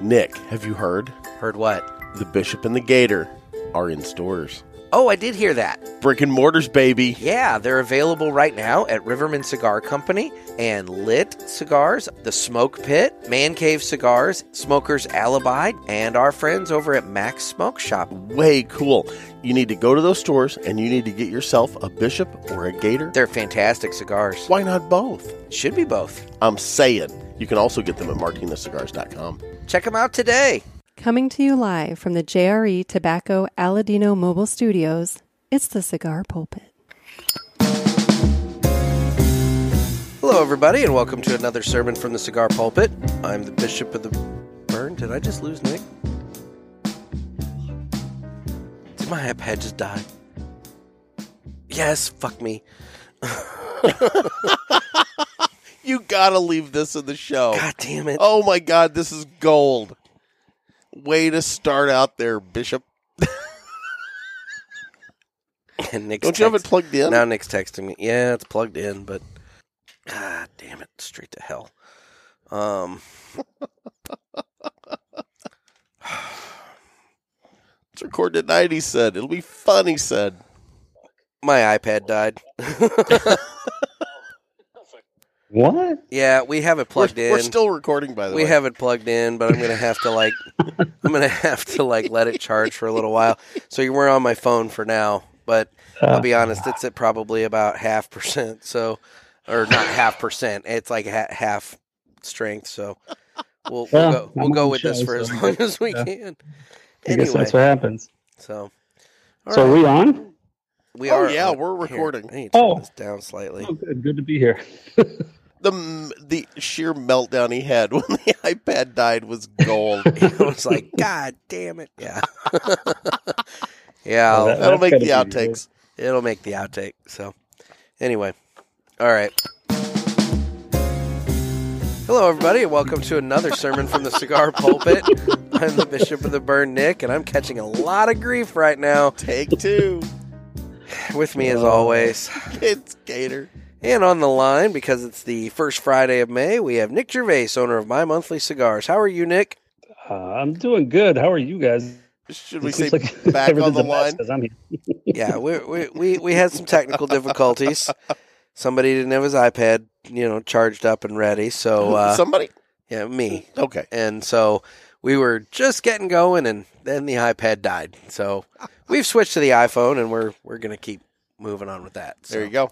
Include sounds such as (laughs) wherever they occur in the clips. Nick, have you heard? Heard what? The Bishop and the Gator are in stores. Oh, I did hear that. Brick and mortars, baby. Yeah, they're available right now at Riverman Cigar Company and Lit Cigars, The Smoke Pit, Man Cave Cigars, Smoker's Alibi, and our friends over at Max Smoke Shop. Way cool. You need to go to those stores and you need to get yourself a Bishop or a Gator. They're fantastic cigars. Why not both? Should be both. I'm saying. You can also get them at martinezcigars.com. Check them out today. Coming to you live from the JRE Tobacco Aladino Mobile Studios, it's the Cigar Pulpit. Hello, everybody, and welcome to another sermon from the Cigar Pulpit. I'm the Bishop of the Burn. Did I just lose Nick? Did my iPad just die? Yes, fuck me. You gotta leave this in the show. God damn it. Oh my God, this is gold. Way to start out there, Bishop. And Nick's Oh. Don't you have it text- plugged in? Now Nick's texting me. Yeah, it's plugged in, but ah, damn it, straight to hell. Um, It's recorded at night, he said. It'll be fun, he said. my iPad died. What? yeah, we have it plugged we're, in. we're still recording, by the we way. have it plugged in, but I'm gonna have to (laughs) like, I'm gonna have to like let it charge for a little while. So you were on my phone for now, but Uh. I'll be honest, it's at probably about half percent. So, or not half percent. It's like ha- half strength. So we'll, we'll Well, go I'm we'll go on with the this show, for so as I long guess- as we yeah. can. I guess Anyway, that's what happens. so all so right. are we on? we Oh, are. yeah, oh, we're here, recording. I need to turn Oh. this down (laughs) slightly. (laughs) Oh, good. Good to be here. the m- the sheer meltdown he had (laughs) when the iPad died was (laughs) gold. it was like, God damn it! Yeah, (laughs) yeah. Oh, I'll- that- That'll make gotta the be outtakes. It'll make the outtake. So, anyway, all right. Hello, everybody, and welcome to another sermon from the cigar pulpit. I'm the Bishop of the Burn, Nick, and I'm catching a lot of grief right now. Take two. (laughs) With me, as always, It's Gator. and on the line because it's the first Friday of May, we have Nick Gervais, owner of My Monthly Cigars. How are you, Nick? Uh, I'm doing good. How are you guys? Should we It say seems like back on everything's the a mess line? 'cause I'm here. Yeah, we we we, we had some technical difficulties. Somebody didn't have his iPad, you know, charged up and ready. So uh, Somebody? yeah, me. Okay. and so we were just getting going and then the iPad died. (laughs) So we've switched to the iPhone and we're we're going to keep moving on with that. So. There you go.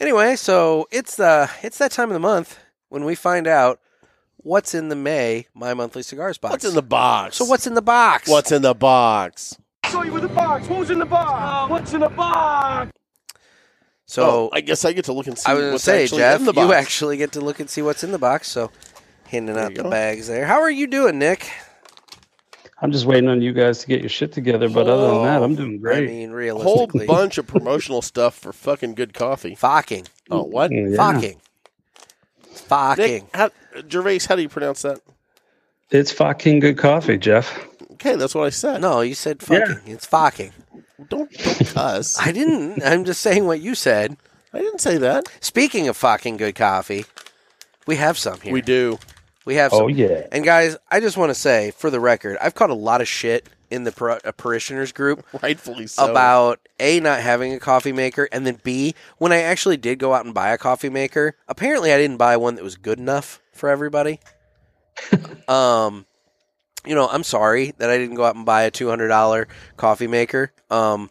Anyway, so it's uh it's that time of the month when we find out what's in the May my monthly cigars box. What's in the box? So what's in the box? What's in the box? saw you in the box. Who's in the box? What's in the box? So oh, I guess I get to look and see I was going to what's say actually Jeff, in the you box. actually get to look and see what's in the box. So handing out you the go. bags there. How are you doing, Nick? I'm just waiting on you guys to get your shit together. But other than that, I'm doing I great. mean, a Oh, whole realistically. bunch of promotional stuff for fucking good coffee. Fucking. Oh, what? Yeah. Fucking. Fucking. Nick, how, Gervais, how do you pronounce that? It's fucking good coffee, Jeff. Okay, that's what I said. No, you said Yeah. fucking. It's fucking. Don't, don't cuss. (laughs) I didn't. I'm just saying what you said. I didn't say that. Speaking of fucking good coffee, we have some here. We do. We have some. Oh yeah. And guys, I just want to say for the record, I've caught a lot of shit in the par- uh, parishioners group Rightfully so. about a not having a coffee maker, and then b when I actually did go out and buy a coffee maker, apparently I didn't buy one that was good enough for (laughs) everybody. um, you know, I'm sorry that I didn't go out and buy a two hundred dollar coffee maker. Um,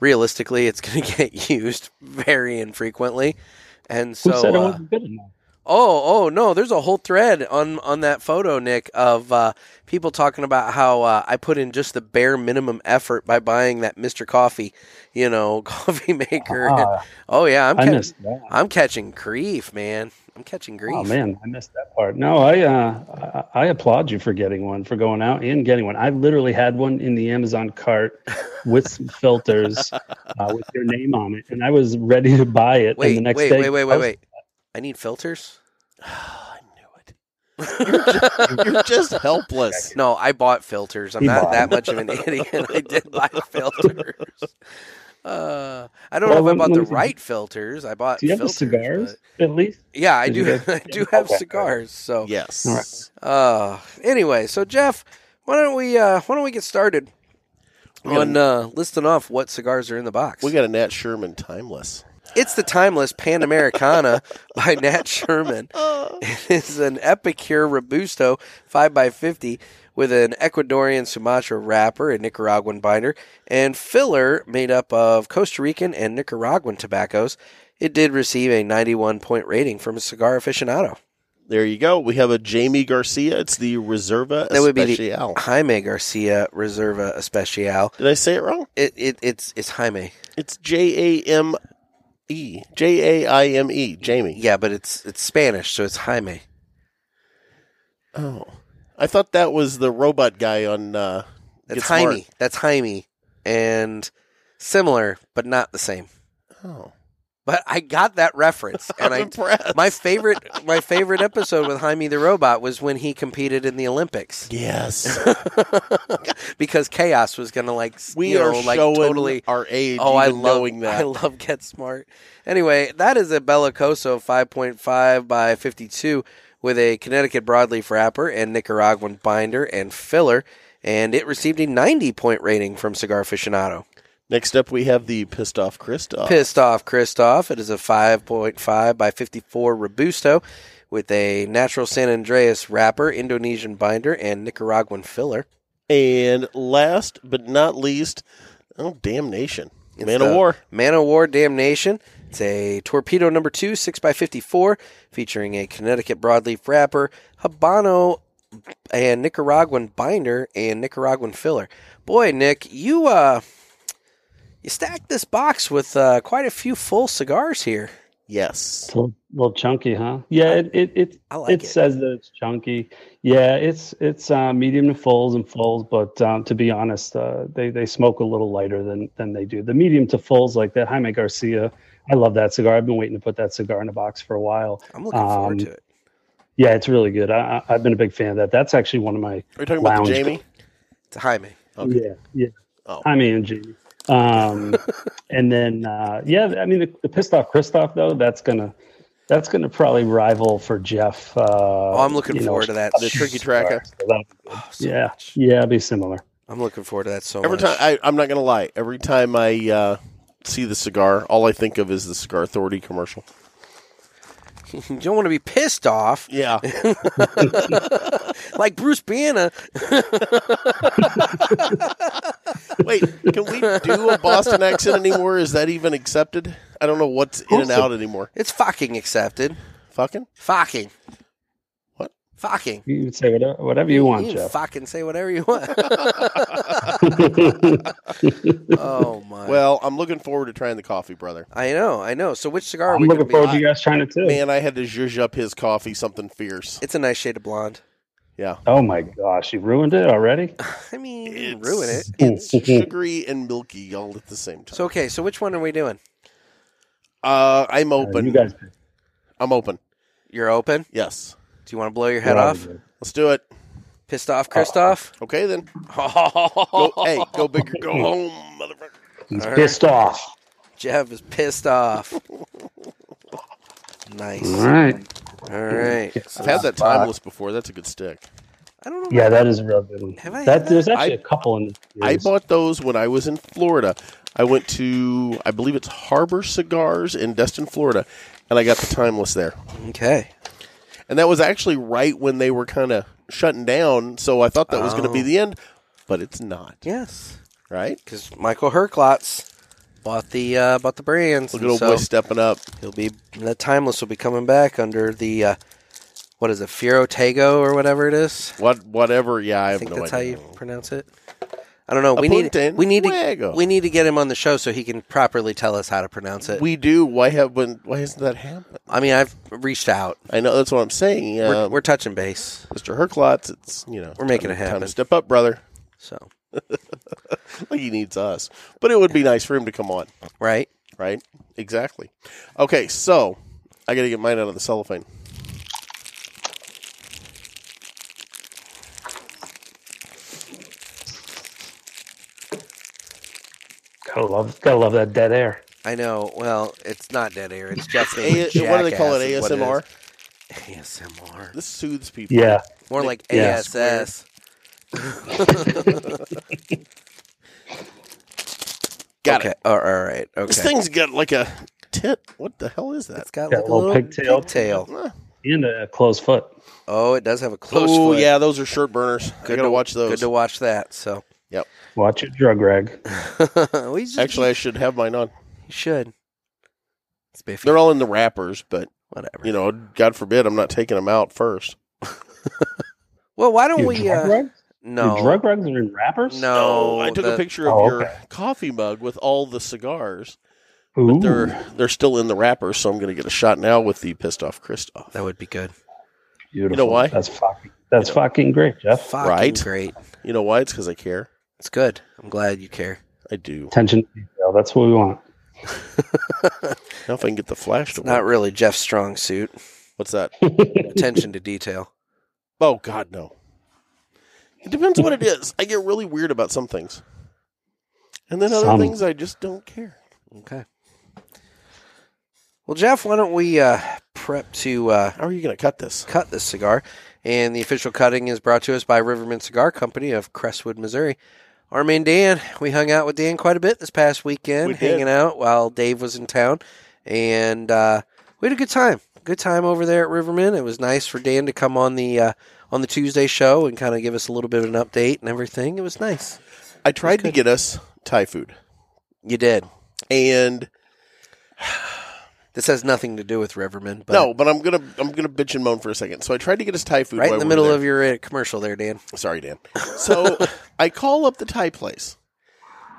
realistically, it's going to (laughs) get used very infrequently, and so Who said it uh, wasn't good enough? Oh, oh no! There's a whole thread on on that photo, Nick, of uh, people talking about how uh, I put in just the bare minimum effort by buying that Mister Coffee, you know, (laughs) coffee maker. And- Ah, oh yeah, I'm I catch- missed that. I'm catching grief, man. I'm catching grief. Oh man, I missed that part. No, I uh, I I applaud you for getting one, for going out and getting one. I literally had one in the Amazon cart with (laughs) some filters uh, with your name on it, and I was ready to buy it. Wait, and the next wait, day, wait, wait, I wait, was- wait. I need filters. I knew it. (laughs) You're just helpless. No, I bought filters. I'm He not (laughs) (laughs) bought (laughs) that much of an idiot. I did buy filters. Uh, I don't Well, know if I when- bought when the is it- right filters. I bought. Do you have the filters, cigars but- at least? yeah, I Did you do. (laughs) have- I do have Okay. cigars. So Yes. All Uh, anyway, so Jeff, why don't we uh, why don't we get started We got on uh, listing off what cigars are in the box? We got a Nat Sherman Timeless. it's the timeless (laughs) Pan Americana by Nat Sherman. Oh. It is an Epicure Robusto five x fifty with an Ecuadorian Sumatra wrapper and Nicaraguan binder and filler made up of Costa Rican and Nicaraguan tobaccos. It did receive a ninety one point rating from a cigar aficionado. There you go. We have a Jamie Garcia. It's the Reserva That would be the- Especial. Jaime Garcia Reserva Especial. Did I say it wrong? It, it it's it's Jaime. It's J A M E. J A I M E. Jamie. Yeah, but it's it's Spanish, so it's Jaime. Oh. I thought that was the robot guy on uh That's Get Smart. Jaime. That's Jaime, and similar but not the same. Oh. But I got that reference, and (laughs) I'm I impressed. my favorite my favorite episode with Jaime the robot was when he competed in (laughs) the Olympics (laughs) Yes. because Chaos was gonna like s- We you know, are like showing totally. our age Oh, even I love knowing that. I love Get Smart. Anyway, that is a Bellicoso 5.5 by 52 with a Connecticut broadleaf wrapper and Nicaraguan binder and filler, and it received a 90 point rating from Cigar Aficionado. Next up we have the Pissed Off Kristoff. Pissed off, Christoph. It is a 5.5 by 54 Robusto with a natural San Andreas wrapper, Indonesian binder, and Nicaraguan filler. And last but not least, oh damnation. It's Man the of War. Man of War Damnation. It's a torpedo number two, 6x54, featuring a Connecticut broadleaf wrapper, Habano, and Nicaraguan binder and Nicaraguan filler. Boy, Nick, you uh, you stacked this box with uh, quite a few full cigars here. Yes. It's a little, little chunky, huh? Yeah, it it it, I like it, it. says that it's chunky. Yeah, it's it's uh, medium to fulls and fulls, but um, to be honest, uh, they they smoke a little lighter than than they do. The medium to fulls like that. Jaime Garcia, I love that cigar. I've been waiting to put that cigar in a box for a while. I'm looking forward Um, to it. Yeah, it's really good. I, I, I've been a big fan of that. That's actually one of my Are you talking about the Lounge. Jamie? It's Jaime. Okay. yeah yeah. Oh. Jaime and Jamie. Um, (laughs) and then uh, yeah, I mean the, the pissed off Christoph though. That's gonna. That's going to probably rival for Jeff. Uh, Oh, I'm looking you know, forward to that. The tricky tracker. So that- Oh, so yeah, much. yeah, it'd be similar. I'm looking forward to that so Every much. time I, I'm not gonna lie. Every time I uh, see the cigar, all I think of is the Cigar Authority commercial. you don't want to be pissed off Yeah, like Bruce Banner. (laughs) Wait, can we do a Boston accent anymore? Is that even accepted? I don't know what's in and out anymore. It's fucking accepted. Fucking? Fucking. What? Fucking. You can say whatever, whatever you want, You can Jeff. fucking say whatever you (laughs) want. oh my. Well, I'm looking forward to trying the coffee, brother. I know, I know. So which cigar are I'm we going to looking be? forward to you guys trying it too. Man, I had to zhuzh up his coffee something fierce. It's a nice shade of blonde. Yeah. Oh my gosh, you ruined it already. Uh, I mean, you didn't ruin it. It's sugary and milky all at the same time. So okay, so which one are we doing? uh, I'm Uh, open. you guys I'm open. You're open. Yes. Do you want to blow your head off? Let's do it. Pissed off, Christoph. Okay, then. Oh, (laughs) (laughs) Go, hey, go big or go home, motherfucker. He's pissed off. Jeff is pissed (laughs) off. nice. All right. All right. I've had that timeless before. That's a good stick. I don't know. Yeah, that is a real good one. Have I had That, there's that? actually I- a couple in. The I bought those when I was in Florida. I went to, I believe it's Harbor Cigars in Destin, Florida, and I got the timeless there. Okay. And that was actually right when they were kind of shutting down, so I thought that was Oh. going to be the end, but it's not. Yes. Right? Because Michael Herklotz bought the uh, bought the brands. Look at and old so boy stepping up. he'll be that timeless will be coming back under the uh, what is it, Fiero Tego or whatever it is. What? Whatever. Yeah, I I have think no that's idea. how you pronounce it. I don't know. We need Apunten we need to Fuego. we need to get him on the show so he can properly tell us how to pronounce it. We do. Why have? When? Why hasn't that happened? I mean, I've reached out. I know that's what I'm saying. We're, Um, we're touching base, Mr. Herklotz, it's you know We're making time- it happen. Time to step up, brother. (laughs) so Like he needs us, but it would be nice for him to come on. right. Right? Exactly. Okay, so I got to get mine out of the cellophane. Gotta love, gotta love that dead air. I know. Well, it's not dead air. It's just (laughs) A- a, what do they call it? jackass is ASMR. what it is. ASMR. This soothes people. Yeah, More like Yeah. ASS. Got okay. it. All all right. Okay. This thing's got like a tit. What the hell is that? Ah. it's got Got like a little pigtail. Huh. and a closed foot. Oh, it does have a close Oh foot. yeah, those are shirt burners. I gotta to watch those. Good to watch that. So (laughs) Watch your drug rag. we just, Actually, I should have mine on. you should. It's biffy. They're all in the wrappers, but Whatever. you know, God forbid, I'm not taking them out first. well, why don't Your we? drug Uh, rags? no. Your drug rugs are in wrappers. no. I took the- a picture of Oh, your okay. coffee mug with all the cigars. Ooh. They're they're still in the wrapper, so I'm going to get a shot now with the pissed off Christoph. That would be good. Beautiful. why? That's fucking. That's fucking great, Jeff. Fucking Right? Great. You know why? It's because I care. It's good. I'm glad you care. I do. Attention to detail. That's what we want. Now if I can get the flash to work. Not really Jeff's strong (laughs) suit. What's that? Attention to detail. Oh God, no. It depends what it is. I get really weird about some things, and then other Some. things I just don't care. Okay. Well, Jeff, why don't we uh, prep to uh, How are you going to cut this? cut this cigar? And the official cutting is brought to us by Riverman Cigar Company of Crestwood, Missouri. Our man Dan, we hung out with Dan quite a bit this past weekend, We did. hanging out while Dave was in town, and uh, we had a good time. Good time over there at Riverman. It was nice for Dan to come on the uh, on the Tuesday show and kind of give us a little bit of an update and everything. It was nice. I tried to get us Thai food, You did. and This has nothing to do with Riverman, but no, but I'm gonna I'm gonna bitch and moan for a second. So I tried to get us Thai food right while in we the were middle there. of your uh, commercial there, Dan. Sorry, Dan. So I call up the Thai place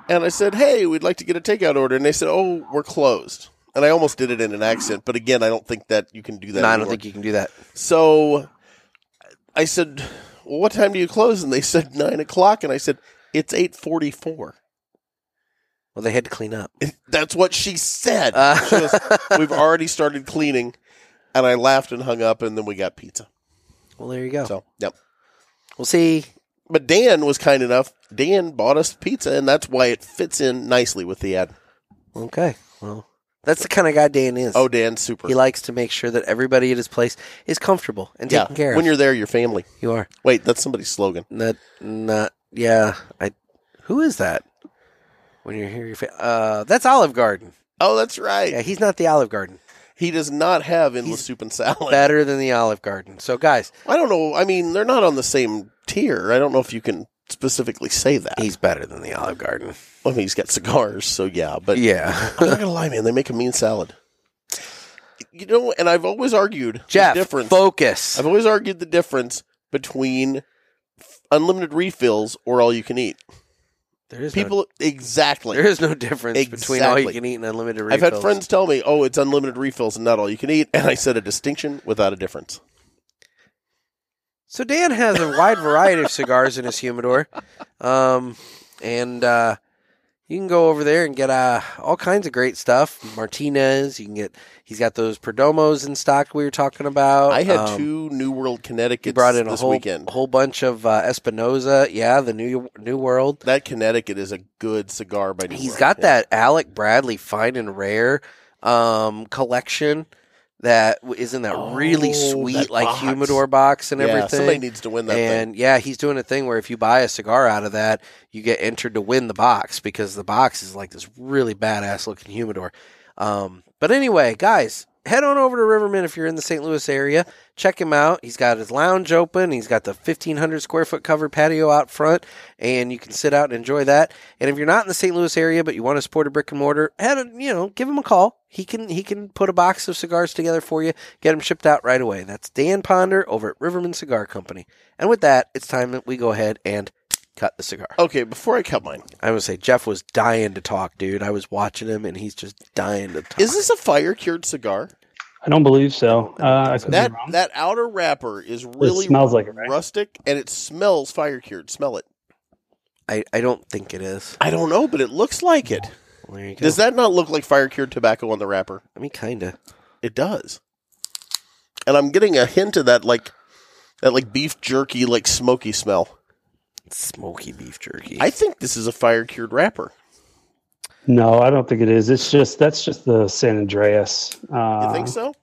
and I said, Hey, we'd like to get a takeout order. And they said, Oh, we're closed. And I almost did it in an accent, but again, I don't think that you can do that. No, I don't anymore. think you can do that. So I said, Well, what time do you close? And they said nine o'clock. And I said, It's eight forty four. Well, they had to (laughs) clean up. That's what she said. Uh, She (laughs) goes, (laughs) We've already started cleaning. And I laughed and hung up, and then we got pizza. well, there you go. So, yep. We'll see. But Dan was kind enough. Dan bought us pizza, and that's why it fits in nicely with the ad. Okay. Well, that's the kind of guy Dan is. Oh, Dan, super. he likes to make sure that everybody at his place is comfortable and yeah, taken care when of. you're there, your family. You are Wait, that's somebody's slogan. not not. Yeah, I. Who is that? When you're here, your fa- uh, that's Olive Garden. Oh, that's right. Yeah, he's not the Olive (laughs) Garden. He does not have endless He's soup and salad. Better than the Olive Garden. So, guys, I don't know. I mean, they're not on the same tier. I don't know if you can specifically say that. he's better than the Olive Garden. I mean, he's got cigars, so yeah. But (laughs) yeah. I'm not gonna lie, man. They make a mean salad. You know, and I've always argued Jeff, the difference. focus. I've always argued the difference between unlimited refills or all you can eat. There is no People exactly. There is no difference between all you Exactly. can eat and unlimited I've refills. had friends tell me, "Oh, it's unlimited refills and not all you can eat," (laughs) and I said a distinction without a difference. So Dan has a wide variety of cigars in his humidor, um, and uh, you can go over there and get uh, all kinds of great stuff. Martinez, you can get. He's got those Perdomos in stock we were talking about. I had Um, two New World Connecticut He brought in a this whole weekend. a whole bunch of uh, Espinoza. Yeah, the new New World. That Connecticut is a good cigar by New He's World. got Yeah. that Alec Bradley fine and rare um, collection that w- is in that really Oh, sweet that like box. humidor box and Yeah, Somebody everything. needs to win that and yeah, he's doing a thing where if you buy a cigar out of that, you get entered to win the box because the box is like this really badass looking humidor. Um, but anyway, guys, head on over to Riverman if you're in the St. Louis area. Check him out. He's got his lounge open. He's got the 1,500 square foot covered patio out front, and you can sit out and enjoy that. And if you're not in the St. Louis area but you want to support a brick and mortar, head on- you know give him a call. He can he can put a box of cigars together for you, get them shipped out right away. That's Dan Ponder over at Riverman Cigar Company. And with that, it's time that we go ahead and cut the cigar. thing. Okay, before I cut mine, I would say Jeff was dying to talk, dude. I was watching him, and he's just dying to talk. is this a fire cured cigar? I don't believe so. Uh, I could That be wrong. that outer wrapper is really smells like it, right? rustic, and it smells fire cured. Smell it. I, I don't think it is. I don't know, but it looks like it. There you go. Does that not look like fire cured tobacco on the wrapper? I mean, kind of. It does. And I'm getting a hint of that like that like beef jerky like smoky smell. Smoky beef jerky. I think this is a fire cured wrapper. No, I don't think it is. It's just that's just the San Andreas. Uh, You think so?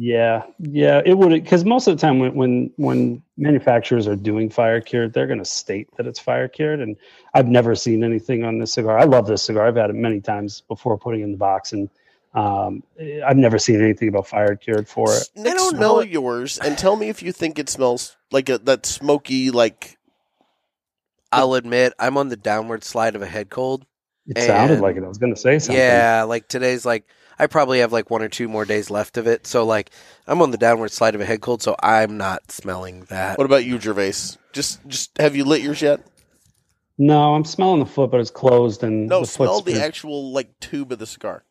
Yeah, yeah, it would because most of the time when when when manufacturers are doing fire cured, they're going to state that it's fire cured, and I've never seen anything on this cigar. I love this cigar. I've had it many times before putting it in the box, and um, eh, I've never seen anything about fire cured for it. Nick, don't smell know. yours and tell me if you think it smells like a, that smoky, like I'll admit I'm on the downward slide of a head cold. It sounded And- like it. I was going to say something. Yeah, like today's like I probably have like one or two more days left of it. So like I'm on the downward slide of a head cold, so I'm not smelling that. What about you, Gervais? Just, just have you lit yours yet? No, I'm smelling the foot, but it's closed and No, the smell foot's the been- actual like tube of the cigar.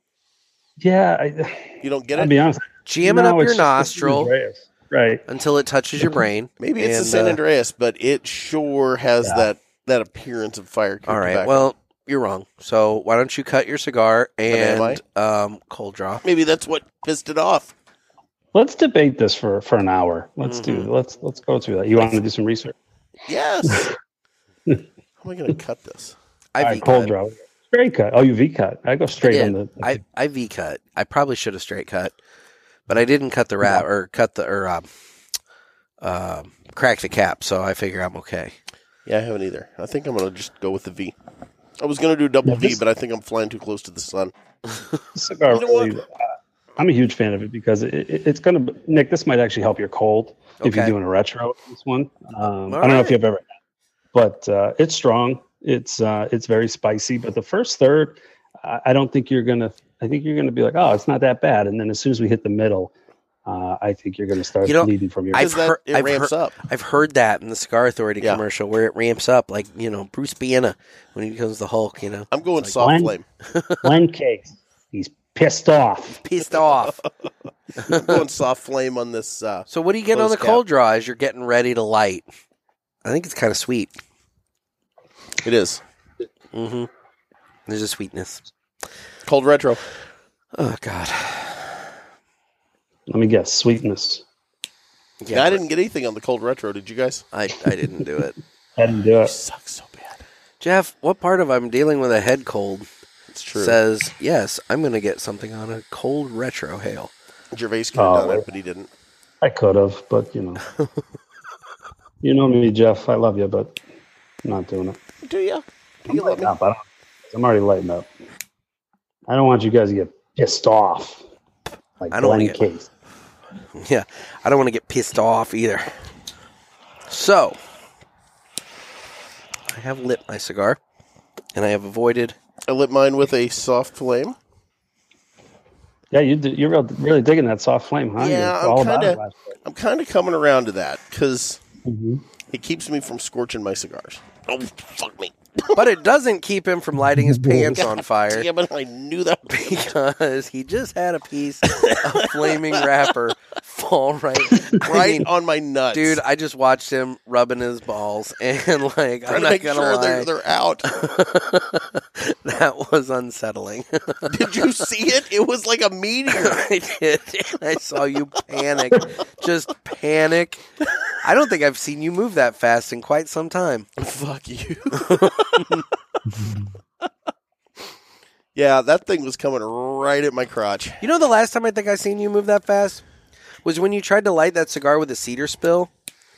Yeah, I, You don't get I'll it. be honest. Jamming no, up it's your just the San nostril Andreas. right? until it touches your brain. (laughs) Maybe it's the and, San uh, Andreas, but it sure has Yeah. that that appearance of fire. All right. Well, you're wrong. So why don't you cut your cigar am and um, cold draw? maybe that's what pissed it off. Let's debate this for for an hour. Let's Mhm. do. Let's let's go through that. You want to do some research? Yes. How am I going to cut this? I All V right, cold cut. draw. Straight cut. Oh, you V cut. I go straight on the. I, I V cut. I probably should have straight cut, but I didn't cut the wrap or cut the or um, um crack the cap. So I figure I'm okay. Yeah, I haven't either. I think I'm going to just go with the V. I was going to do double Yeah, V, this- but I think I'm flying too close to the sun. cigar. You know what? really- uh, I'm a huge fan of it because it, it, it's gonna. Nick, this might actually help your cold if you're Okay. doing a retro. with This one. Um, I All don't know if right. you've ever, had it, but uh, it's strong. It's uh, it's very spicy. But the first third, I, I don't think you're gonna. I think you're gonna be like, oh, it's not that bad. And then as soon as we hit the middle, uh, I think you're gonna start You know, bleeding from your. I've Because (laughs) that heard- it I've ramps up. I've heard that in the Cigar Authority Yeah. commercial where it ramps up, like you know Bruce Banner when he becomes the Hulk. You know, I'm going It's soft like- flame. Glen cakes. He's pissed off. pissed off. I'm going soft flame on this. Uh, (laughs) So what do you get on Close the cap. cold draw as you're getting ready to light? I think it's kind of sweet. it is Mm-hmm. There's a sweetness. cold retro. Oh God. Let me guess. Sweetness. Yeah, I didn't get anything on the cold retro. Did you guys? I, I didn't do it. I didn't do You it. suck so bad. (laughs) Jeff, what part of I'm dealing with a head cold It's true. says yes? I'm going to get something on a cold retro hail. Gervais could have Oh, done it, wait. but he didn't. I could have, but (laughs) you know, you know me, Jeff. I love you, but I'm not doing it. Do you? Do I'm you love lighting me? up. I don't, I'm already lighting up. I don't want you guys to get pissed off. Like I don't wanna Glenn get- Case. Yeah, I don't want to get pissed off either. So, I have lit my cigar, and I have avoided. I lit mine with a soft flame. Yeah, you do, you're real, really digging that soft flame, huh? Yeah, You're I'm kinda- last night. I'm kind of coming around to that because Mhm. it keeps me from scorching my cigars. Oh fuck me! But it doesn't keep him from (laughs) lighting his pants on (laughs) fire Damn it! I knew that. because he just had a piece of flaming wrapper fall right. I right mean, on my nuts, dude, I just watched him rubbing his balls, and like, Trying I'm to not make gonna sure lie. they're they're (laughs) out. that was unsettling. Did you see it? It was like a (laughs) meteor. I did. I saw you panic. Just panic. I don't think I've seen you move that fast in quite some time. Fuck (laughs) you. yeah, that thing was coming right at my crotch. (laughs) You know, the last time I think I seen you move that fast was when you tried to light that cigar with a cedar spill,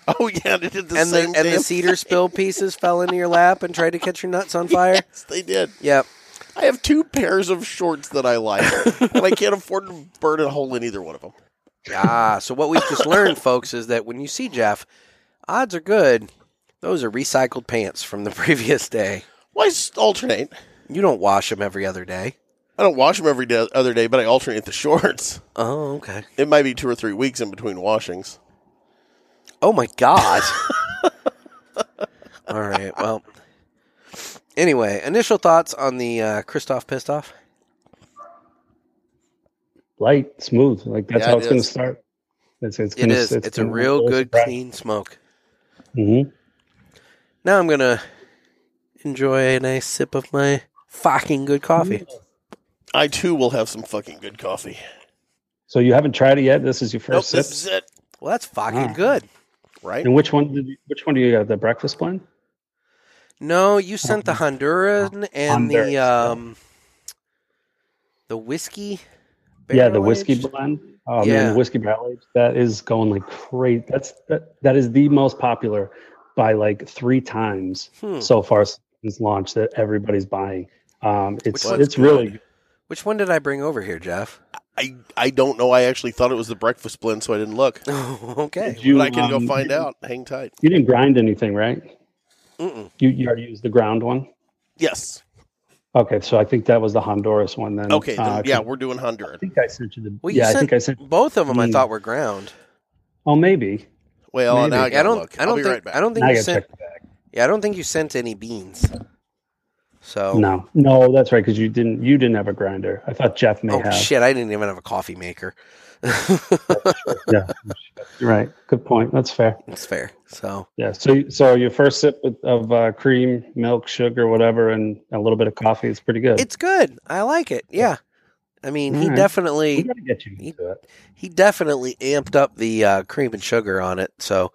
Oh yeah, they did the and the same. and the damn- cedar spill pieces fell into your lap and tried to catch your nuts on fire. (laughs) Yes, they did. Yep. I have two pairs of shorts that I like, and I can't afford to burn a hole in either one of them. Ah, so what we've just learned, folks, is that when you see Jeff, odds are good. Those are recycled pants from the (laughs) previous day. Why s- alternate? You don't wash them every other day. I don't wash them every day, other day, but I alternate the (laughs) shorts. Oh, okay. It might be two or three weeks in between washings. Oh my god. All right. Well. Anyway, initial thoughts on the uh, Christoph pissed off. Light, smooth. Like that's Yeah, how it it's going to is. start. It's, it's It gonna, is. It's, a gonna real really good, surprise. clean smoke. Mhm. Now I'm gonna enjoy a nice sip of my fucking good coffee. Mm. I too will have some fucking good coffee. So you haven't tried it yet. This is your Nope, first this sip. is it. Well, that's fucking Mm. good. Right? And which one? Did you, which one do you got? The breakfast blend? No, you sent the Honduran and the Oh, mm. Honduras, um, The whiskey. yeah, the whiskey barrel-aged? blend. Oh Yeah. man, the whiskey barrel aged. That is going like crazy. That's that, that is the most popular by like three times Hmm. so far since launch that everybody's buying. Um, it's one's it's really Which one did I bring over here, Jeff? (laughs) I, I don't know. I actually thought it was the breakfast blend, so I didn't look. okay. you, but I can um, go find out. Hang tight. You didn't grind anything, right? Mm-mm. You you already used the ground one. Yes. Okay, so I think that was the Honduras one then. Okay. then, Uh, yeah, 'cause we're doing Honduran. I think I sent you the. Well, you yeah, I sent- think I sent. Both of them I Mm. thought were ground. Oh, maybe. Well, Maybe. now I, I gotta don't. Look. I don't will be think. right back. I don't think I you gotta sent. check the bag. Yeah, I don't think you sent any beans. So No, no, that's right because you didn't. You didn't have a grinder. I thought Jeff may Oh have. shit! I didn't even have a coffee maker. (laughs) Yeah, (laughs) You're right. Good point. That's fair. It's fair. So Yeah. So, so your first sip of uh, cream, milk, sugar, whatever, and a little bit of coffee is pretty good. it's good. I like it. Yeah. I mean, he Alright. we definitely gotta get you into it. he definitely amped up the uh, cream and sugar on it. So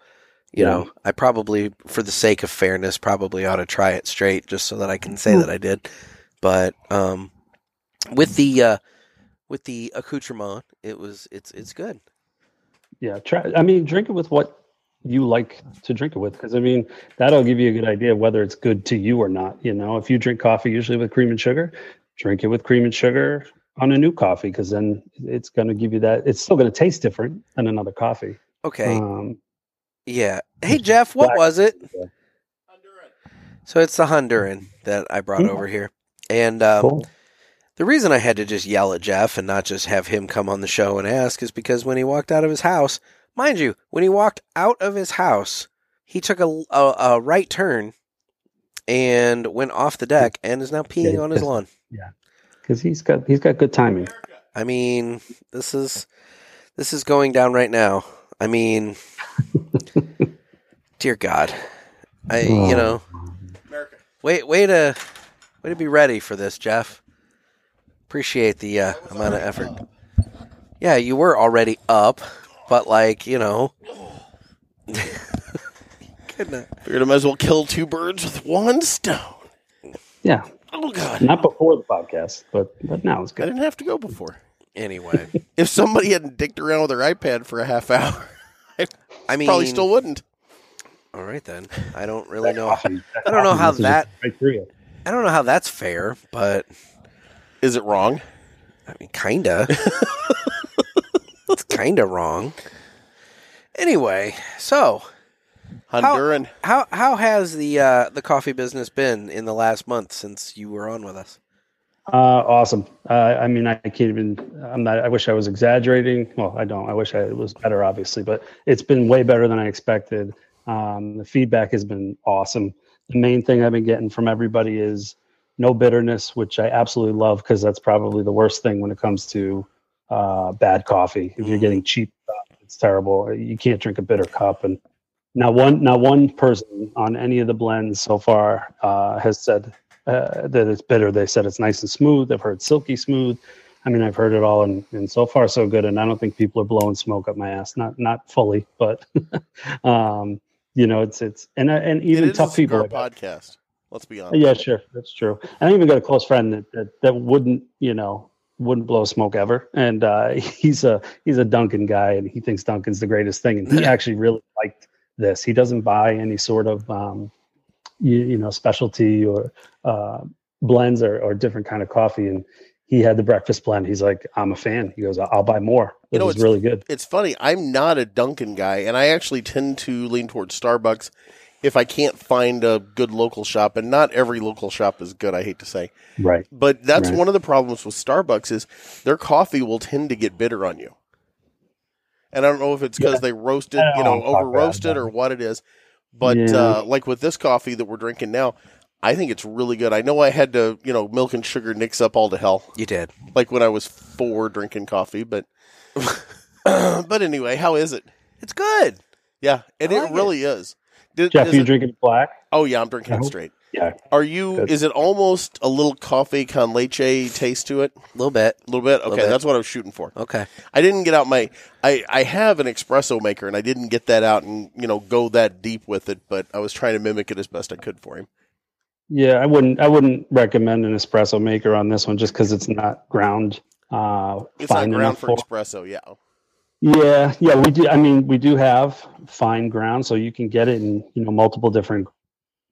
you Yeah. know, I probably, for the sake of fairness, probably ought to try it straight just so that I can say that I did. But um, with the uh, with the accoutrement, it was it's it's good. Yeah. Try. I mean, drink it with what you like to drink it with, because I mean, that'll give you a good idea of whether it's good to you or not. You know, if you drink coffee usually with cream and sugar, drink it with cream and sugar on a new coffee, because then it's going to give you that. It's still going to taste different than another coffee. Okay. Um, Yeah. Hey Jeff, what Black- was it? Yeah. So it's the Honduran that I brought Yeah. over here, and um, cool. the reason I had to just yell at Jeff and not just have him come on the show and ask is because when he walked out of his house, mind you, when he walked out of his house, he took a a, a right turn and went off the deck and is now peeing Yeah, on his yeah. lawn. Because he's got he's got good timing. I mean, this is this is going down right now. I mean, dear God, I you know. Oh. Wait, way to, way to be ready for this, Jeff. Appreciate the uh, amount of effort. Yeah, you were already up, but like (laughs) you know, goodness. Figured I might as well kill two birds with one stone. Yeah. Oh God! Not before the podcast, but but now it's I good. didn't have to go before. Anyway, If somebody hadn't dicked around with their iPad for a half hour, (laughs) I I mean, probably still wouldn't. all right then. I don't really That know. coffee- that I don't know coffee how must have just right through you. I don't know how that's fair, but Is it wrong? I mean, kinda. it's kinda wrong. Anyway, so Honduran. How how has the uh, the coffee business been in the last month since you were on with us? Uh, awesome. Uh, I mean, I can't even. I'm not. I wish I was exaggerating. Well, I don't. I wish I was better, obviously, but it's been way better than I expected. Um, the feedback has been awesome. The main thing I've been getting from everybody is no bitterness, which I absolutely love because that's probably the worst thing when it comes to uh, bad coffee. If you're Mhm. getting cheap stuff, it's terrible. You can't drink a bitter cup. And not one, not one person on any of the blends so far uh, has said uh, that it's bitter. They said it's nice and smooth. I've heard silky smooth. I mean, I've heard it all, and, and so far so good. And I don't think people are blowing smoke up my ass. Not not fully, but (laughs) um, you know, it's it's and I- and even It is a tough people. cigar like that. podcast. Let's be honest. Yeah, sure, that's true. And I even got a close friend that that, that wouldn't you know wouldn't blow smoke ever, and uh, (laughs) he's a he's a Duncan guy, and he thinks Duncan's the greatest thing, and he actually really liked this. He doesn't buy any sort of um, you, you know specialty or uh, blends or, or different kind of coffee, and he had the breakfast blend. He's like, I'm a fan. He goes, I'll buy more. You This know, is it's- really good. It's funny. I'm not a Dunkin' guy, and I actually tend to lean towards Starbucks if I can't find a good local shop. And not every local shop is good. I hate to say, Right. but that's Right. one of the problems with Starbucks is their coffee will tend to get bitter on you. And I don't know if it's because Yeah. they roasted, I you don't know, wanna talk over roasted about it. or what it is. But Yeah. uh, like with this coffee that we're drinking now, I think it's really good. I know I had to, you know, milk and sugar nix up all to hell You did. like when I was four drinking coffee, but (clears throat) but anyway, how is it? It's good. Yeah, and I it like it. really is. Did, Jeff, is you it- drinking it black? oh yeah, I'm drinking it No. straight. Yeah. Are you? Good. Is it almost a little coffee con leche taste to it? A little bit. A little bit. Okay, bit. that's what I was shooting for. Okay. I didn't get out my. I I have an espresso maker, and I didn't get that out and you know go that deep with it, but I was trying to mimic it as best I could for him. Yeah, I wouldn't. I wouldn't recommend an espresso maker on this one just because it's not ground. Uh, It's fine not ground enough for for- espresso. Yeah. Yeah, yeah, we do. I mean, we do have fine ground, so you can get it in you know multiple different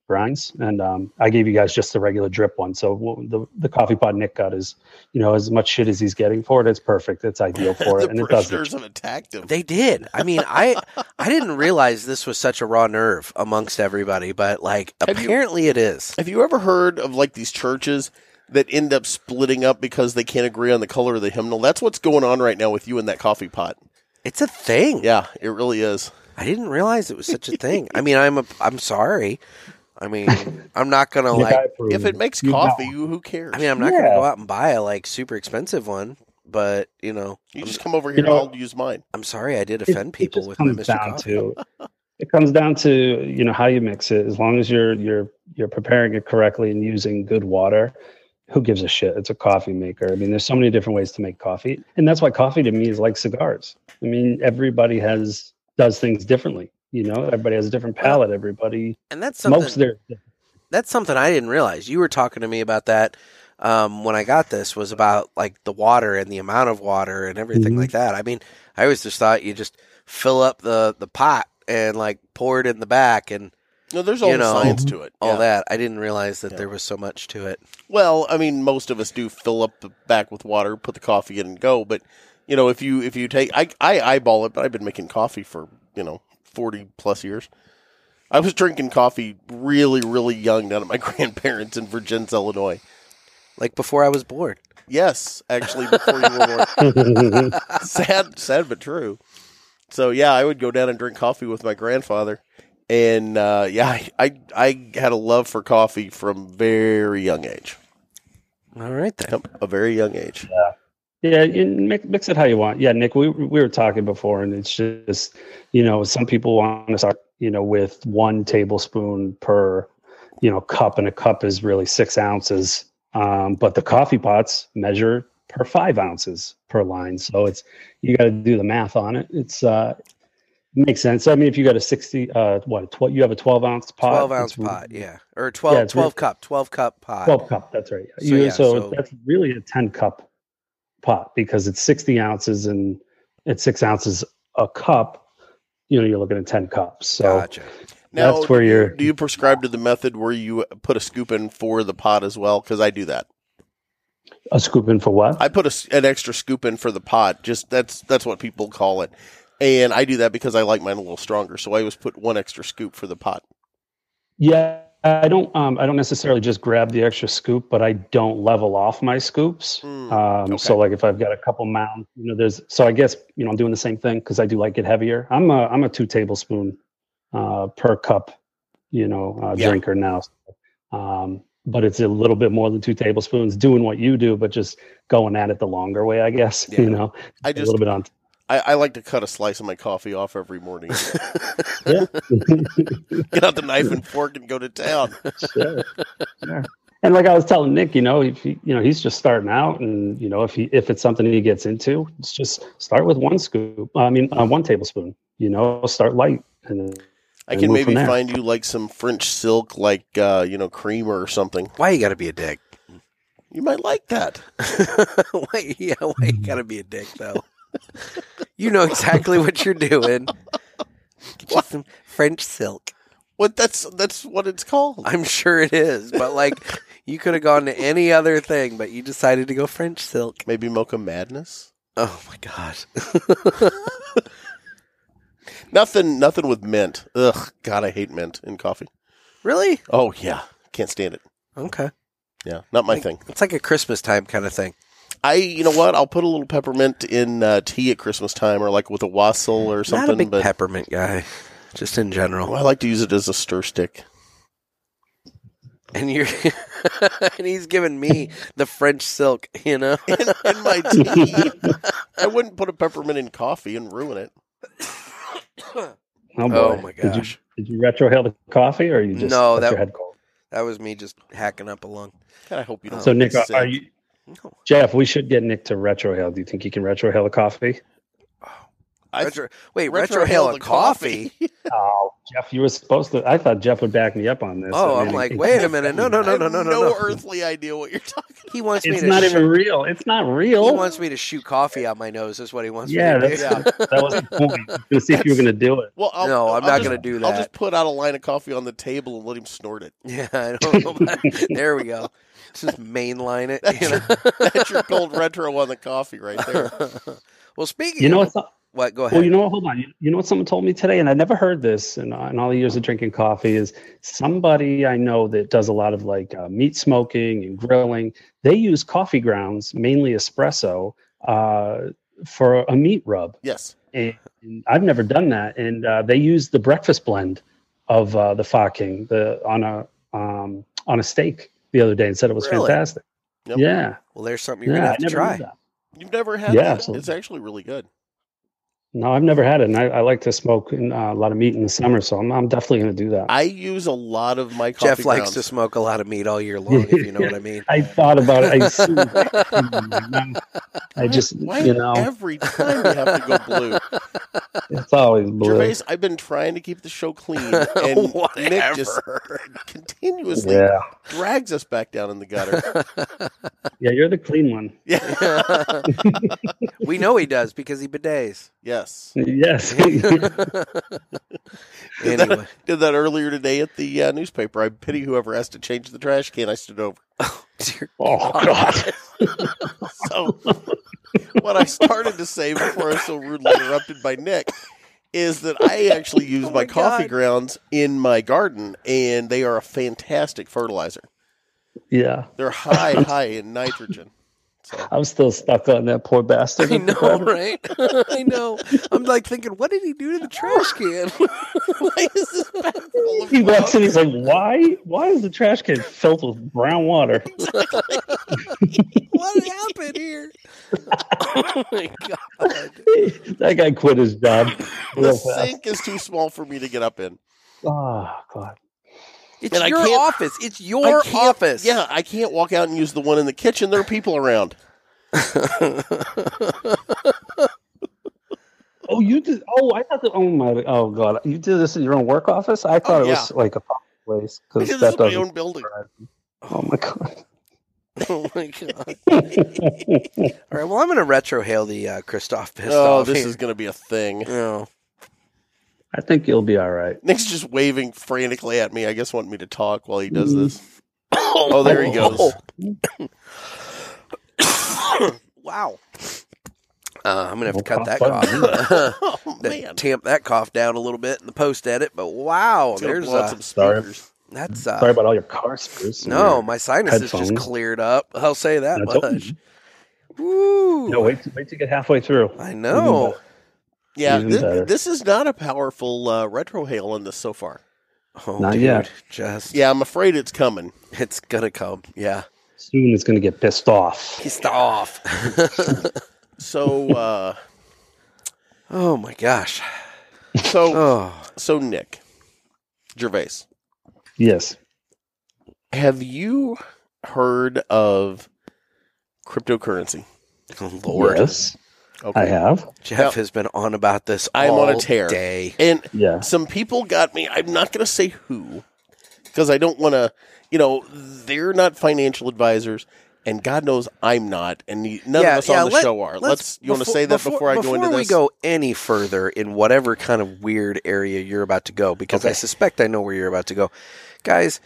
grinds. And um, I gave you guys just the regular drip one. So w- the the coffee pod Nick got is you know as much shit as he's getting for it. It's perfect. (laughs) It's ideal for it, and the it does. the prisoners have attacked him. They did. I mean, I I didn't realize this was such a raw nerve amongst everybody, but like Have you- apparently it is. Have you ever heard of like these churches that end up splitting up because they can't agree on the color of the hymnal? That's what's going on right now with you and that coffee pot. It's a thing. Yeah, it really is. I didn't realize it was such a thing. I mean, I'm a, I'm sorry. I mean, I'm not gonna Nick, like. I approve If of it makes You know. coffee, you, who cares? I mean, I'm not gonna Yeah. go out and buy a like super expensive one, but you know, you I'm, just come over here. You know- I'll use mine. I'm sorry I did It- offend it people just with my comes Mr. down Coffee. to- (laughs) it comes down to you know how you mix it. As long as you're you're you're preparing it correctly and using good water, who gives a shit? It's a coffee maker. I mean, there's so many different ways to make coffee, and that's why coffee to me is like cigars. I mean, everybody has does things differently. You know, everybody has a different palate. Everybody And that's something. smokes their. that's something I didn't realize. You were talking to me about that um, when I got this was about like the water and the amount of water and everything Mhm. like that. I mean, I always just thought you just fill up the the pot and like pour it in the back and No, there's You all know, science to it. all Yeah. that. I didn't realize that Yeah. there was so much to it. Well, I mean, most of us do fill up the back with water, put the coffee in, and go. But you know, if you if you take, I I eyeball it, but I've been making coffee for you know forty plus years. I was drinking coffee really, really young down at my (laughs) grandparents in Virgins, Illinois. Like before I was born. Yes, actually, before you were born. (laughs) sad, sad but true. So yeah, I would go down and drink coffee with my grandfather, and uh, yeah, I, I I had a love for coffee from very young age. All right then. Yep, a very young age. Yeah, you mix, mix it how you want. Yeah, Nick, we we were talking before, and it's just you know some people want to start you know with one tablespoon per you know cup, and a cup is really six ounces. Um, but the coffee pots measure per five ounces per line, so it's you got to do the math on it. It's uh, it makes sense. I mean, if you got a sixty, uh, what a tw- you have a twelve ounce pot, Twelve ounce it's really- pot, yeah, or 12, it's 12 really- cup, twelve cup pot. 12 cup that's right So, You- so, yeah, so- that's really a 10 cup pot because it's 60 ounces and it's six ounces a cup you know you're looking at 10 cups so Gotcha. Now, that's where you're Do you prescribe to the method where you put a scoop in for the pot as well? Because I do that. a scoop in for what I put a s an extra scoop in for the pot. Just that's that's what people call it, and I do that because I like mine a little stronger. So I always put one extra scoop for the pot. yeah i don't um i don't necessarily just grab the extra scoop but i don't level off my scoops Mm, um so okay. like if i've got a couple mounds you know there's so i guess you know i'm doing the same thing because i do like it heavier i'm a i'm a two tablespoon uh per cup you know uh, Yeah. drinker now um but it's a little bit more than two tablespoons doing what you do but just going at it the longer way i guess (laughs) Yeah. you know I a just little (laughs) bit on I, I like to cut a slice of my coffee off every morning. (laughs) Get out the knife and fork and go to town. (laughs) sure. sure. And like I was telling Nick, you know, if he, you know, he's just starting out, and you know, if he if it's something he gets into, it's just start with one scoop. I mean, uh, one tablespoon. You know, start light. And I And can move maybe from there. find you like some French silk, like uh, you know, creamer or something. Why you gotta be a dick? (laughs) You might like that. why, yeah, why you gotta be a dick though? you know exactly what you're doing. Get you What? some French silk. What that's that's what it's called. I'm sure it is, but like you could have gone to any other thing, but you decided to go French silk. Maybe mocha madness. Oh my god. Nothing, nothing with mint. Ugh, God, I hate mint in coffee. really? Oh yeah, can't stand it. Okay. Yeah, not my thing. It's like a Christmas time kind of thing. I, you know what? I'll put a little peppermint in uh, tea at Christmas time, or like with a wassail or something. Not a big but peppermint guy, just in general. I like to use it as a stir stick. And you're (laughs) and he's giving me the French silk, you know. in, in (laughs) my tea. I wouldn't put a peppermint in coffee and ruin it. oh, boy. Oh my Did you- gosh. Did you, retrohale the coffee, or you just No, let that- your head cold? That was me just hacking up a lung. God, I hope you don't. So get Nick, are, sick. are you No. (laughs) Jeff? We should get Nick to retrohale. Do you think he can retrohale the coffee? I- Retro, wait, retro hail a coffee? Oh, Jeff, you were supposed to. I thought Jeff would back me up on this. Oh, I I'm mean, like, it- (laughs) wait a minute, no, no, I (laughs) no, have no, no, no, no. earthly idea what you're talking. (laughs) He wants me It's to. not shoot- even real. It's not real. He wants me to shoot coffee out my nose. Is what he wants yeah, me to that's, do. that was the point. I was gonna see if you were gonna do it. Well, I'll, (laughs) No, I'm I'll not just- going to do I'll that. just put out a line of coffee on the table and let him snort it. (laughs) (laughs) Yeah, I don't know. (laughs) about- (laughs) there we go. Just mainline it. That's you know? That's your gold retro on the coffee right there. (laughs) well, speaking. You know of, what's not, what? Go ahead. well, you know what? Hold on. You, you know what someone told me today, and I never heard this in, in all the years of drinking coffee. Is somebody I know that does a lot of like uh, meat smoking and grilling. They use coffee grounds, mainly espresso, uh, for a meat rub. Yes. and I've never done that. And uh, they use the breakfast blend of uh, the Faking the on a um, on a steak the other day and said it was Really? fantastic. Yep. Yeah, well, there's something you're yeah, gonna I have to never try. knew that. You've never had Yeah, that. absolutely. It's actually really good. No, I've never had it, and I, I like to smoke and, uh, a lot of meat in the summer, so I'm, I'm definitely going to do that. I, I use a lot of my coffee Jeff likes grounds. to smoke a lot of meat all year long. if you know what I mean. (laughs) thought about it. I, see it. I just, Why you know, every time we have to go blue. it's always blue. Gervais, I've been trying to keep the show clean, and Nick just continuously Yeah, drags us back down in the gutter. yeah, you're the clean one. Yeah. we know he does because he (laughs) bidets. (laughs) Yes. Yes, (laughs) anyway, Did that earlier today at the uh, newspaper. I pity whoever has to change the trash can. I stood over. dear oh god, So, (laughs) what I started to say before I was so rudely interrupted by Nick is that I actually use Oh my, my coffee God. grounds in my garden, and they are a fantastic fertilizer. yeah. They're high, high in nitrogen. So, I'm still stuck on that poor bastard. (laughs) I know, right? I know. I'm like thinking, what did he do to the trash can? (laughs) why is this bag full of He walks flowers? in. He's like, "Why? Why is the trash can filled with brown water?" what happened here? (laughs) oh my god! that guy quit his job. The Real fast. sink is too small for me to get up in. Oh God! It's And I your can't- office. It's I your can't- office. (laughs) Yeah, I can't walk out and use the one in the kitchen. There are people around. Oh, you did. Oh, I thought that. Oh my. Oh God! You did this in your own work office? I Oh, thought it was like a public place (laughs) This because is that my doesn't. own building. Oh my God! Oh my god! All right. Well, I'm gonna retrohale the uh, Christoph pissed Oh, (laughs) off this (laughs) here. is going to be a thing. No. (laughs) I think you'll be all right. Nick's just waving frantically at me. I guess wanting me to talk while he does this. Oh, Oh, there he goes. Oh. (coughs) wow. Uh, I'm gonna have to cut cough that button. cough. (laughs) Oh That- man, tamp that cough down a little bit in the post edit, but wow, It's gonna there's blow out uh, some Sorry. speakers. that's uh, Sorry about all your car spurs. no, my sinuses just headphones. cleared up. I'll say that I told much. you. Woo! No, wait, wait to get halfway through. I know. Yeah, Even thi- better. this is not a powerful uh, retrohale on this so far. Oh, Not dude, yet. Just Yeah, I'm afraid it's coming. it's gonna come. Yeah, Soon it's going to get pissed off. pissed off. (laughs) So, uh, oh my gosh. (laughs) so, Oh, so Nick Gervais, Yes. have you heard of cryptocurrency? (laughs) Lord. Yes, I have. Jeff Now- has been on about this. I'm all on a tear. Day. And Yeah. some people got me. I'm not going to say who because I don't want to, you know, they're not financial advisors. And God knows I'm not, and ne- none of us on the let- show are. Let's. you want to befo- say that before, I go into before this? we go any further in whatever kind of weird area you're about to go, because I Okay. suspect I know where you're about to go, guys.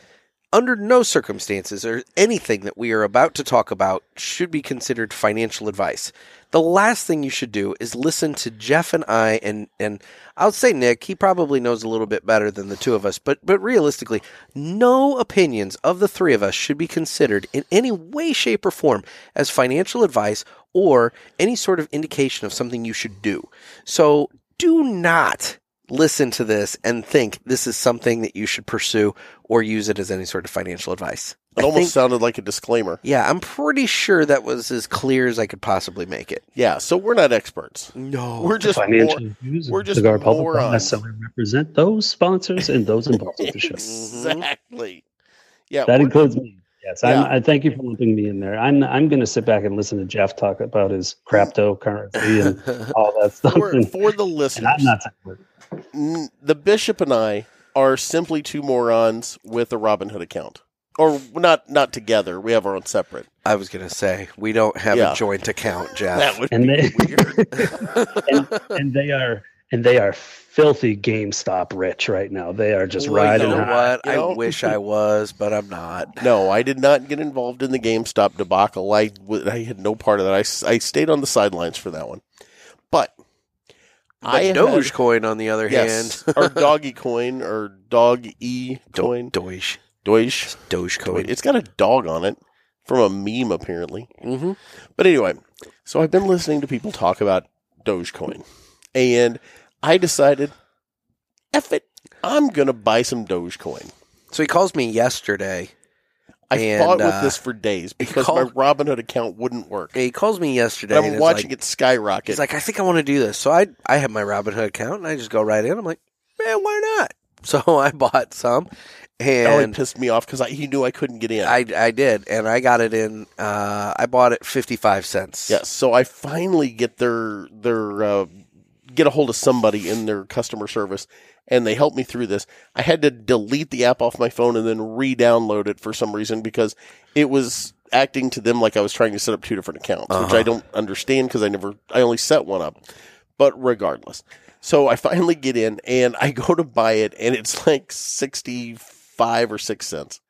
Under no circumstances or anything that we are about to talk about should be considered financial advice. The last thing you should do is listen to Jeff and I, and and I'll say Nick, he probably knows a little bit better than the two of us, but but realistically, no opinions of the three of us should be considered in any way, shape, or form as financial advice or any sort of indication of something you should do. So do not listen to this and think this is something that you should pursue or use it as any sort of financial advice. It I almost think- sounded like a disclaimer. yeah, I'm pretty sure that was as clear as I could possibly make it. Yeah, so we're not experts. No. We're just Financial more- views we're of just Cigar Public morons. don't necessarily (laughs) represent those sponsors and those involved with the show. exactly. Yeah, That we're- includes me. Yes, I'm, I thank you for lumping me in there. I'm I'm going to sit back and listen to Jeff talk about his cryptocurrency (laughs) and all that stuff. For, and, for the and I'm listeners, not. saying- n- the bishop and I are simply two morons with a Robin Hood account, or not not together. We have our own separate. (laughs) I was gonna say we don't have Yeah. a joint account, Jeff. That would And they weird. and, (laughs) and they are and they are filthy GameStop rich right now. They are just Well, you riding. know high. what? You I know? wish I was, but I'm (laughs) not. No, I did not get involved in the GameStop debacle. I, w- I had no part of that. I, s- I stayed on the sidelines for that one. But, But (laughs) I have had- Dogecoin, on the other yes, (laughs) or Doggy Coin or Dog E Coin. hand, Do- Doge, Doge. Dogecoin. It's got a dog on it from a meme, apparently. mm-hmm. But anyway, so I've been listening to people talk about Dogecoin, and I decided, F it, I'm going to buy some Dogecoin. So he calls me yesterday. I And, fought with uh, this for days because called- my Robinhood account wouldn't work. He calls me yesterday. And and I'm is watching like- it skyrocket. He's like, I think I want to do this. So I I have my Robinhood account and I just go right in. I'm like, man, why not? (laughs) So I bought some, Now and he pissed me off because he knew I couldn't get in. I I did, and I got it in. Uh, I bought it 55 cents. yes, so I finally get their their uh, get a hold of somebody in their customer service, and they help me through this. I had to delete the app off my phone and then re-download it for some reason because it was acting to them like I was trying to set up two different accounts, which Uh-huh. I don't understand because I never I only set one up. But regardless, so I finally get in and I (laughs) go to buy it, and it's like sixty five or six cents,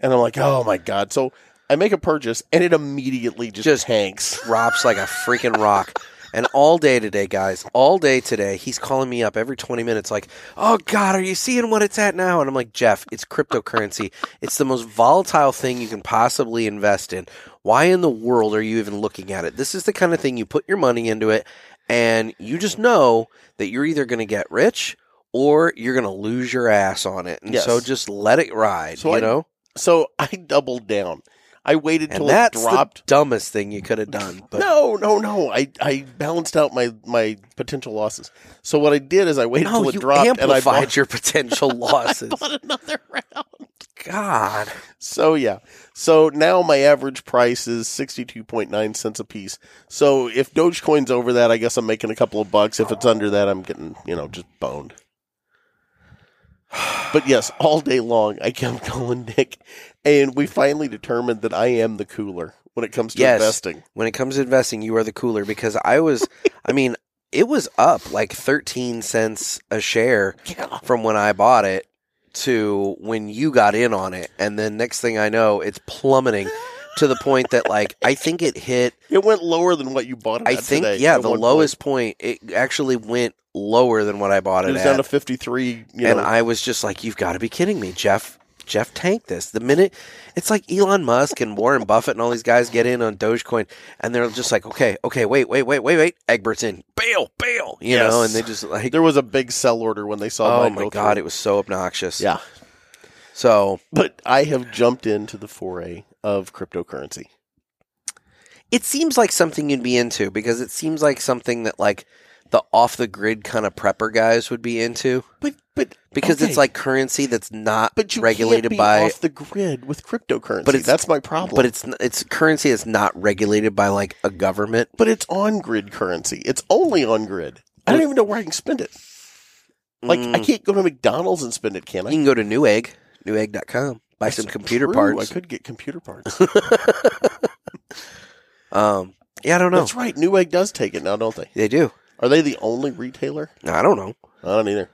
and I'm like, oh my god! So I make a purchase, and it immediately just, Just- tanks. drops like a freaking rock. And all day today, guys, all day today, he's calling me up every 20 minutes, like, oh God, are you seeing what it's at now? And I'm like, Jeff, it's cryptocurrency. It's the most volatile thing you can possibly invest in. Why in the world are you even looking at it? This is the kind of thing you put your money into it, and you just know that you're either going to get rich or you're going to lose your ass on it. And Yes. so just let it ride, So you I- know? So (laughs) I doubled down. I waited And till it that's dropped. the dumbest thing you could have done. But no, no, no. I, I balanced out my, my potential losses. So what I did is I waited No, till it you dropped and I amplified bought, (laughs) your potential losses. bought another round. God, So yeah. So now my average price is sixty two point nine cents a piece. So if Dogecoin's over that, I guess I'm making a couple of bucks. If it's under that, I'm getting you know just boned. (sighs) But yes, all day long I kept (laughs) calling Nick, and we finally determined that I am the cooler when it comes to Yes. investing. when it comes to investing, you are the cooler because I was. I mean, it was up like thirteen cents a share Yeah. from when I bought it to when you got in on it, and then next thing I know, it's plummeting to the point that like I think it hit. It went lower than what you bought it. I at think today yeah, at the one lowest point. It actually went lower than what I bought point. it, It was at. down to fifty three. You and know, I was just like, "You've got to be kidding me, Jeff." Jeff tanked this. The minute it's like Elon Musk and Warren Buffett and all these guys get in on Dogecoin, and they're just like, "Okay, okay, wait, wait, wait, wait, wait." Egbert's in, bail, bail, you Yes. know, and they just like, there was a big sell order when they saw. "Oh mine my go god, through. it was so obnoxious." yeah. So But I have jumped into the foray of cryptocurrency. it seems like something you'd be into because it seems like something that like the off the grid kind of prepper guys would be into But but because okay, it's like currency that's not but you regulated can't be by off the grid with cryptocurrency. But it's- that's my problem. but it's it's currency that's not regulated by like a government. but it's on grid currency. It's only on grid. I don't even know where I can spend it. Like Mm. I can't go to McDonald's and spend it, can I? You can go to Newegg, newegg.com, buy some computer True, parts. I could get computer (laughs) parts. um, yeah, I don't know. That's right. Newegg does take it now, don't they? They do. Are they the only retailer? I don't know. I don't either.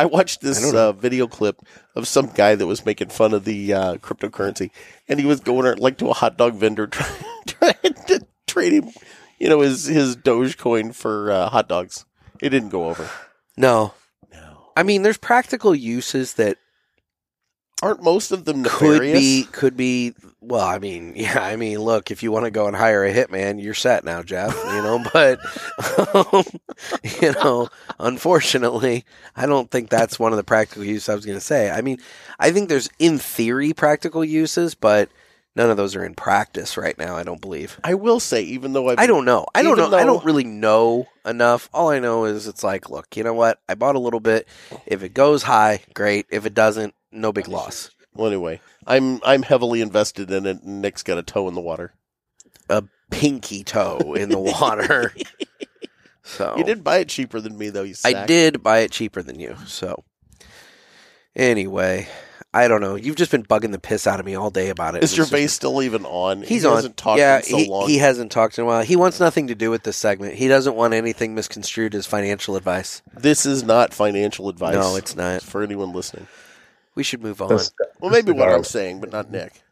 I watched I this don't know. uh, video clip of some guy that was making fun of the uh, cryptocurrency, and he was going uh, like to a hot dog vendor (laughs) trying, trying to trade him, you know, his his Dogecoin for uh, hot dogs. It didn't go over. No, No, I mean, there's practical uses that aren't most of them could nefarious? be could be. Well, I mean, (laughs) yeah, I mean, look, if you want to go and hire a hitman, you're set now, Jeff. You know, (laughs) but um, (laughs) you know, unfortunately, I don't think that's one of the practical uses I was going to say. I mean, I think there's in theory practical uses, but none of those are in practice right now. I don't believe. I will say, even though I've, I don't know. I don't know. Even I though- don't really know enough. All I know is it's like, look, you know what? I bought a little bit. If it goes high, great. If it doesn't, no big loss. Well, anyway, I'm I'm heavily invested in it. and Nick's got a toe in the water. a pinky toe in (laughs) the water. so You did buy it cheaper than me, though. You sack. Oh. I did buy it cheaper than you. So anyway, I don't know. You've just been bugging the piss out of me all day about it. Is your It's just- face still even on? He's he on. Hasn't talked yeah, in so he, long. he hasn't talked in a while. He wants nothing to do with this segment. He doesn't want anything misconstrued as financial advice. This is not financial advice. No, it's not. for anyone listening. We should move on. That's- Well, maybe what Cigar. I'm saying, but not Nick.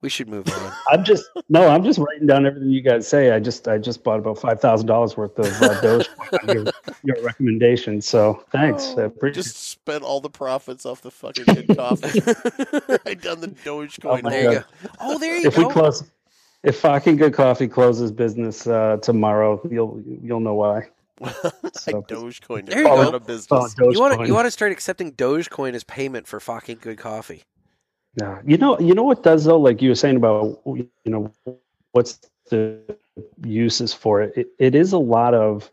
we should move on. I'm just no, I'm just writing down everything you guys say. I just I just bought about five thousand dollars worth of (laughs) uh, Dogecoin on your, your recommendation. So Oh, thanks, I appreciate Just spent all the profits off the fucking good (laughs) coffee. (laughs) I done the Dogecoin. Oh (laughs) hole. my There you Yeah. go. Oh, there you it. If we go. close, if fucking good coffee closes business uh, tomorrow, you'll you'll know why. (laughs) I So- Dogecoined There it. you Call go. it a business. Oh, you want to Dogecoin. you want to start accepting Dogecoin as payment for fucking good coffee. Yeah, you know, you know what does though, like you were saying about you know what's the uses for it. It, it is a lot of.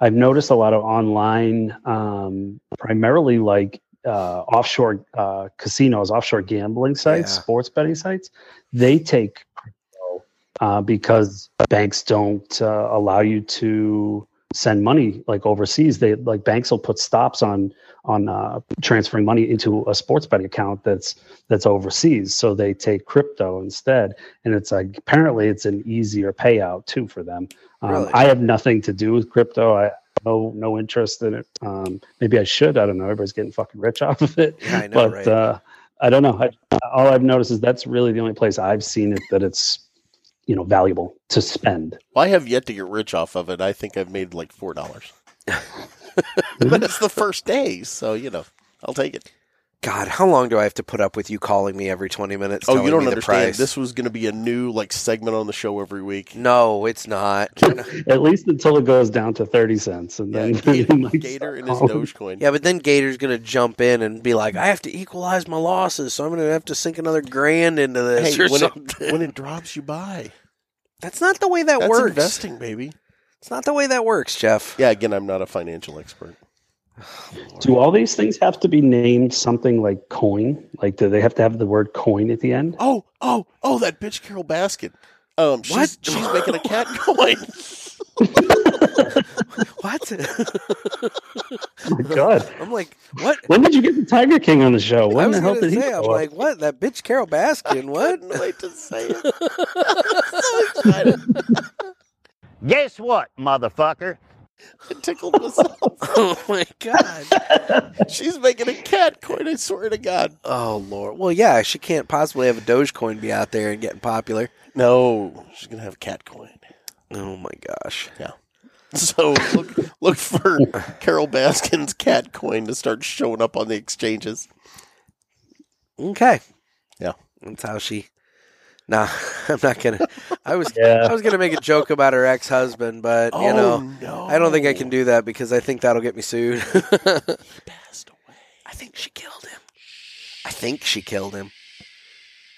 I've noticed a lot of online, um, primarily like uh, offshore uh, casinos, offshore gambling sites, Yeah. sports betting sites. They take crypto uh, because banks don't uh, allow you to send money like overseas. They like banks will put stops on on uh, transferring money into a sports betting account that's that's overseas. So they take crypto instead, and it's like apparently it's an easier payout too for them. Um, Really? I have nothing to do with crypto. I no no interest in it. Um, maybe I should. I don't know. Everybody's getting fucking rich (laughs) off of it. Yeah, I know, but right? uh, I don't know. I, all I've noticed is that's really the only place I've seen it that it's you know valuable to spend. Well, I have yet to get rich off of it. I think I've made like four (laughs) dollars, (laughs) but it's the first day, so you know I'll take it. God, how long do I have to put up with you calling me every twenty minutes? Oh, telling you don't me the understand. price? This was going to be a new like segment on the show every (laughs) week. No, (laughs) it's not. At least until it goes down to thirty cents, and Yeah, then (laughs) Gator, you might Gator start and his calling. Dogecoin. yeah, but then Gator's gonna jump in and be like, "I have to equalize my losses, so I'm gonna have to sink another grand into this Hey, or when something." (laughs) it, when it drops, you buy. That's not the way that That's works. investing, baby. It's not the way that works, Jeff. Yeah, again, I'm not a financial expert. Do all these things have to be named something like coin? Like, do they have to have the word coin at the end? (laughs) Oh, oh, oh! That bitch, Carol Baskin. Um, she's, What? she's making (laughs) a cat coin. What? (laughs) Oh my god! I'm like, what? When did you get the Tiger King on the show? I When was the hell gonna did he? say, I'm show up? like, what? That bitch Carol (laughs) Baskin? What? Couldn't wait to say it. So excited. Guess what, motherfucker? I tickled (laughs) myself. oh my god. (laughs) She's making a cat coin. I swear to God. Oh lord. Well, yeah, she can't possibly have a Dogecoin be out there and getting popular. No, she's gonna have a cat coin. (laughs) Oh my gosh. So look, look for Carol Baskin's cat coin to start showing up on the exchanges. Okay. Yeah. That's how she. Nah, (laughs) I'm not gonna. I was I Yeah, was gonna make a joke about her ex husband, but you know, Oh, no. I don't think I can do that because I think that'll get me sued. (laughs) Passed away. I think she killed him. I think she killed him.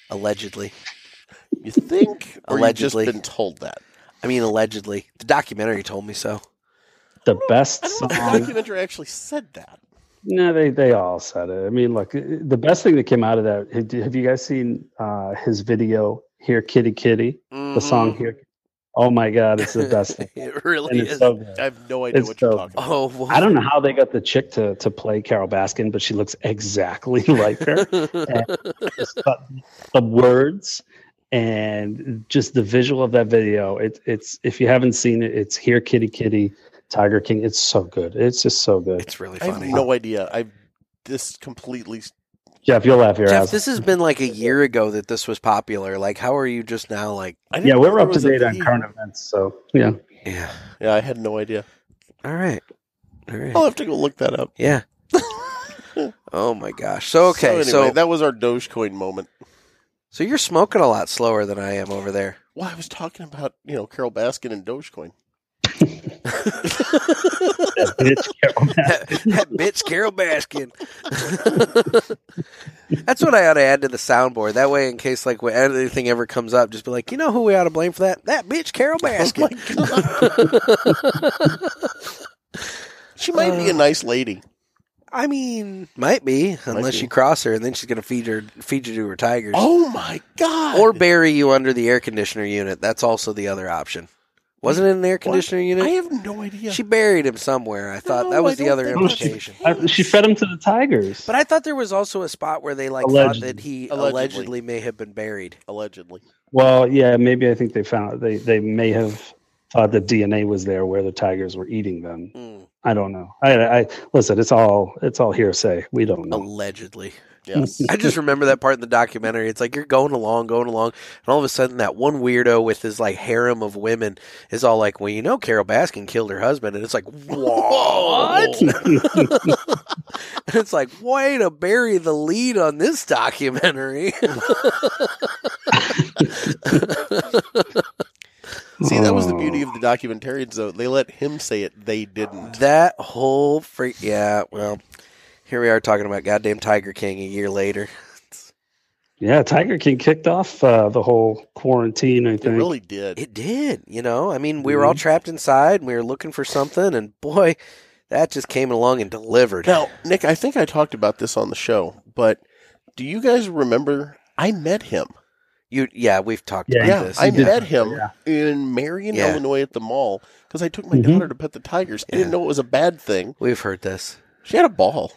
Allegedly. You think? Or Allegedly. you just been told that. I mean, allegedly. The documentary told me so. the best I don't know if the song. documentary actually said that. No, they they all said it. I mean, look, uh, the best thing that came out of that. Have you guys seen uh, his video "Here Kitty Kitty"? Mm-hmm. The song "Here." Oh my god, (laughs) it's the (laughs) best thing. it really And it's is. so good. I have no idea It's what you're so- talking about. oh, well, (laughs) I don't know how they got the chick to to play Carol Baskin, but she looks exactly (laughs) like her. Just the, the words and just the visual of that video. It, it's if you haven't seen it, it's here, Kitty Kitty, Tiger King. It's so good. It's just so good. it's really I have funny. no idea. I this completely. Jeff, you'll laugh your Jeff, ass. this has been like a year ago that this was popular. Like, how are you just now? Like, I didn't yeah, know we're there up to was a date on video. current events, so (laughs) yeah. yeah. Yeah, I had no idea. All right. All right. I'll have to go look that up. (laughs) yeah. oh my gosh. So okay. So anyway, that was our Dogecoin moment. so you're smoking a lot slower than I am over (laughs) there. Well, I was talking about you know Carol Baskin and Dogecoin. That bitch, Carol Baskin. that, that bitch Carol Baskin. That's what I ought to add to the soundboard. That way, in case like when anything ever comes up, just be like, you know who we ought to blame for that? That bitch Carol Oh Baskin. Uh, She might be a nice lady. (laughs) I mean, might be unless be. you cross her, and then she's gonna feed her feed you to her tigers Oh my god! or bury you under the air conditioner unit. That's also the other option. Wasn't it an air conditioner unit? I have no idea. She buried him somewhere. I thought No, that was I the don't other think that's implication. the I, case. Uh, she fed him to the tigers. But I thought there was also a spot where they like Allegedly. thought that he allegedly. Allegedly. may have been buried. allegedly. well, yeah, maybe I think they found they they may have thought that DNA was there where the tigers were eating them. Mm. Mm. I don't know. I, I listen. It's all it's all hearsay. We don't know. Allegedly. Yes. I just remember that part in the documentary. It's like you're going along, going along, and all of a sudden that one weirdo with his like harem of women is all like, "Well, you know, Carol Baskin killed her husband," and (laughs) it's like, "What?" (laughs) and it's like, "Way to bury the lead on this documentary." See, that was the (laughs) Oh. beauty of the documentarians, though. They let him say it. They didn't. that whole freak. Yeah. Well, here we are talking about goddamn Tiger King a year later. Yeah, Tiger King kicked off uh, the whole quarantine. I They think. (laughs) really did. It did, you know. I mean, we were all trapped inside and we were looking for something, and boy, that just came along and delivered. Now, Nick, I think I talked about this on the show, but do you guys remember? I met him. You, yeah, we've talked Yeah, about Yeah, this. I did. met him Yeah. in Marion, Yeah. Illinois, at the mall because I took my Mhm. daughter to pet the tigers. I didn't know it was a bad thing. we've heard this. She had a ball.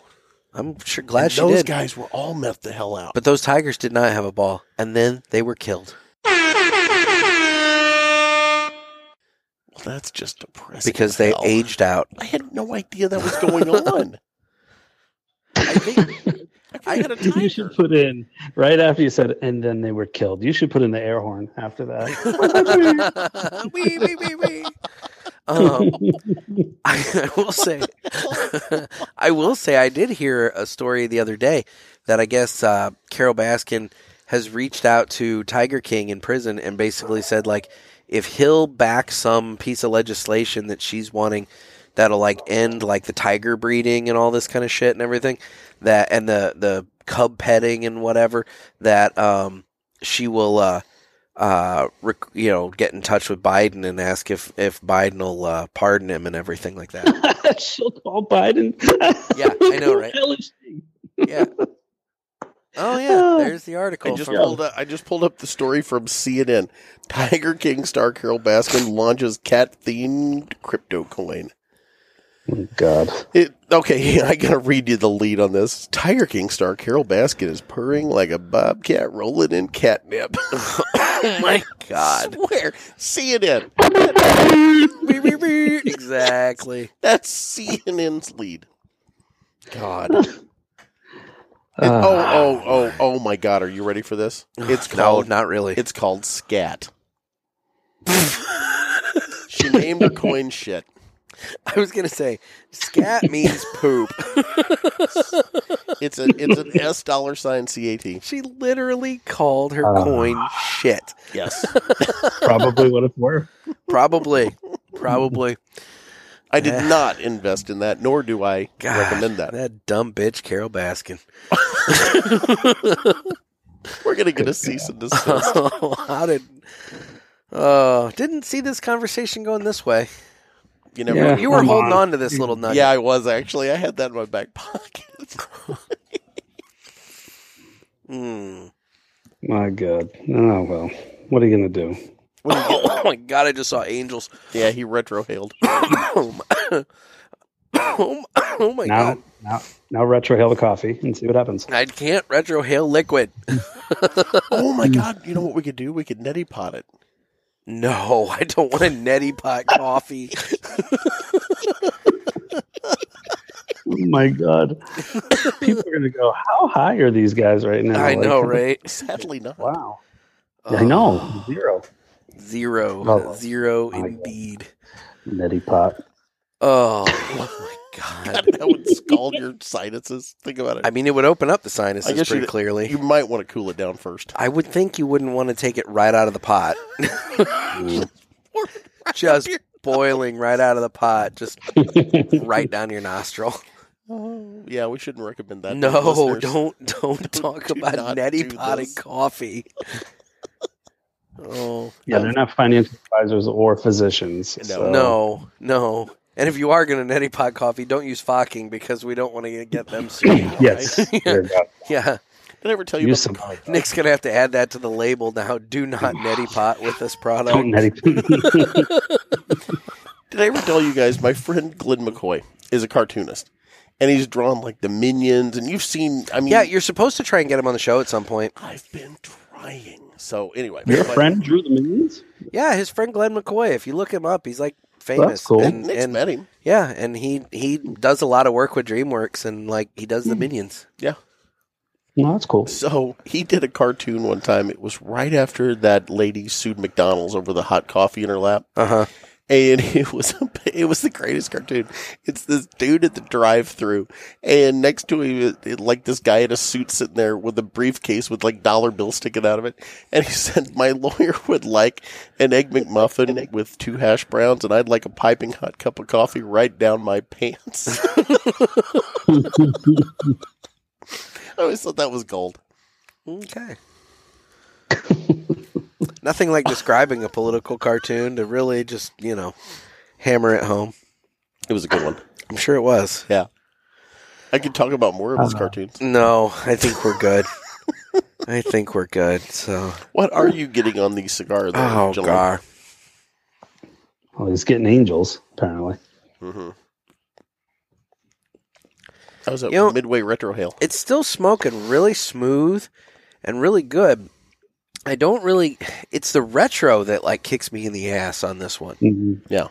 I'm sure glad And she those did. guys were all met the hell out. but those tigers did not have a ball, and then they were killed Well, that's just depressing. because as they hell. aged out. I had no idea that was (laughs) going on. I think (laughs) I had a You tiger. should put in right after you said, and then they were killed. You should put in the air horn after that. (laughs) (laughs) wee, wee, wee, wee. (laughs) Um, I, I will say, (laughs) I will say, I did hear a story the other day that I guess uh, Carol Baskin has reached out to Tiger King in prison and basically said like, if he'll back some piece of legislation that she's wanting that'll like end like the tiger breeding and all this kind of shit and everything that and the the cub petting and whatever that um she will uh uh, rec- you know, get in touch with Biden and ask if if Biden will uh, pardon him and everything like that. She'll call Biden. Yeah, I know, right? (laughs) Who the hell is she? yeah. (laughs) Oh yeah, (laughs) there's the I article. just from- pulled up, I just pulled up the story from CNN. Tiger King star Carol Baskin launches cat themed crypto coin. Oh, God. It, okay, (laughs) I gotta read you the lead on this. Tiger King star Carol Baskin is purring like a bobcat rolling in catnip. (laughs) oh my god. Swear, CNN. Beep, beep, (laughs) beep. exactly. That's CNN's lead. God. And- Ah. oh, oh, oh, oh my God! Are you ready for this? It's No, called. not really. It's called scat. she named her coin shit. (laughs) I was gonna say scat means poop. It's a it's an S dollar sign cat. (laughs) she literally called her Uh. coin shit. Yes, Probably what it's worth. (laughs) Probably. Probably. I did not invest in that, nor do I God, recommend that. That dumb bitch Carol Baskin. (laughs) We're gonna get a cease and (laughs) desist. Oh, how did? Oh, didn't see this conversation going this way. You never. Yeah. Yeah. You were Come holding on. on to this little nugget. I was actually. I had that in my back pocket. (laughs) Mm. My God. Oh, well. What are you going to do? (coughs) Oh my god! I just saw angels. (coughs) yeah, he retrohaled. oh my, oh my, oh my Now, god! now, now retrohale the coffee and see what happens. I can't retrohale liquid. Oh my God! You know what we could do? We could neti pot it. No, (laughs) I don't want a neti pot (laughs) coffee. Oh, my (laughs) God. People are going to go, how high are these guys right now? I Like, know, right? Oh. Sadly, not. Wow. (laughs) I know. Zero. Zero, zero Oh. My God. indeed. Neti pot. Oh, (laughs) oh my god! (laughs) that would scald your sinuses. Think about it. I mean, it would open up the sinuses I guess pretty you'd- clearly. you might want to cool it down first. I would think you wouldn't want to take it right out of the (laughs) pot. just boiling right out of the pot, (laughs) just right down your nostril. Oh, yeah, we shouldn't recommend that. to the no, listeners. don't don't (laughs) talk do about not neti do pot this. Oh. and coffee. oh Yeah, they're not financial advisors or physicians. No. so- no, no. And if you are going to neti pot coffee, don't use fucking because we don't want to get (coughs) them sued. (laughs) Yes. There you go. yeah. Did I ever tell Oh, you Use about some Nick's going to have to add that to the label now. Do not neti pot with this don't product. neti. Did I ever tell you guys my friend Glenn McCoy is a cartoonist? And he's drawn like the minions and you've seen I mean Yeah, you're supposed to try and get him on the show at some point. I've been trying. So anyway, (laughs) Your but- friend drew the minions. Yeah, his friend Glenn McCoy. If you look him up, he's like famous. cool. Nick- And, Nick's and- met him. yeah, and he he does a lot of work with DreamWorks, and like he does the Minions. Yeah. No, that's cool. So he did a cartoon one time. It was right after that lady sued McDonald's over the hot coffee in her lap. Uh huh. and (laughs) it was it was the greatest cartoon. It's this dude at the drive-through, and next to him, it- like this guy in a suit sitting there with a briefcase with like dollar bills sticking out of it, and he (laughs) said, "My lawyer would like an egg McMuffin (laughs) with two hash browns, and I'd like a piping hot cup of coffee right down my pants." (laughs) I always thought that was gold. Okay. (laughs) Nothing like describing a political cartoon to really just you know hammer it home. It was a good one. I'm sure it was. Yeah, I could talk about more of his cartoons. No, I think we're (laughs) good. I think we're good. So, What are you getting on the cigar? There, oh gentlemen? god, Well, he's getting angels apparently. I was at You know- Midway Retro Hale. it's still smoking really smooth and really good. I don't really. It's the retro that like kicks me in the ass on this one. Mhm. Yeah,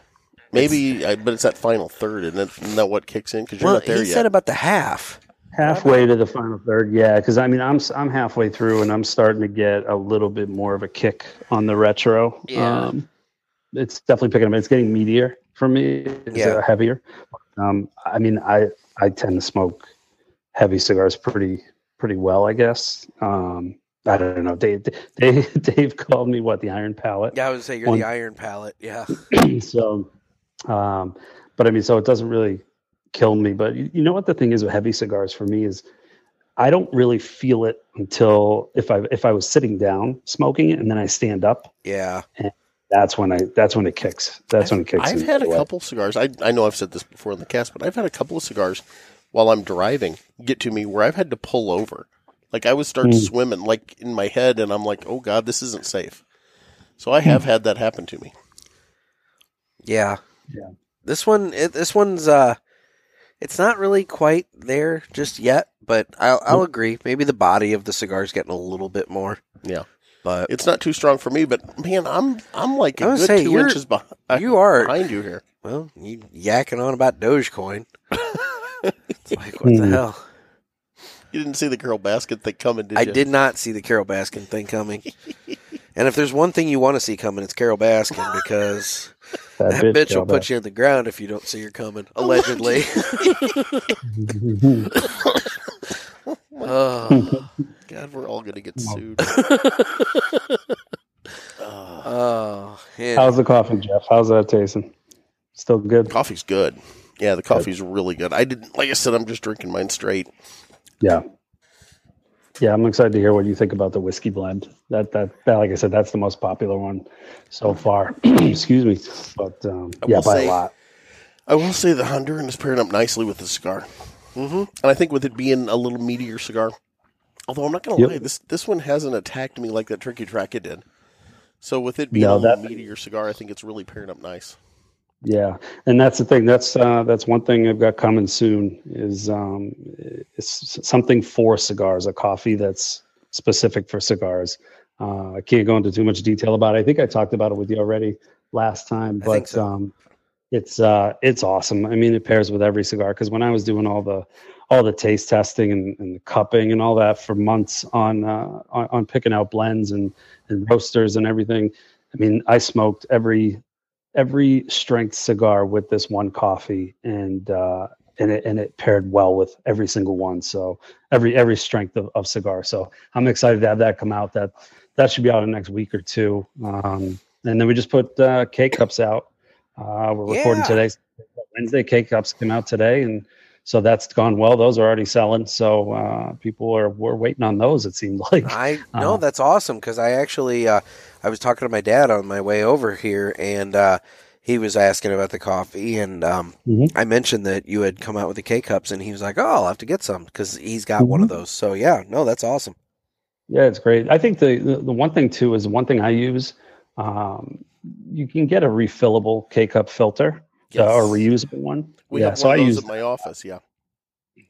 maybe, I, but it's that final third, and that's not what kicks in because you're Well, not there he yet. said about the half. Halfway to the final third, yeah. Because I mean, I'm s- I'm halfway through, and I'm starting to get a little bit more of a kick on the retro. Yeah. Um, it's definitely picking up. It's getting meatier for me. It's Yeah. uh, heavier. Um, I mean, I I tend to smoke heavy cigars pretty pretty well, I guess. Um, I don't know. Dave (laughs) Dave, Dave called me what the iron palate. Yeah, I would say you're One- the iron palette. Yeah, (clears throat) so um but i mean so it doesn't really kill me but you, you know what the thing is with heavy cigars for me is i don't really feel it until if i if i was sitting down smoking it and then i stand up yeah. that's when i that's when it kicks that's when it kicks I've in. had a couple cigars. I I know I've said this before in the cast, but I've had a couple of cigars while I'm driving get to me where I've had to pull over. Like I would start Mm. swimming, like in my head, and I'm like, "Oh God, this isn't safe." So I Hmm. have had that happen to me. Yeah. Yeah. This one, it, this one's, uh, it's not really quite there just yet, but I'll, I'll agree. Maybe the body of the cigar's getting a little bit more, Yeah, but it's not too strong for me, but man, I'm I'm like I a would good say two you're- inches behind you are, behind you here. well, you yakking on about (laughs) Dogecoin. it's like, what the Hmm. hell? You didn't see the girl basket thing coming, did I you? did not see the Carol Baskin thing coming. and if there's one thing you want to see coming, it's Carol Baskin because that, bitch, will put you in the ground if you don't see her coming, allegedly. (laughs) you (laughs) oh, God, we're all gonna get No. sued. (laughs) Ah. oh, yeah. how's the coffee jeff how's that tasting still good Coffee's good. Yeah, the coffee's really good. I didn't like I said, I'm just drinking mine straight. yeah yeah, I'm excited to hear what you think about the whiskey blend. That that, that like I said, that's the most popular one so far. (clears throat) Excuse me, but um, I yeah, will by say- a lot. I will say the Honduran is pairing up nicely with the cigar. Mm-hmm. Mhm. And I think with it being a little meatier cigar, although I'm not gonna Yep. lie, this this one hasn't attacked me like that Tricky Tracker did. So with it being No, a little that- meatier cigar, I think it's really pairing up nice. Yeah, and that's the thing. That's uh, that's one thing I've got coming soon is um, is something for cigars, a coffee that's specific for cigars. Uh, I can't go into too much detail about it. I think I talked about it with you already last time, I think but so. um, it's uh, it's awesome. I mean, it pairs with every cigar because when I was doing all the all the taste testing and, and the cupping and all that for months on, uh, on on picking out blends and and roasters and everything. I mean, I smoked every every strength cigar with this one coffee and uh and it and it paired well with every single one so every every strength of, of cigar so i'm excited to have that come out that that should be out in the next week or two um and then we just put uh k cups out uh we're recording Yeah. today wednesday k cups came out today and so that's gone well those are already selling so uh people are we're waiting on those it seemed like I no, Uh, that's awesome because I actually uh, I was talking to my dad on my way over here, and uh, he was asking about the coffee, and um, Mhm. I mentioned that you had come out with the K cups, and he was like, "Oh, I'll have to get some because he's got one of those." So yeah, no, that's awesome. Yeah, it's great. I think the the, the one thing too is one thing I use. Um, you can get a refillable K cup filter Yes. uh, or reusable one. We yeah, have so one I of those use. at my office. Yeah.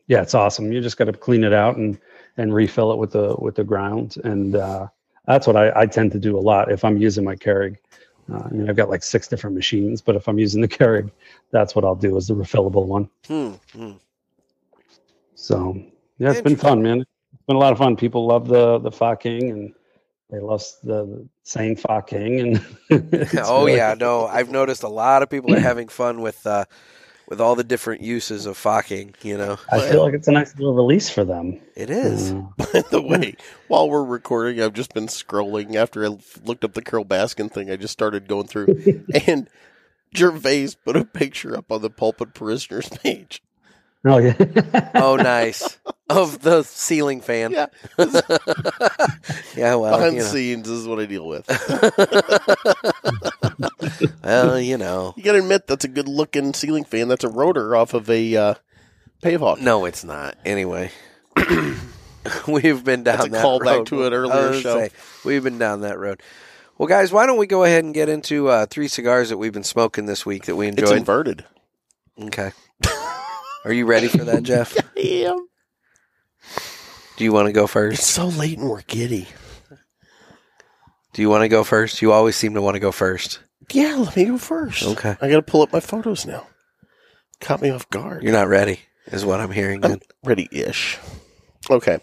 yeah, it's awesome. You just got to clean it out and and refill it with the with the ground, and uh, that's what I, I tend to do a lot if I'm using my Keurig. Uh, you know, I've got like six different machines, but if I'm using the (laughs) Keurig, that's what I'll do is the refillable one. Hmm, hmm. So yeah, it's been fun, man. It's been a lot of fun. People love the the Fa King and they love the, the saying Fa King and (laughs) it's (laughs) oh really- yeah, (laughs) no, I've noticed a lot of people are having fun with uh, with all the different uses of fucking. You know, I feel like it's a nice little release for them. it (laughs) is. Uh, (laughs) By the way, while we're recording, I've just been scrolling. After I l- looked up the Carol Baskin thing, I just started going through, and Gervais put a picture up on the Pulpit Parishioners (laughs) page. oh yeah. (laughs) Oh, nice. Of the ceiling fan. Yeah, uh, Yeah, well, behind you the know. scenes is what I deal (laughs) with. well, you know. You got to admit that's a good looking ceiling fan. That's a rotor off of a uh, Pavehawk. No, it's not. (clears throat) Anyway, (laughs) we've been down That's a that callback road. to an I was earlier show. gonna we've been down that road. Well, guys, why don't we go ahead and get into uh, three cigars that we've been smoking this week that we it's enjoyed? inverted. (laughs) okay. Are you ready for that, Jeff? Yeah, Do you want to go it's first? so late and we're giddy. Do you want to go first? You always seem to want to go first. Yeah, let me go first. Okay. I got to pull up my photos now. Caught me off guard. You're not ready, is what I'm hearing. Then. ready ish. Okay.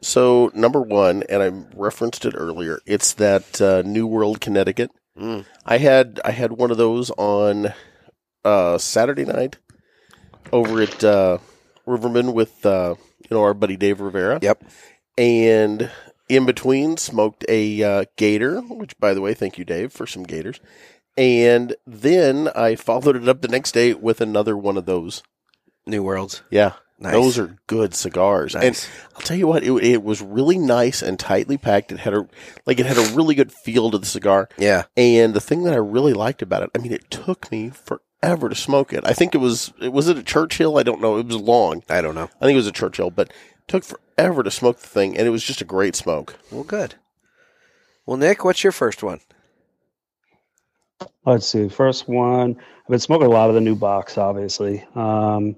So, number one, and I referenced it earlier, it's that uh, New World Connecticut. (laughs) Mm. I had I had one of those on uh, Saturday night over at uh, Riverman with uh, you know our buddy Dave Rivera. Yep. And in between, smoked a uh, Gator, which by the way, thank you Dave for some Gators. And then I followed it up the next day with another one of those. New Worlds. Yeah, Nice. those are good cigars. And nice. I'll tell you what, it, it was really nice and tightly packed. It had a like it had a really good feel to the cigar. yeah. And the thing that I really liked about it, I mean, it took me forever to smoke it. I think it was it was it a Churchill? I don't know. It was long. I don't know. I think it was a Churchill, but it took forever to smoke the thing, and it was just a great smoke. Well, good. Well, Nick, what's your first one? Let's see. First one. I've been smoking a lot of the new box, obviously. Um,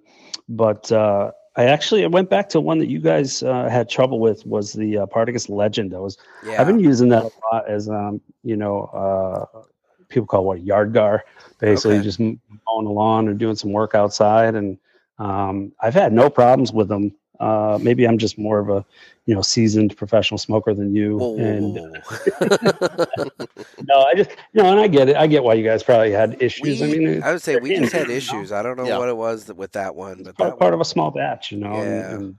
but uh, I actually I went back to one that you guys uh, had trouble with was the uh, Partagas Legend. I was Yeah. I've been using that a lot as um, you know, uh, people call it what a yard gar. Basically, Okay. just mowing the lawn or doing some work outside, and um, I've had no problems with them. Uh, maybe I'm just more of a you know seasoned professional smoker than you. Whoa. And no, I just no, and I get it. I get why you guys probably had (laughs) issues. (laughs) We- I mean, it's I would say we they're in just had there, you know? issues. I don't know Yeah. what it was that, with that one, but part, that part one, of a small batch, you know. and- Yeah. and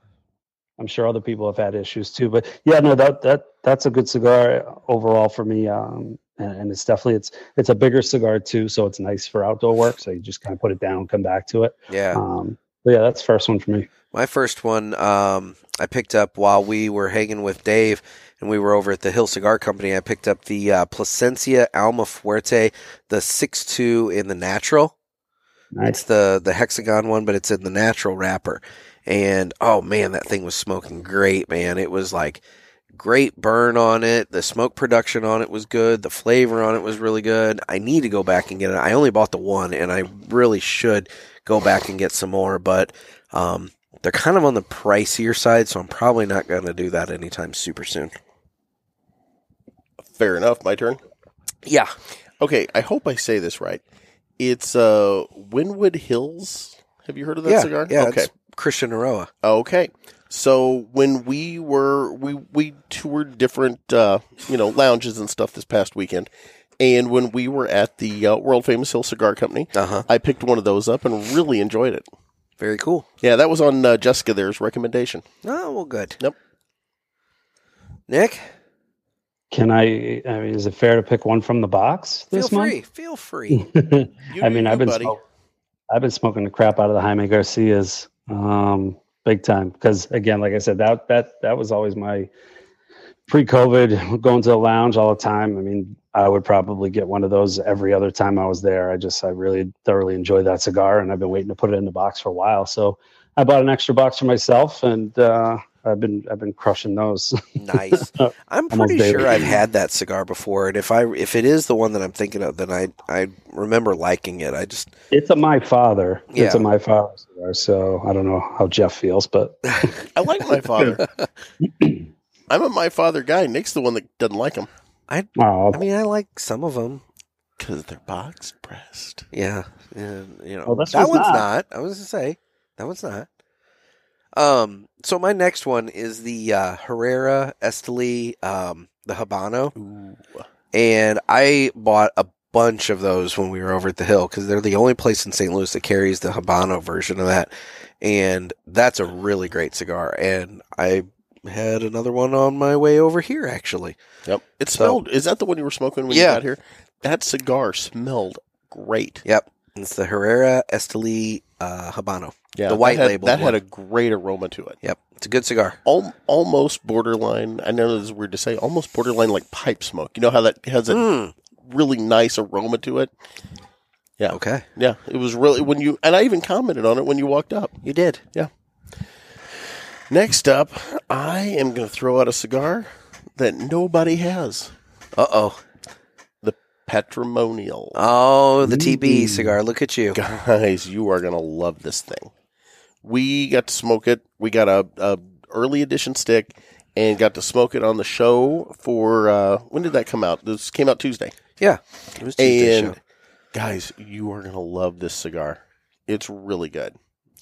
I'm sure other people have had issues too, but yeah, no, that that that's a good cigar overall for me. Um, and, and it's definitely it's it's a bigger cigar too, so it's nice for outdoor work. So you just kind of put it down, come back to it. yeah. Um, but yeah, that's the first one for me. My first one, um, I picked up while we were hanging with Dave and we were over at the Hill Cigar Company. I picked up the uh, Placencia Alma Fuerte, the 6.2 in the natural. It's Nice. the, the hexagon one, but it's in the natural wrapper. And oh man, that thing was smoking great, man. It was like great burn on it. The smoke production on it was good. The flavor on it was really good. I need to go back and get it. I only bought the one, and I really should go back and get some more. But um, they're kind of on the pricier side, so I'm probably not going to do that anytime super soon. Fair enough. My turn. Yeah, Okay, I hope I say this right. It's uh Winwood Hills. Have you heard of that yeah, cigar? yeah. Okay. it's Christian Aroa. Okay. So when we were we we toured different uh, you know lounges and stuff this past weekend, and when we were at the uh, world famous Hill Cigar Company, Uh huh. I picked one of those up and really enjoyed it. Very cool. Yeah, that was on uh, Jessica there's recommendation. Oh well, good. Yep. Nick, Can I? I mean, is it fair to pick one from the box feel this free. Feel (laughs) free. month? You I do mean, you, I've been buddy. smoking, I've been smoking the crap out of the Jaime Garcias, um, big time. Because again, like I said, that that that was always my pre-COVID going to the lounge all the time. I mean, I would probably get one of those every other time I was there. I just I really thoroughly enjoyed that cigar, and I've been waiting to put it in the box for a while. So I bought an extra box for myself, and uh, I've been I've been crushing those. (laughs) Nice. I'm Almost pretty daily. sure I've had that cigar before, and if I if it is the one that I'm thinking of, then I I remember liking it. I just it's a my father. It's Yeah. a my father cigar. So I don't know how Jeff feels, but I like my (laughs) father. (clears throat) I'm a my father guy. Nick's the one that doesn't like them oh, I mean I like some of them. because they're box pressed. Yeah, yeah you know Oh, this that one's one's not. not. I was gonna say that one's not. Um. So my next one is the uh, Herrera Esteli, um, the Habano. Ooh. and I bought a bunch of those when we were over at the hill because they're the only place in St. Louis that carries the Habano version of that, and that's a really great cigar. And I had another one on my way over here actually. Yep. It So- smelled. is that the one you were smoking when Yeah. you got here? That cigar smelled great. Yep, it's the Herrera Esteli uh, Habano. Yeah, The white that had, labeled That had one. a great aroma to it. Yep, it's a good cigar. Al- almost borderline. I know this is weird to say. Almost borderline like pipe smoke. You know how that has a Mm. really nice aroma to it. Hmm. Okay, Yeah, it was really when you and I even commented on it when you walked up. you did. Next up, I am going to throw out a cigar that nobody has. Uh oh. Patrimonial. Oh, the TB Mm. cigar. Look at (laughs) you. Guys, you are going to love this thing. We got to smoke it. We got a, a early edition stick and got to smoke it on the show for uh, when did that come out? This came out Tuesday. Yeah. It was Tuesday's And show. guys, you are going to love this cigar. It's really good.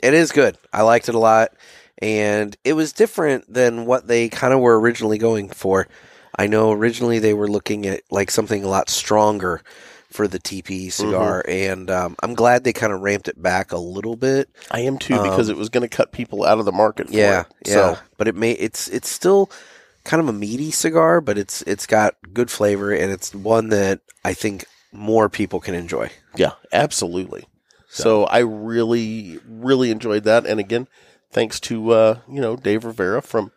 It is good. I liked it a lot, and it was different than what they kind of were originally going for. I know originally they were looking at like something a lot stronger for the TP cigar, and um, I'm glad they kind of ramped it back a little bit. I am too because Um, it was going to cut people out of the market. For Yeah, it. yeah. So But it may it's it's still kind of a meaty cigar, but it's it's got good flavor, and it's one that I think more people can enjoy. yeah, absolutely. So I really, really enjoyed that. And again, thanks to uh, you know Dave Rivera from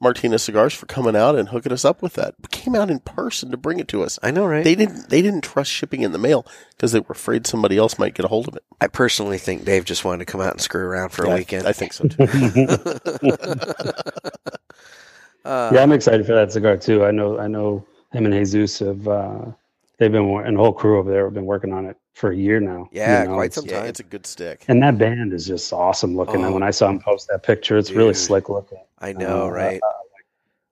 Martinez Cigars for coming out and hooking us up with that. Came out in person to bring it to us. I know, right? They didn't. They didn't trust shipping in the mail because they were afraid somebody else might get a hold of it. I personally think Dave just wanted to come out and screw around for a I- weekend. I (laughs) think so too. uh, yeah, I'm excited for that cigar too. I know I know him and Jesus have uh, they've been wor- and the whole crew over there have been working on it for a year now. Yeah, quite it's- some yeah, it's a good stick. And that band is just awesome looking. Oh. and when I saw him post that picture, it's really Dude. slick looking. I know, Uh, right?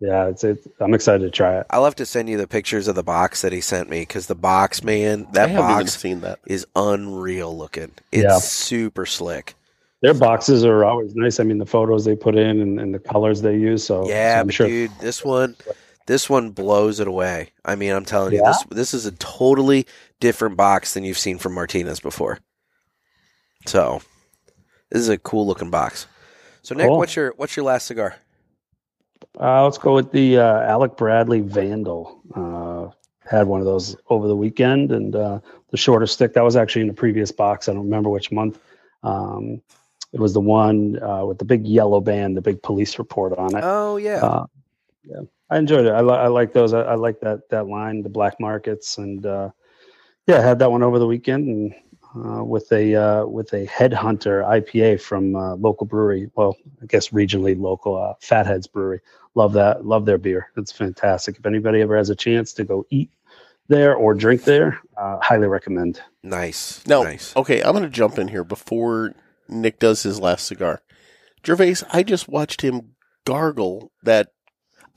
Yeah, it's it. I'm excited to try it. I'll have to send you the pictures of the box that he sent me because the box, man, I that haven't even box seen that. is unreal looking. It's Yeah. super slick. Their boxes are always nice. I mean, the photos they put in and, and the colors they use. Oh, So so yeah, I'm but sure. dude, this one, this one blows it away. I mean, I'm telling you, Yeah? this this is a totally different box than you've seen from Martinez before. So, this is a cool looking box. So, Nick, Cool. what's your what's your last cigar? Uh, let's go with the uh, Alec Bradley Vandal. Uh, had one of those over the weekend, and uh, the shorter stick that was actually in the previous box. I don't remember which month. Um, it was the one uh, with the big yellow band, the big police report on it. Oh yeah, Uh, yeah, I enjoyed it. I, li- I like those. I, I like that that line, the black markets, and uh, yeah, I had that one over the weekend and uh, with a uh, with a headhunter IPA from uh, local brewery. Well, I guess regionally local, uh, Fatheads Brewery. Love that. Love their beer. It's fantastic. If anybody ever has a chance to go eat there or drink there, uh, highly recommend. nice, No. nice. Oh, Okay, I'm going to jump in here before Nick does his last cigar. Gervais, I just watched him gargle that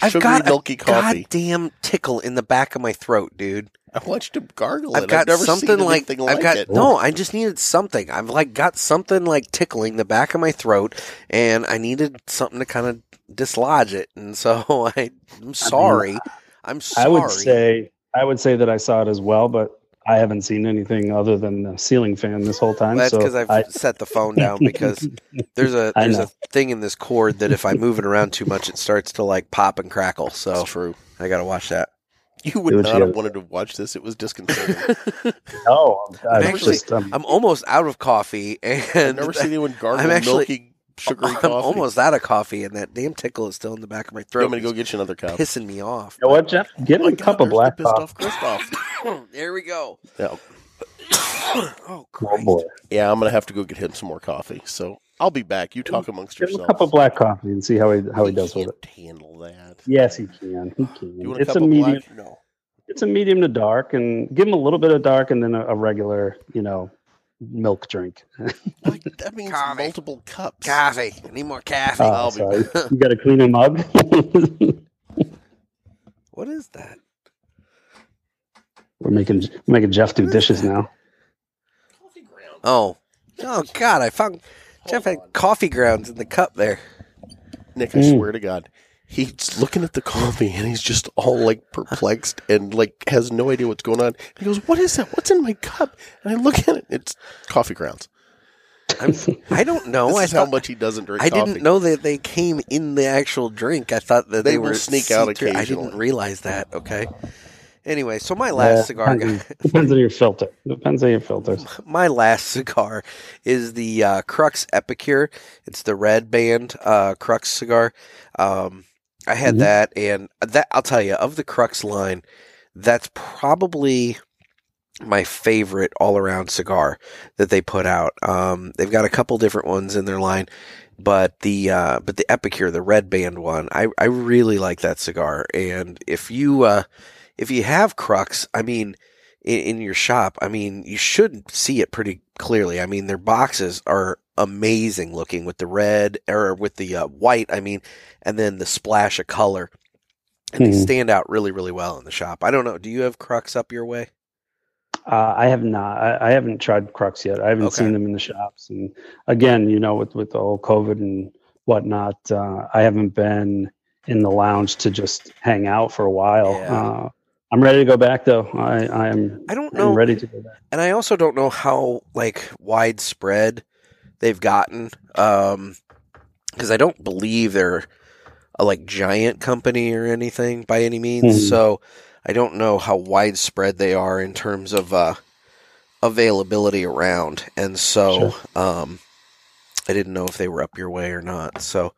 I've sugary got a milky coffee. Goddamn tickle in the back of my throat, dude. I watched him gargle it. I've got never something seen like, anything I've got it. no. I just needed something. I've like got something like tickling the back of my throat, and I needed something to kind of dislodge it. And so (laughs) I, I'm sorry. I'm sorry. I would say I would say that I saw it as well, but. I haven't seen anything other than the ceiling fan this whole time. Well, that's so because I've I- set the phone (laughs) down because there's a I there's know. a thing in this cord that if I move it around too much, it starts to like pop and crackle. So That's true. I gotta watch that. You Do would what not you have gotta- wanted to watch this. It was disconcerting. (laughs) No, I'm, I'm Actually, just um, I'm almost out of coffee, (laughs) and I've never seen anyone gargle I'm actually- milky sugary coffee. I'm almost out of coffee, and that damn tickle is still in the back of my You throat. want me to go get you another cup? pissing me off. You know what, Jeff? Get him Oh my a cup God, there's of the black pissed coffee. off Christoph. (coughs) there we go. yeah. (coughs) oh, Oh Christ. boy, (laughs) yeah, I'm gonna have to go get him some more coffee. So I'll be back. You talk amongst get him a yourselves. cup of black coffee and see how he how he does with it. can't handle that. Yes, he can. He You can. want a It's cup a of medium. black? No. It's a medium to dark, and give him a little bit of dark, and then a, a regular, you know, milk drink. (laughs) Like, that means Coffee. multiple cups. Coffee. I need more coffee. (laughs) Oh, I'll be sorry. you got to clean him up. (laughs) What is that? we're making we're making Jeff do dishes now. Oh. Oh, God. I found Jeff had coffee grounds in the cup there. Nick, I Mm. swear to God, he's looking at the coffee and he's just all like perplexed and like has no idea what's going on. He goes, "What is that? What's in my cup?" And I look at it. It's coffee grounds. (laughs) I don't know. this Oh, I is how thought, much he doesn't drink. I coffee. didn't know that they came in the actual drink. I thought that they, They will were sneak out see-through. I occasionally. didn't realize that. Okay. Anyway, so my last Yeah, cigar, guy, Uh, depends, depends on your filter. Depends on your filters. (laughs) my last cigar is the uh, Crux Epicure. It's the red band uh, Crux cigar. Um, I had Mhm. that, and that I'll tell you of the Crux line, that's probably my favorite all around cigar that they put out. Um, they've got a couple different ones in their line, but the uh, but the Epicure, the red band one, I I really like that cigar. And if you uh, if you have Crux, I mean, in, in your shop, I mean, you should see it pretty clearly. I mean, their boxes are amazing looking with the red or with the uh, white. I mean, and then the splash of color. And they Hmm. stand out really, really well in the shop. I don't know. Do you have Crux up your way? Uh, I have not. I, I haven't tried Crux yet. I haven't Okay. seen them in the shops. And again, you know, with with the whole COVID and whatnot, uh, I haven't been in the lounge to just hang out for a while. Yeah. Uh, I'm ready to go back though. I, I am. I don't know. I'm ready to go back. and I also don't know how like widespread they've gotten um because I don't believe they're a like giant company or anything by any means Mhm. so I don't know how widespread they are in terms of uh availability around and so um I didn't know if they were up your way or not so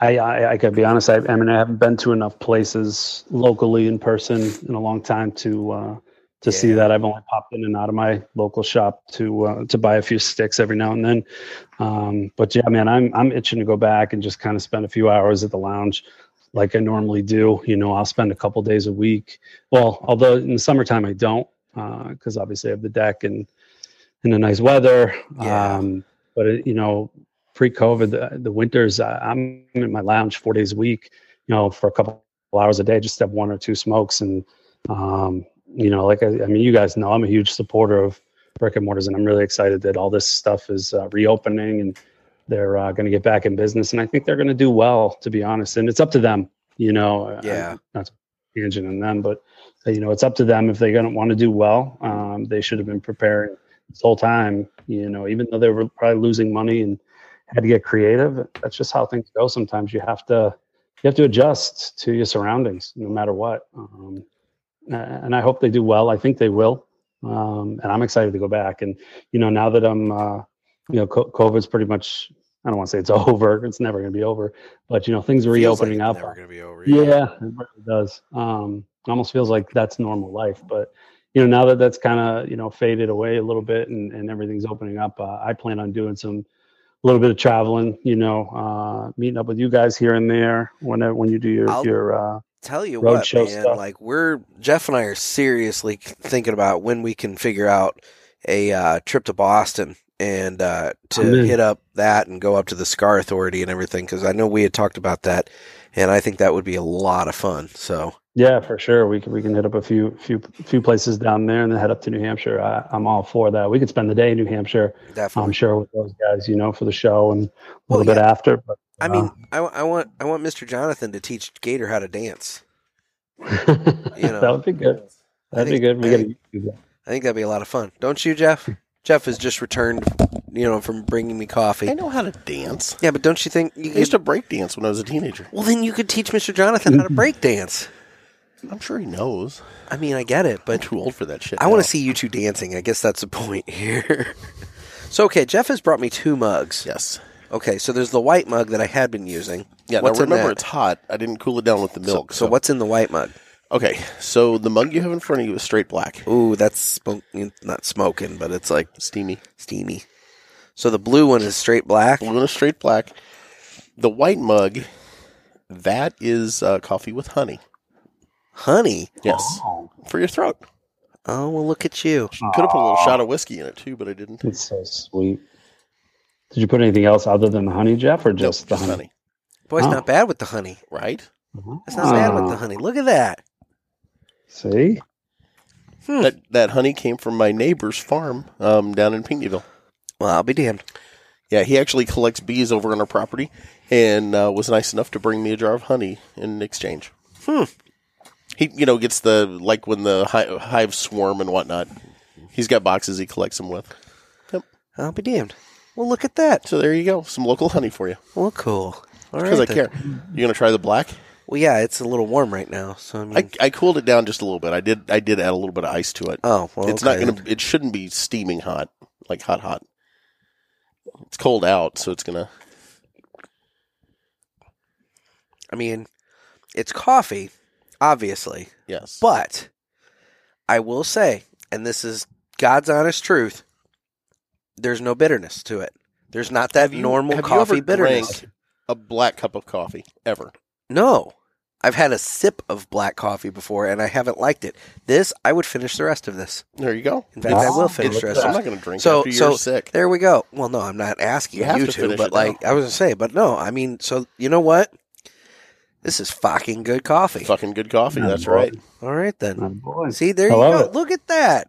I, I, I gotta be honest. I, I mean, I haven't been to enough places locally in person in a long time to uh, to see Yeah. that. I've only popped in and out of my local shop to uh, to buy a few sticks every now and then. Um, but yeah, man, I'm I'm itching to go back and just kind of spend a few hours at the lounge, like I normally do. You know, I'll spend a couple days a week. Well, although in the summertime I don't, because obviously I have the deck and and the nice weather. Yeah. Um, but it, you know, pre-COVID, the, the winters, I, I'm in my lounge four days a week. You know, for a couple hours a day, just have one or two smokes, and um, you know, like I, I mean, you guys know, I'm a huge supporter of brick and mortars, and I'm really excited that all this stuff is uh, reopening and they're uh, going to get back in business, and I think they're going to do well, to be honest. And it's up to them, you know. I- Yeah. not to tangent on them, but uh, you know, it's up to them if they're going to want to do well. Um, they should have been preparing this whole time, you know, even though they were probably losing money and had to get creative. That's just how things go. Sometimes you have to you have to adjust to your surroundings, no matter what. Um, a- and I hope they do well. I think they will. Um, and I'm excited to go back. And you know, now that I'm, uh, you know, co- COVID's pretty much. I don't want to say it's (laughs) over. It's never going to be over. But you know, things are Feels like reopening it's up. never gonna be over Yeah, it really does. Um, it almost feels like that's normal life, but you know, now that that's kind of you know faded away a little bit and, and everything's opening up, uh, I plan on doing some a little bit of traveling. You know, uh, meeting up with you guys here and there when when you do your I'll- your uh, tell you Road what, show man, stuff. like we're Jeff and I are seriously c- thinking about when we can figure out a uh, trip to Boston and uh, to I'm in. hit up that and go up to the Scar Authority and everything because I know we had talked about that and I think that would be a lot of fun. So yeah for sure we can we can hit up a few few few places down there and then head up to New Hampshire. I, I'm all for that. We could spend the day in New Hampshire. definitely, I'm sure with those guys, you know, for the show and a Well, little bit yeah. after. (laughs) But, I mean, I, w- I want I want Mr. Jonathan to teach Gator how to dance. you know, that would be good. I That'd think- be good. I We gotta think- YouTube that. I think that'd be a lot of fun, don't you, Jeff? Hmm. Jeff has just returned, you know, from bringing I me coffee. know how to dance. Yeah, but don't you think you I used to could, break dance when I was a teenager. well then you could teach Mr. Jonathan Mm-hmm. how to break dance. I'm sure he knows. I mean, I get it, I'm but too old for that shit. I want now. to see you two (laughs) dancing. I guess that's the point here. so, okay, Jeff has brought me two mugs. Yes. Okay, so there's the white mug that I had been using. Yeah, what's now in remember that? it's hot. I didn't cool it down with the milk. So, what's in the white mug? Okay, so the mug you have in front of you is straight black, Ooh, that's smoke, not smoking, but it's like steamy. steamy. So the blue one is straight black. Blue and a straight black. The white mug, that is uh, coffee with honey. Honey. Yes, Oh, for your throat. Oh, well, look at you. Could have put a little shot of whiskey in it too, but I didn't. that's so sweet. Did you put anything else other than the honey, Jeff, or just Nope, the honey? Boy's Oh. not bad with the honey. right? That's not bad with the Oh. Ah, honey. Look at that. See, Hmm. That that honey came from my neighbor's farm um, down in Pinckneyville. Well, I'll be damned. Yeah, he actually collects bees over on our property, and uh, was nice enough to bring me a jar of honey in exchange. Hmm. He, you know, gets the like when the hi- hives swarm and whatnot. He's got boxes he collects them with. I'll be damned. Well, look at that. So there you go, some local honey for you Well, cool. All right. because I then. care. You gonna try the black? Well, yeah, it's a little warm right now. So, I mean, I, I cooled it down just a little bit. I did I did add a little bit of ice to it. oh, well, it's okay not gonna. then. It shouldn't be steaming hot, like hot hot. It's cold out, so it's gonna. I mean, it's coffee, obviously. Yes, But I will say, and this is God's honest truth, there's no bitterness to it. There's not that Have you- normal have you coffee ever bitterness. drank a black cup of coffee ever. No. I've had a sip of black coffee before and I haven't liked it. This, I would finish the rest of this. There you go. In fact, I will Wow. finish the It's- rest I'm of not this. going to drink So- after so you're sick. There we go. Well, no, I'm not asking You you, have to to, finish but it like, I was going to say, but no, I mean, so you know what? This is fucking good coffee. Fucking good coffee. Oh, That's boy. right. All right, then. my boy. See, there I you love go. it. Look at that.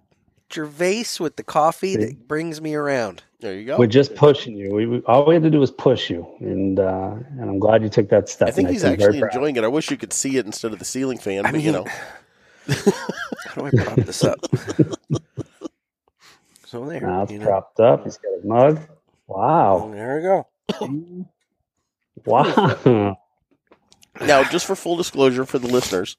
Gervais with the coffee See? that brings me around. There you go. We're just pushing you. We, we all we had to do was push you, and uh, and I'm glad you took that step. I think and he's I'm very actually proud. enjoying it. I wish you could see it instead of the ceiling fan, I but you mean- know, (laughs) How do I prop this up? so there. Now it's you know. propped up. He's got a mug. Wow! There we go. (laughs) (laughs) Wow! now just for full disclosure for the listeners,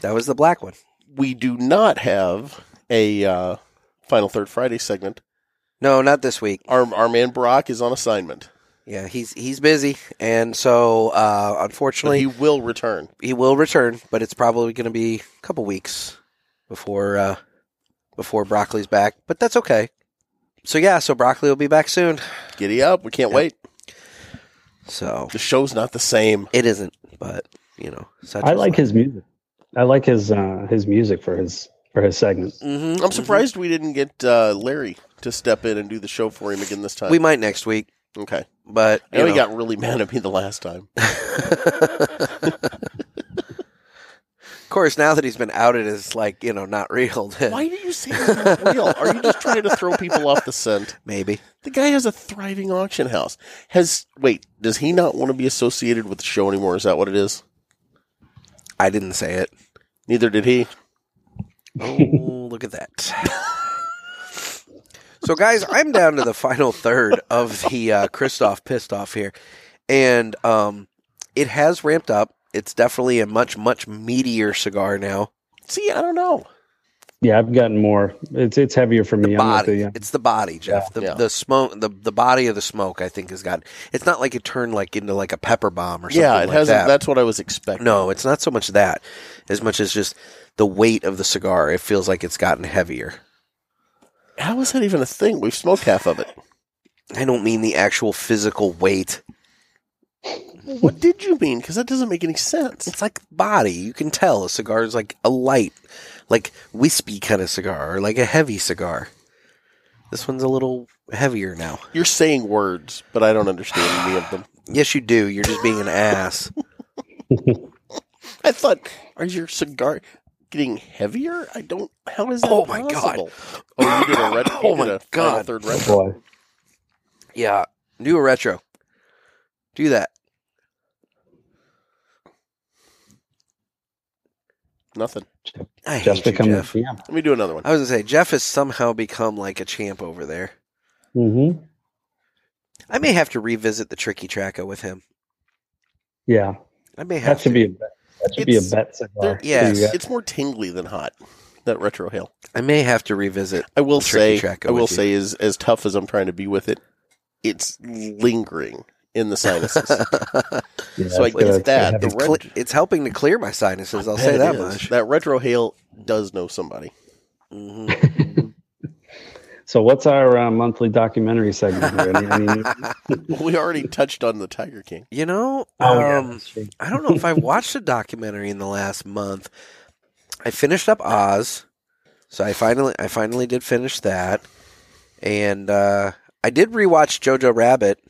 That was the black one. we do not have a uh, final third Friday segment. No, not this week. Our our man Brock is on assignment, Yeah, he's he's busy, and so uh, but unfortunately he he, will return. will return, but it's probably going to be a couple weeks before uh, before broccoli's back. But that's okay. So yeah, so broccoli will be back soon. Giddy up! We can't Yep. wait. So The show's not the same. it isn't, but you know, such I like his music. I like his uh, his music for his for his segment. Mm-hmm, I'm surprised we didn't get uh, Larry to step in and do the show for him again this time. Mm-hmm. We might next week, okay. but I know you he got really mad at me the last (laughs) time. of (laughs) course, now that he's been outed as like you know not real, (laughs) then Why do you say that's not real? Are you just trying to throw people off the scent? maybe The guy has a thriving auction house. Has wait, does he not want to be associated with the show anymore? Is that what it is? I didn't say it. Neither did he. Oh, look at that. so, guys, I'm down to the final third of the uh, Christoph pissed off here, and um, it has ramped up. It's definitely a much much meatier cigar now. See, I don't know. Yeah, I've gotten more. It's it's heavier for me. I'm not body. the, uh, It's the body, Jeff. the Yeah. the smoke, the the body of the smoke. I think has got. It's not like it turned like into like a pepper bomb or something. Yeah, it like has. that. That's what I was expecting. No, it's not so much that, as much as just the weight of the cigar. It feels like it's gotten heavier. How is that even a thing? We've smoked half of it. I don't mean the actual physical weight. Well, what did you mean? Because that doesn't make any sense. It's like body. You can tell a cigar is like a light, like wispy kind of cigar, or like a heavy cigar. This one's a little heavier now. You're saying words, but I don't understand any of them. Yes, you do. You're just being an ass. (sighs) (laughs) I thought, are your cigar getting heavier? I don't. How is that? Oh, my God. possible? Oh, you did a (coughs) red. Oh, you did my a final God. Third red. oh, boy. Yeah, do a retro. Do that. Nothing. I hate Just you, become Jeff. the champ. Let me do another one. I was gonna say Jeff has somehow become like a champ over there. hmm I may have to revisit the tricky tracker with him. Yeah, I may have that should to. be a bet. That should be a It's- bet cigar. for you yes. guys. It's more tingly than hot. That retro hail. (laughs) I may have to revisit. I will (laughs) Tricky say, track, I I'm will with you. say, as as tough as I'm trying to be with it, it's lingering in the (laughs) sinuses. Yeah, So I it's gonna- guess that it's the gonna red, Cle- it's helping to clear my sinuses. I'll say it that is. much. That retro hail does know somebody. (laughs) hmm have- (laughs) so what's our uh, monthly documentary segment? Here? Any, any (laughs) new- we already touched on the Tiger King. You know, (laughs) Oh, yeah, um, that's true. I don't know if I watched a documentary in the last month. I finished up Oz, so I finally I finally did finish that, and uh, I did rewatch Jojo Rabbit.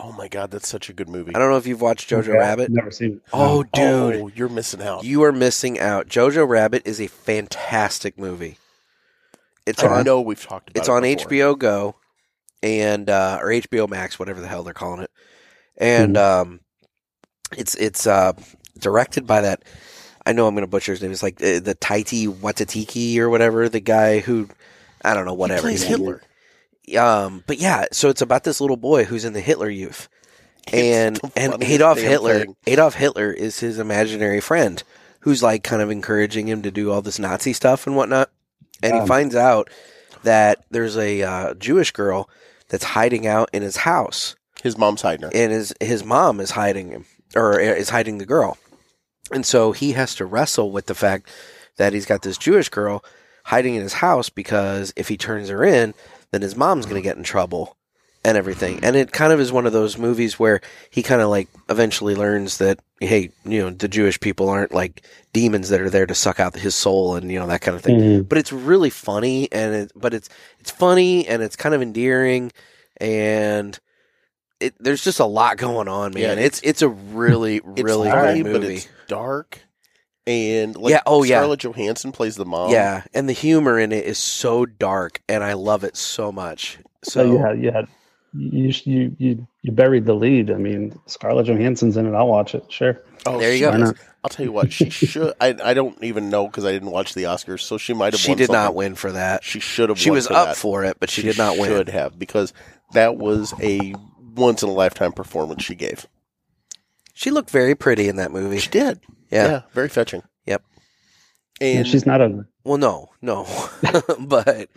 Oh my God, that's such a good movie. I don't know if you've watched Jojo Okay, I've Rabbit. Never seen it. Oh, dude, Oh, you're missing out. you are missing out. Jojo Rabbit is a fantastic movie. It's Oh, I on know we've talked about it's it on before. HBO Go and uh, or HBO Max, whatever the hell they're calling it. And Mm-hmm. um, it's it's uh, directed by that. I know I'm going to butcher his name. It's like uh, the Taiti Watatiki or whatever the guy who I don't know whatever. He plays name Hitler. is. Um, but yeah, so it's about this little boy who's in the Hitler Youth, and (laughs) It's the and funniest Adolf damn Hitler thing. Adolf Hitler is his imaginary friend who's like kind of encouraging him to do all this Nazi stuff and whatnot. And he Um. finds out that there's a uh, Jewish girl that's hiding out in his house, His mom's hiding her. and his his mom is hiding him or uh, is hiding the girl, and so he has to wrestle with the fact that he's got this Jewish girl hiding in his house because if he turns her in, then his mom's going to get in trouble and everything. And it kind of is one of those movies where he kind of like eventually learns that hey, you know, the Jewish people aren't like demons that are there to suck out his soul and you know that kind of thing Mhm. but it's really funny and it, but it's it's funny and it's kind of endearing and it, there's just a lot going on, man. Yeah, it's it's a really (laughs) It's really funny, good but movie. it's dark. And like Yeah, oh, yeah. Scarlett Johansson plays the mom. yeah, and the humor in it is so dark, and I love it so much. So, So you had you had you sh- you you you buried the lead. I mean, Scarlett Johansson's in it. I'll watch it. Sure. Oh, There you she go. Why not? I'll tell you what, she (laughs) should. I, I don't even know because I didn't watch the Oscars, so she might have. she won did not something. win for that. She should have. She won was for up that. for it, but she, did not win. Should have because that was a once in a lifetime performance she gave. She looked very pretty in that (laughs) movie. She did. Yeah. very fetching. Yep. And, And she's not a. Well, no, no, (laughs) but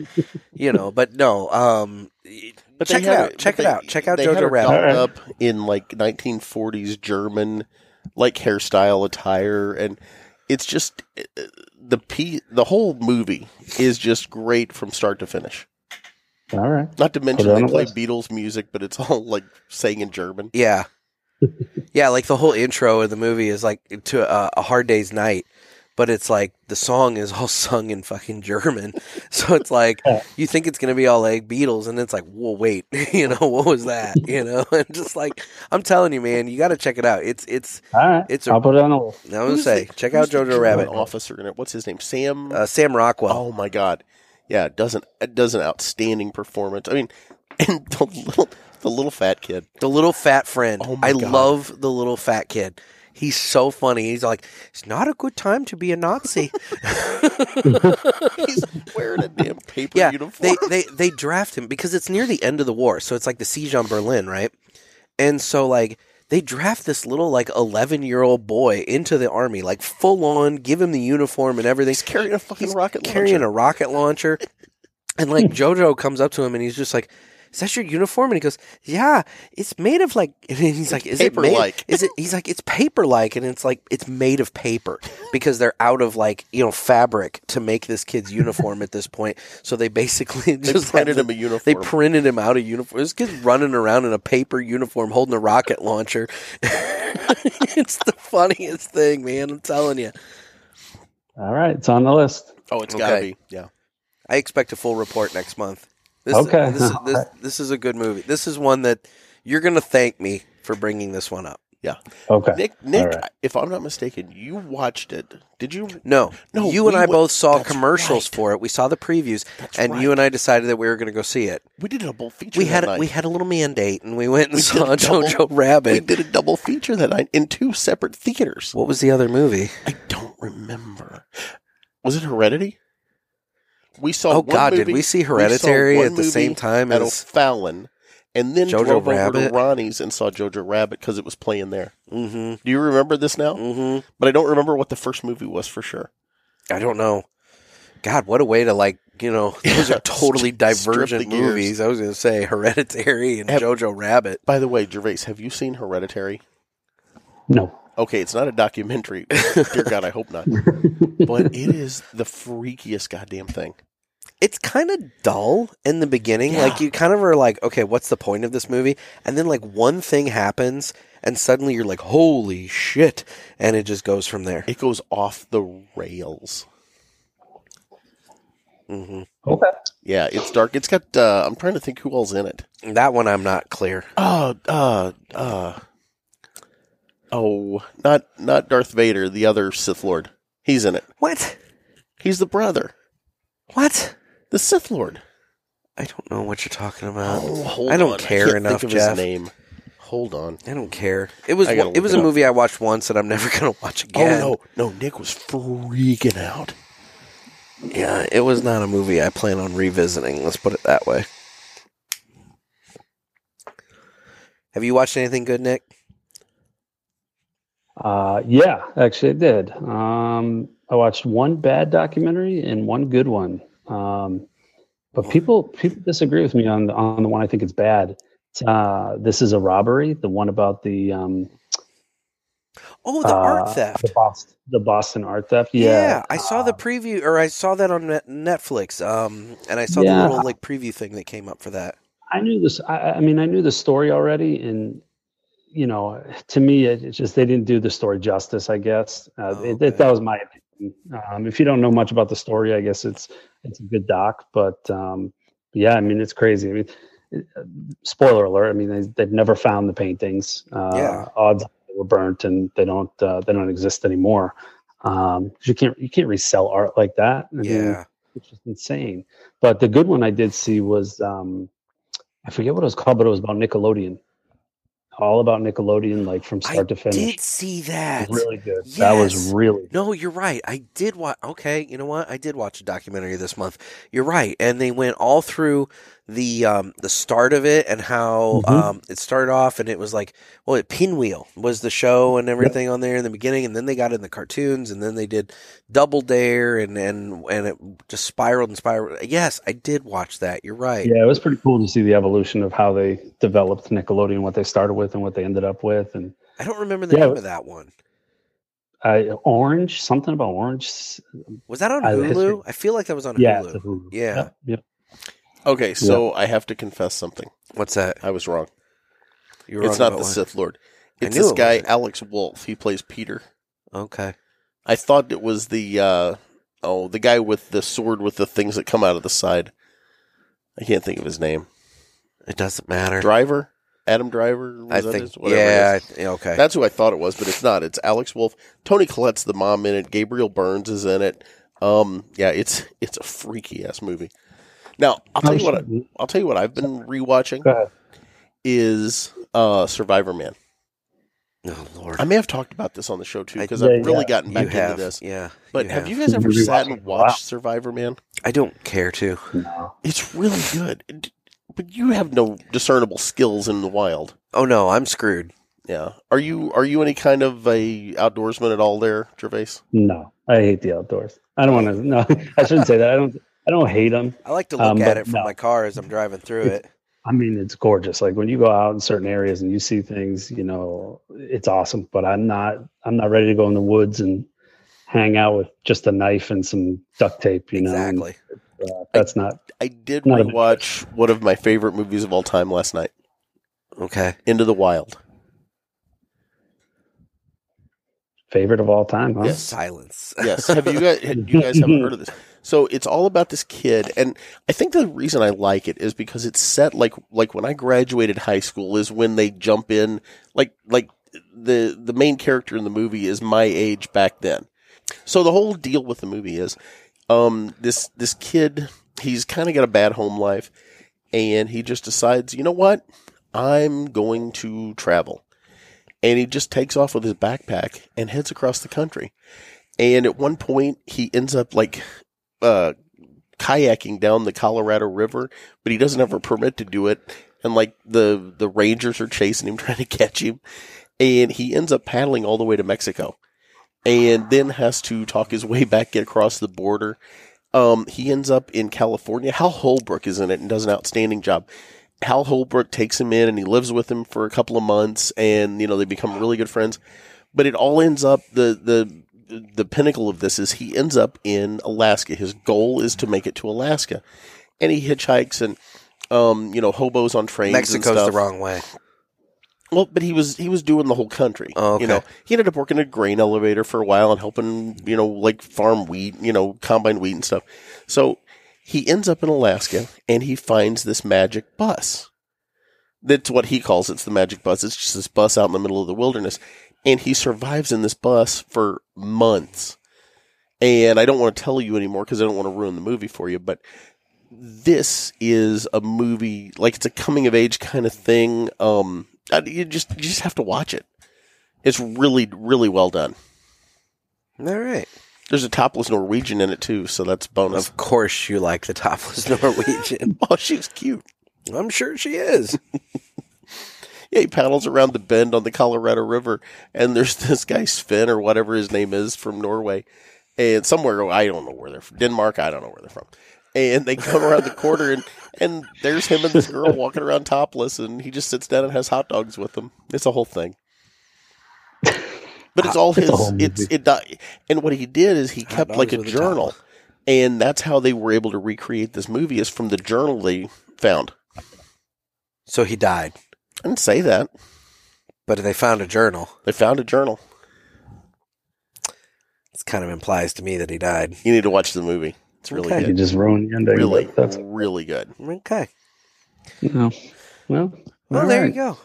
you know, but no. Um, but they check it had her- out. Check but it they- out. Check out they had Jojo her Rabbit. dolled up in like 1940s German like hairstyle attire and it's just uh, the pe- the whole movie is just great from start to finish. All right. Not to mention Put it on they the play list. Beatles music, but it's all like sang in German. (laughs) Yeah. yeah, like the whole intro of the movie is like to uh, a hard day's night, but it's like the song is all (laughs) sung in fucking German. (laughs) So it's like you think it's going to be all like Beatles and it's like, "Whoa, wait, (laughs) you know, what was (laughs) that?" You know, (laughs) and just like I'm telling you, man, you got to check it out. It's it's All right. It's It's a- I'll put it on the list. I was Who's say, the- check who's out the Jojo German Rabbit. Officer in it. What's his name? Sam. Uh, Sam Rockwell. oh my god, yeah, does an it does an outstanding performance. I mean, (laughs) and the little the little fat kid. The little fat friend. Oh my I God. love the little fat kid. He's so funny. He's like, "It's not a good time to be a Nazi." He's wearing a damn paper yeah, uniform. (laughs) They, they they draft him because it's near the end of the war, so it's like the siege on Berlin, right? And so like they draft this little like eleven year old boy into the army, like full on, give him the uniform and everything. He's carrying a fucking He's rocket carrying launcher. a rocket launcher. (laughs) And like Jojo comes up to him and he's just like, "Is that your uniform?" And he goes, "Yeah, it's made of like." (laughs) And he's like, "Is it made? paper-like." Is it?" He's like, "It's paper like," and it's like it's made of paper because they're out of like you know fabric to make this kid's uniform at this point. So they basically (laughs) They just printed had- him a uniform. They printed him out a uniform. This kid's running around in a paper uniform holding a rocket launcher. (laughs) it's the funniest thing, man. I'm telling you. All right. It's on the list. oh, it's gotta Okay. be. Yeah. I expect a full report next month. This, Okay. (laughs) This, this, this is a good movie. This is one that you're going to thank me for bringing this one up. Okay. Nick, Nick, right. if I'm not mistaken, you watched it. Did you? No, No, you we and I wa- both saw that's commercials right. for it. We saw the previews, That's and right. you and I decided that we were going to go see it. we did a double feature. We that had a, night. we had a little mandate, and we went and We did saw a double- Jojo we Rabbit. did a double feature that night in two separate theaters. What was the other movie? I don't remember. Was it Heredity? We saw. Oh one God, movie, did we see Hereditary one at the same movie time at as? O'Fallon, and then Jojo drove over Rabbit? to Ronnie's and saw Jojo Rabbit because it was playing there. Mm-hmm. Do you remember this now? Mm-hmm. But I don't remember what the first movie was for sure. I don't know. God, what a way to like you (laughs) know, those Yeah, are totally strip- strip divergent the gears. movies. I was going to say Hereditary and Have- Jojo Rabbit. By the way, Gervais, have you seen Hereditary? No. Okay, it's not a (laughs) documentary. Dear God, I hope not. But it is the freakiest goddamn thing. It's kind of dull in the beginning. Like you kind of are like, okay, what's the point of this movie? And then like one thing happens, and suddenly you're like, holy shit! And it just goes from there. It goes off the rails. hmm Okay. Yeah, it's dark. It's got. Uh, I'm trying to think who all's in it. That one I'm not clear. Oh, uh, uh, oh, not not Darth Vader, the other Sith Lord. He's in it. What? He's the brother, What? the Sith Lord. Oh, I don't know what you're talking about. hold Uh, I don't care can't enough, think of Jeff. his name. Hold on. I don't care. It was I gotta it was look a it up. movie I watched once that I'm never (laughs) gonna watch again. Oh no, no, Nick was freaking out. Yeah, it was not a movie I plan on revisiting. Let's put it that way. Have you watched anything good, Nick? Uh, yeah, actually, it did. Um, I watched one bad documentary and one good one. Um, but people people disagree with me on the, on the one I think it's bad. It's, uh, this is a robbery. The one about the um, Oh, the uh, art theft. the Boston, the Boston art theft. Yeah, Yeah, I saw the Uh, preview, or I saw that on Net- Netflix. Um, and I saw Yeah. the little like preview thing that came up for that. I knew this. I, I mean, I knew the story already, and you know, to me, it, it's just they didn't do the story justice. I guess uh, Oh, it, okay. it, that was my opinion. Um, if you don't know much about the story, I guess it's it's a good doc. But um, yeah, I mean, it's crazy. I mean, it- uh, spoiler alert. I mean, they, they've never found the paintings. Uh, Yeah. odds are they were burnt, and they don't uh, they don't exist anymore. Um, 'cause you can't you can't resell art like that. I mean, Yeah. which is insane. But the good one I did see was um, I forget what it was called, but it was about Nickelodeon, all about Nickelodeon, like from I start to finish. Did see that? It was really good. That was Yes. really No, you're right. I did watch. Okay, you know what? I did watch a documentary this month. You're right, and they went all through the um, the start of it and how Mhm. um, it started off, and it was like, well, it Pinwheel was the show and everything on there in the beginning, and then they got in the cartoons, and then they did Double Dare, and and and it just spiraled and spiraled. Yes, I did watch that. You're right. yeah. It was pretty cool to see the evolution of how they developed Nickelodeon, what they started with, and what they ended up with, and I don't remember the Yeah. name of that one. uh, Orange, something about Orange. Was that on I- Hulu? I feel like that was on Yeah, it's a Hulu. Hulu. Yeah. Yep, yep. Okay, so I have to confess something. What's that? I was wrong. You It's wrong not about the one. Sith Lord. I It's knew this it guy wasn't. Alex Wolf. He plays Peter. Okay. I thought it was the uh, oh the guy with the sword with the things that come out of the side. I can't think of his name. It doesn't matter. Driver, Adam Driver. I was that think, his- whatever it yeah, is. I th- okay. That's who I thought it was, but it's not. It's Alex Wolf. Tony Collette's the mom in it. Gabriel Burns is in it. Um, yeah, it's it's a freaky ass movie. Now I'll tell you what I, I'll tell you what I've been Go rewatching ahead. is uh, Survivor Man. oh Lord, I may have talked about this on the show too because Yeah, I've really yeah. gotten back you into have this. yeah. But you have you guys You've ever been sat and rewatching it a lot. watched Survivor Man? I don't care to. (sighs) No. It's really good, It- but you have no discernible skills in the wild. Oh no, I'm screwed. Yeah, are you are you any kind of a outdoorsman at all, there, Gervais? No, I hate the outdoors. I don't want to. No, (laughs) I shouldn't say that. I don't. I don't hate them. I like to look Um, at but it from no. my car as I'm driving through it. I mean, it's gorgeous. Like when you go out in certain areas and you see things, you know, it's awesome. But I'm not, I'm not ready to go in the woods and hang out with just a knife and some duct tape. You know, exactly. and, uh, that's not. I did Not a- rewatch one of my favorite movies of all time last night, Okay. Into the Wild. Favorite of all time, huh? Yes. (laughs) Silence. Yes, have you guys? had- You guys haven't heard of this? So it's all about this kid, and I think the reason I like it is because it's set like like when I graduated high school is when they jump in like like the the main character in the movie is my age back then. So the whole deal with the movie is um this this kid he's kind of got a bad home life and he just decides, you know what? I'm going to travel. And he just takes off with his backpack and heads across the country. And at one point, he ends up like uh, kayaking down the Colorado River, but he doesn't have a permit to do it. And like the the rangers are chasing him, (laughs) trying to catch him, and he ends up paddling all the way to Mexico, and then has to talk his way back, get across the border, Um, he ends up in California. Hal Holbrook is in it and does an outstanding job. Hal Holbrook takes him in and he lives with him for a couple of months, and you know they become really good friends. But it all ends up the the the pinnacle of this is he ends up in Alaska. His goal is to make it to Alaska, and he hitchhikes and um you know hobos on trains. and Mexico's the stuff. wrong way. Well, but he was he was doing the whole country. Oh, okay. You know, he ended up working a grain elevator for a while and helping you know like farm wheat, you know, combine wheat and stuff. So he ends up in Alaska and he finds this magic bus. That's what he calls it's the magic bus. It's just this bus out in the middle of the wilderness, and he survives in this bus for months. And I don't want to tell you anymore because I don't want to ruin the movie for you, but this is a movie like it's a coming of age kind of thing. Um, uh, you just you just have to watch it. It's really really well done. All right. There's a topless Norwegian in it too, so that's a bonus. Of course, you like the topless (laughs) (laughs) Norwegian. Oh, she's cute. I'm sure she is. Yeah, he paddles around the bend on the Colorado River, and there's (laughs) this guy Sven or whatever his name is from Norway, and somewhere oh, I don't know where they're from, Denmark. I don't know where they're from, and they come around the corner and and there's him and this girl walking around topless, and he just sits down and has hot dogs with them. It's a whole thing. But it's all (laughs) It's his. a whole movie. It's it. di- And what he did is he kept like a dogs with a journal, and that's how they were able to recreate this movie is from the journal they found. So he died, I didn't say that. but they found a journal. They found a journal. It kind of implies to me that he died. You need to watch the movie. It's really Okay. You good. just ruined the ending. Really, but That's really good. Okay. no. Well, Well, all there right. you go.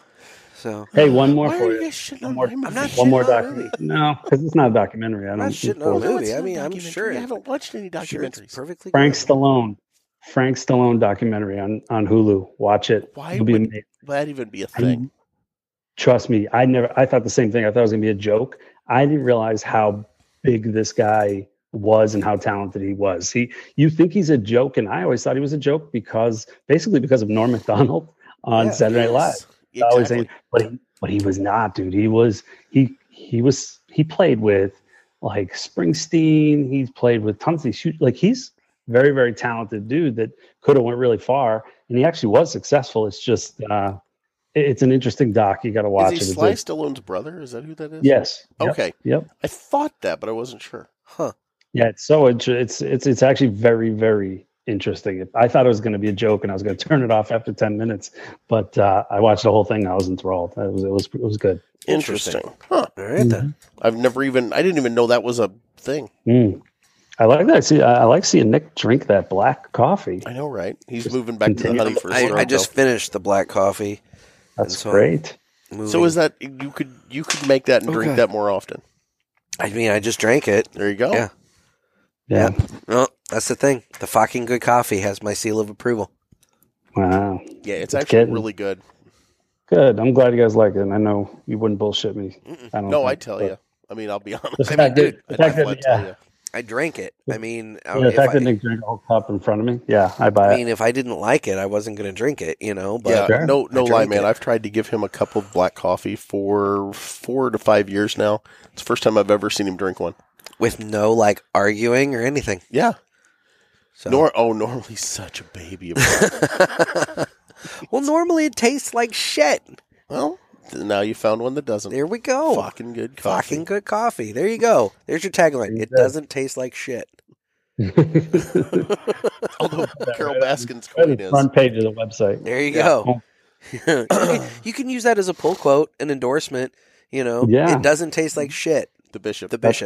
So Hey, one more Why for are you. guys shitting One on more, my movie? I'm not one shitting more on the documentary. movie. No, because it's not a documentary. I I'm don't. not shitting on the No, movie. it's I not mean, I'm documentary. sure I it- haven't watched any sure it's documentaries. perfectly. Frank Stallone, Frank Stallone documentary on on Hulu. Watch it. Why You'll be would- amazed. That'd even be a I- thing. Trust me, I never. I thought the same thing. I thought it was gonna be a joke. I didn't realize how big this guy was and how talented he was. He, you think he's a joke, and I always thought he was a joke because basically because of Norm Macdonald on Yeah, Saturday Night Live. Yes, I always exactly. saying, but he, but he was not, dude. He was he he was he played with like Springsteen. He's played with tons of these huge- like he's very very talented dude that could have went really far, and he actually was successful. It's just uh, it- it's an interesting doc. You got to watch Is it. he It's Sly a- Stallone's brother? Is that who that is? yes. Yep. Okay. Yep. I thought that, but I wasn't sure. Huh. Yeah. It's so int- it's it's it's actually very very interesting. I thought it was going to be a joke, and I was going to (laughs) turn it off after ten minutes, but uh, I watched the whole thing. I was enthralled. It was it was it was good. Interesting. Interesting. Huh. All right then. I've never even. I didn't even know that was a thing. Mm. I like that. See, I I like seeing Nick drink that black coffee. I know, right? He's Just moving back to the continue. honey for I, Sorrento. I just finished the black coffee. That's So- great. Movie. So is that you could you could make that and drink Okay. that more often? I mean, I just drank it. There you go. Yeah. Yeah. Well, that's the thing. The fucking good coffee has my seal of approval. Wow. Yeah, it's It's actually getting- really good. Good. I'm glad you guys like it. And I know you wouldn't bullshit me. I don't No, think, I tell but you. I mean, I'll be (laughs) honest. The I mean, fact that- dude, the I fact definitely that- tell yeah. you. I drank it. I mean, I- yeah, the if fact I, that Nick drank a whole cup in front of me. Yeah, I buy I it. mean, if I didn't like it, I wasn't going to drink it. You know, but yeah, Sure. no, no lie, I drank man. it. I've tried to give him a cup of black coffee for four to five years now. It's the first time I've ever seen him drink one. with no like arguing or anything. Yeah. So. Nor oh, normally such a baby. (laughs) About it. well, normally it tastes like shit. well, th- now you found one that doesn't. There we go. Fucking good coffee. (laughs) Fucking good coffee. There you go. There's your tagline. You It bet. doesn't taste like shit. (laughs) Although Carol Baskin's Right queen at the is. front page of the website. There you Yeah. go. (laughs) you, can, (clears throat) you can use that as a pull quote, an endorsement. You know, Yeah. it doesn't taste like shit. The bishop. The That's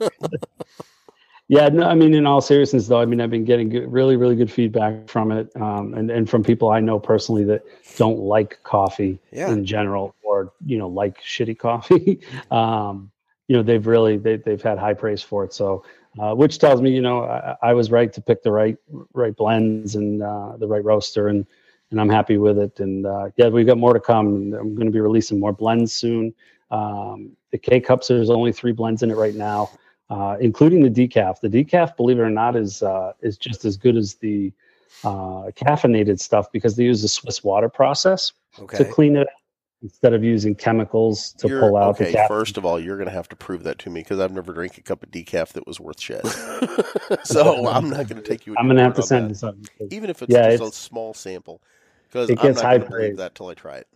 bishop. Yeah, no, I mean, in all seriousness, though, I mean, I've been getting good, really, really good feedback from it, um, and and from people I know personally that don't like coffee (laughs) Yeah. in general, or you know, like shitty coffee. (laughs) um, you know, they've really they they've had high praise for it. So, uh, which tells me, you know, I, I was right to pick the right right blends and uh, the right roaster, and and I'm happy with it. And uh, yeah, we've got more to come. And I'm going to be releasing more blends soon. Um, the K cups, there's only three blends in it right now uh, including the decaf. The decaf, believe it or not, is uh, is just as good as the uh, caffeinated stuff because they use the Swiss water process okay. to clean it. up. instead of using chemicals to You're- pull out okay, the cap. first (laughs) of all, you're going to have to prove that to me because I've never drank a cup of decaf that was worth (laughs) shit. (laughs) so I'm not going to take you. at I'm your gonna word have to on send that. this up. because- even if it's Yeah, just a it's- small sample, because it I'm gets not high going to believe praise. that till I try it.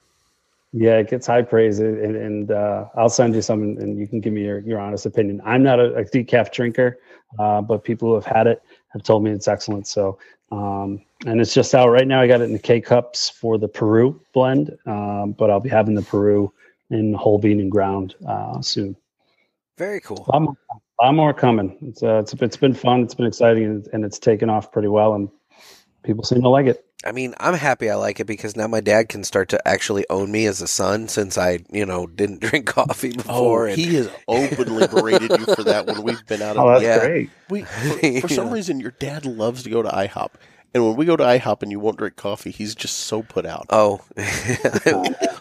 Yeah, it gets high praise, and, and- and uh, I'll send you some, and you can give me your, your honest opinion. I'm not a, a decaf drinker, uh, but people who have had it have told me it's excellent. So, um, and it's just out right now. I got it in the K cups for the Peru blend, um, but I'll be having the Peru in whole bean and ground uh, soon. Very cool. A lot more, a lot more coming. It's, uh, it's it's been fun. It's been exciting, and, and it's taken off pretty well, and people seem to like it. I mean, I'm happy I like it because now my dad can start to actually own me as a son since I, you know, didn't (laughs) drink coffee Oh, before. and- he has (laughs) openly berated you for that when we've been out. Oh, of that's Yeah. great. we, for, Yeah. (laughs) for some reason, your dad loves to go to IHOP, and when we go to IHOP and you won't drink coffee, he's just so put out. (laughs) Oh, (laughs)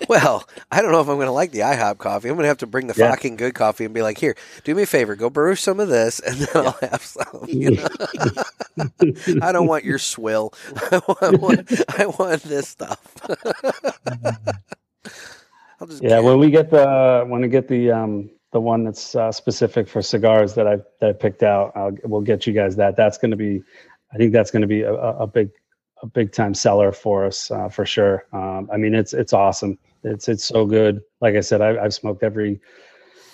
well, I don't know if I'm going to like the IHOP coffee. I'm going to have to bring the Yeah. fucking good coffee and be like, here, do me a favor, go brew some of this, and then I'll have some. you know? I don't want your swill. (laughs) I want, I want this stuff. (laughs) I'll just Yeah, when we get the when we get the um the one that's uh, specific for cigars that I that I picked out, I'll, we'll get you guys that. That's going to be, I think that's going to be a, a a big a big time seller for us uh, for sure. Um, I mean, it's it's awesome. It's it's so good. Like I said, I, I've smoked every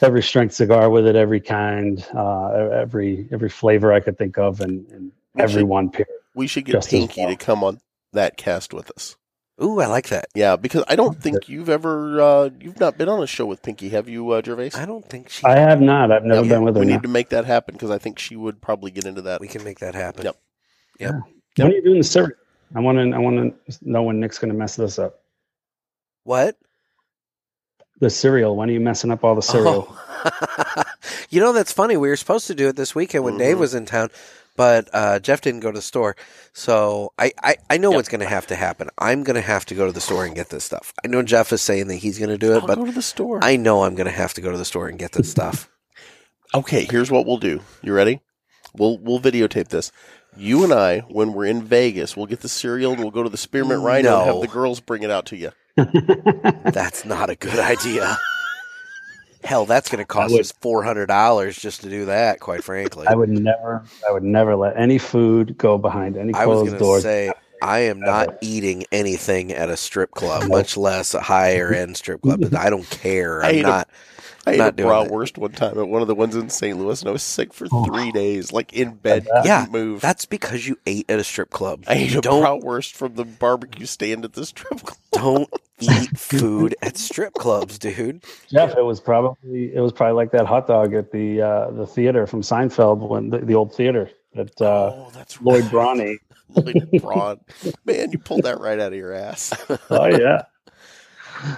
every strength cigar with it, every kind, uh, every every flavor I could think of, and, and We every should- one pair. We should get Just as Pinky well. to come on that cast with us. Ooh, I like that. Yeah, because I don't (laughs) think you've ever uh, you've not been on a show with Pinky, have you, uh, Gervais? I don't think she. I have not. I've never Yeah, been with her. we no. need to make that happen because I think she would probably get into that. we can make that happen. Yep. When are you doing the survey? I want to. I want to know when Nick's going to mess this up. What? The cereal. When are you messing up all the cereal? Oh. (laughs) you know, that's funny. We were supposed to do it this weekend when Dave Mhm. was in town, but uh, Jeff didn't go to the store. So I, I, I know Yep. what's going to have to happen. I'm going to have to go to the store and get this stuff. I know Jeff is saying that he's going to do it, I'll but go to the store. I know I'm going to have to go to the store and get this stuff. Okay, here's what we'll do. You ready? We'll we'll videotape this. You and I, when we're in Vegas, we'll get the cereal and we'll go to the Spearmint Rhino and No. have the girls bring it out to you. That's not a good idea. Hell, that's going to cost would- us four hundred dollars just to do that. Quite frankly, I would never. I would never let any food go behind any I was closed going to doors. say I am not eating anything at a strip club, much less a higher end strip club. But I don't (laughs) care. I I'm ate a- not. I Not ate a doing that. bratwurst one time at one of the ones in St. Louis, and I was sick for Oh. three days, like in bed, I bet. couldn't Yeah, move. That's because you ate at a strip club. I ate a don't bratwurst from the barbecue stand at the strip club. don't (laughs) eat food at strip clubs, dude. Jeff, it was probably. It was probably like that hot dog at the uh, the theater from Seinfeld when the, the old theater that uh, oh, that's Lloyd right. (laughs) Braun ate. (laughs) Lloyd Braun, man, you pulled that right out of your (laughs) ass. Oh yeah.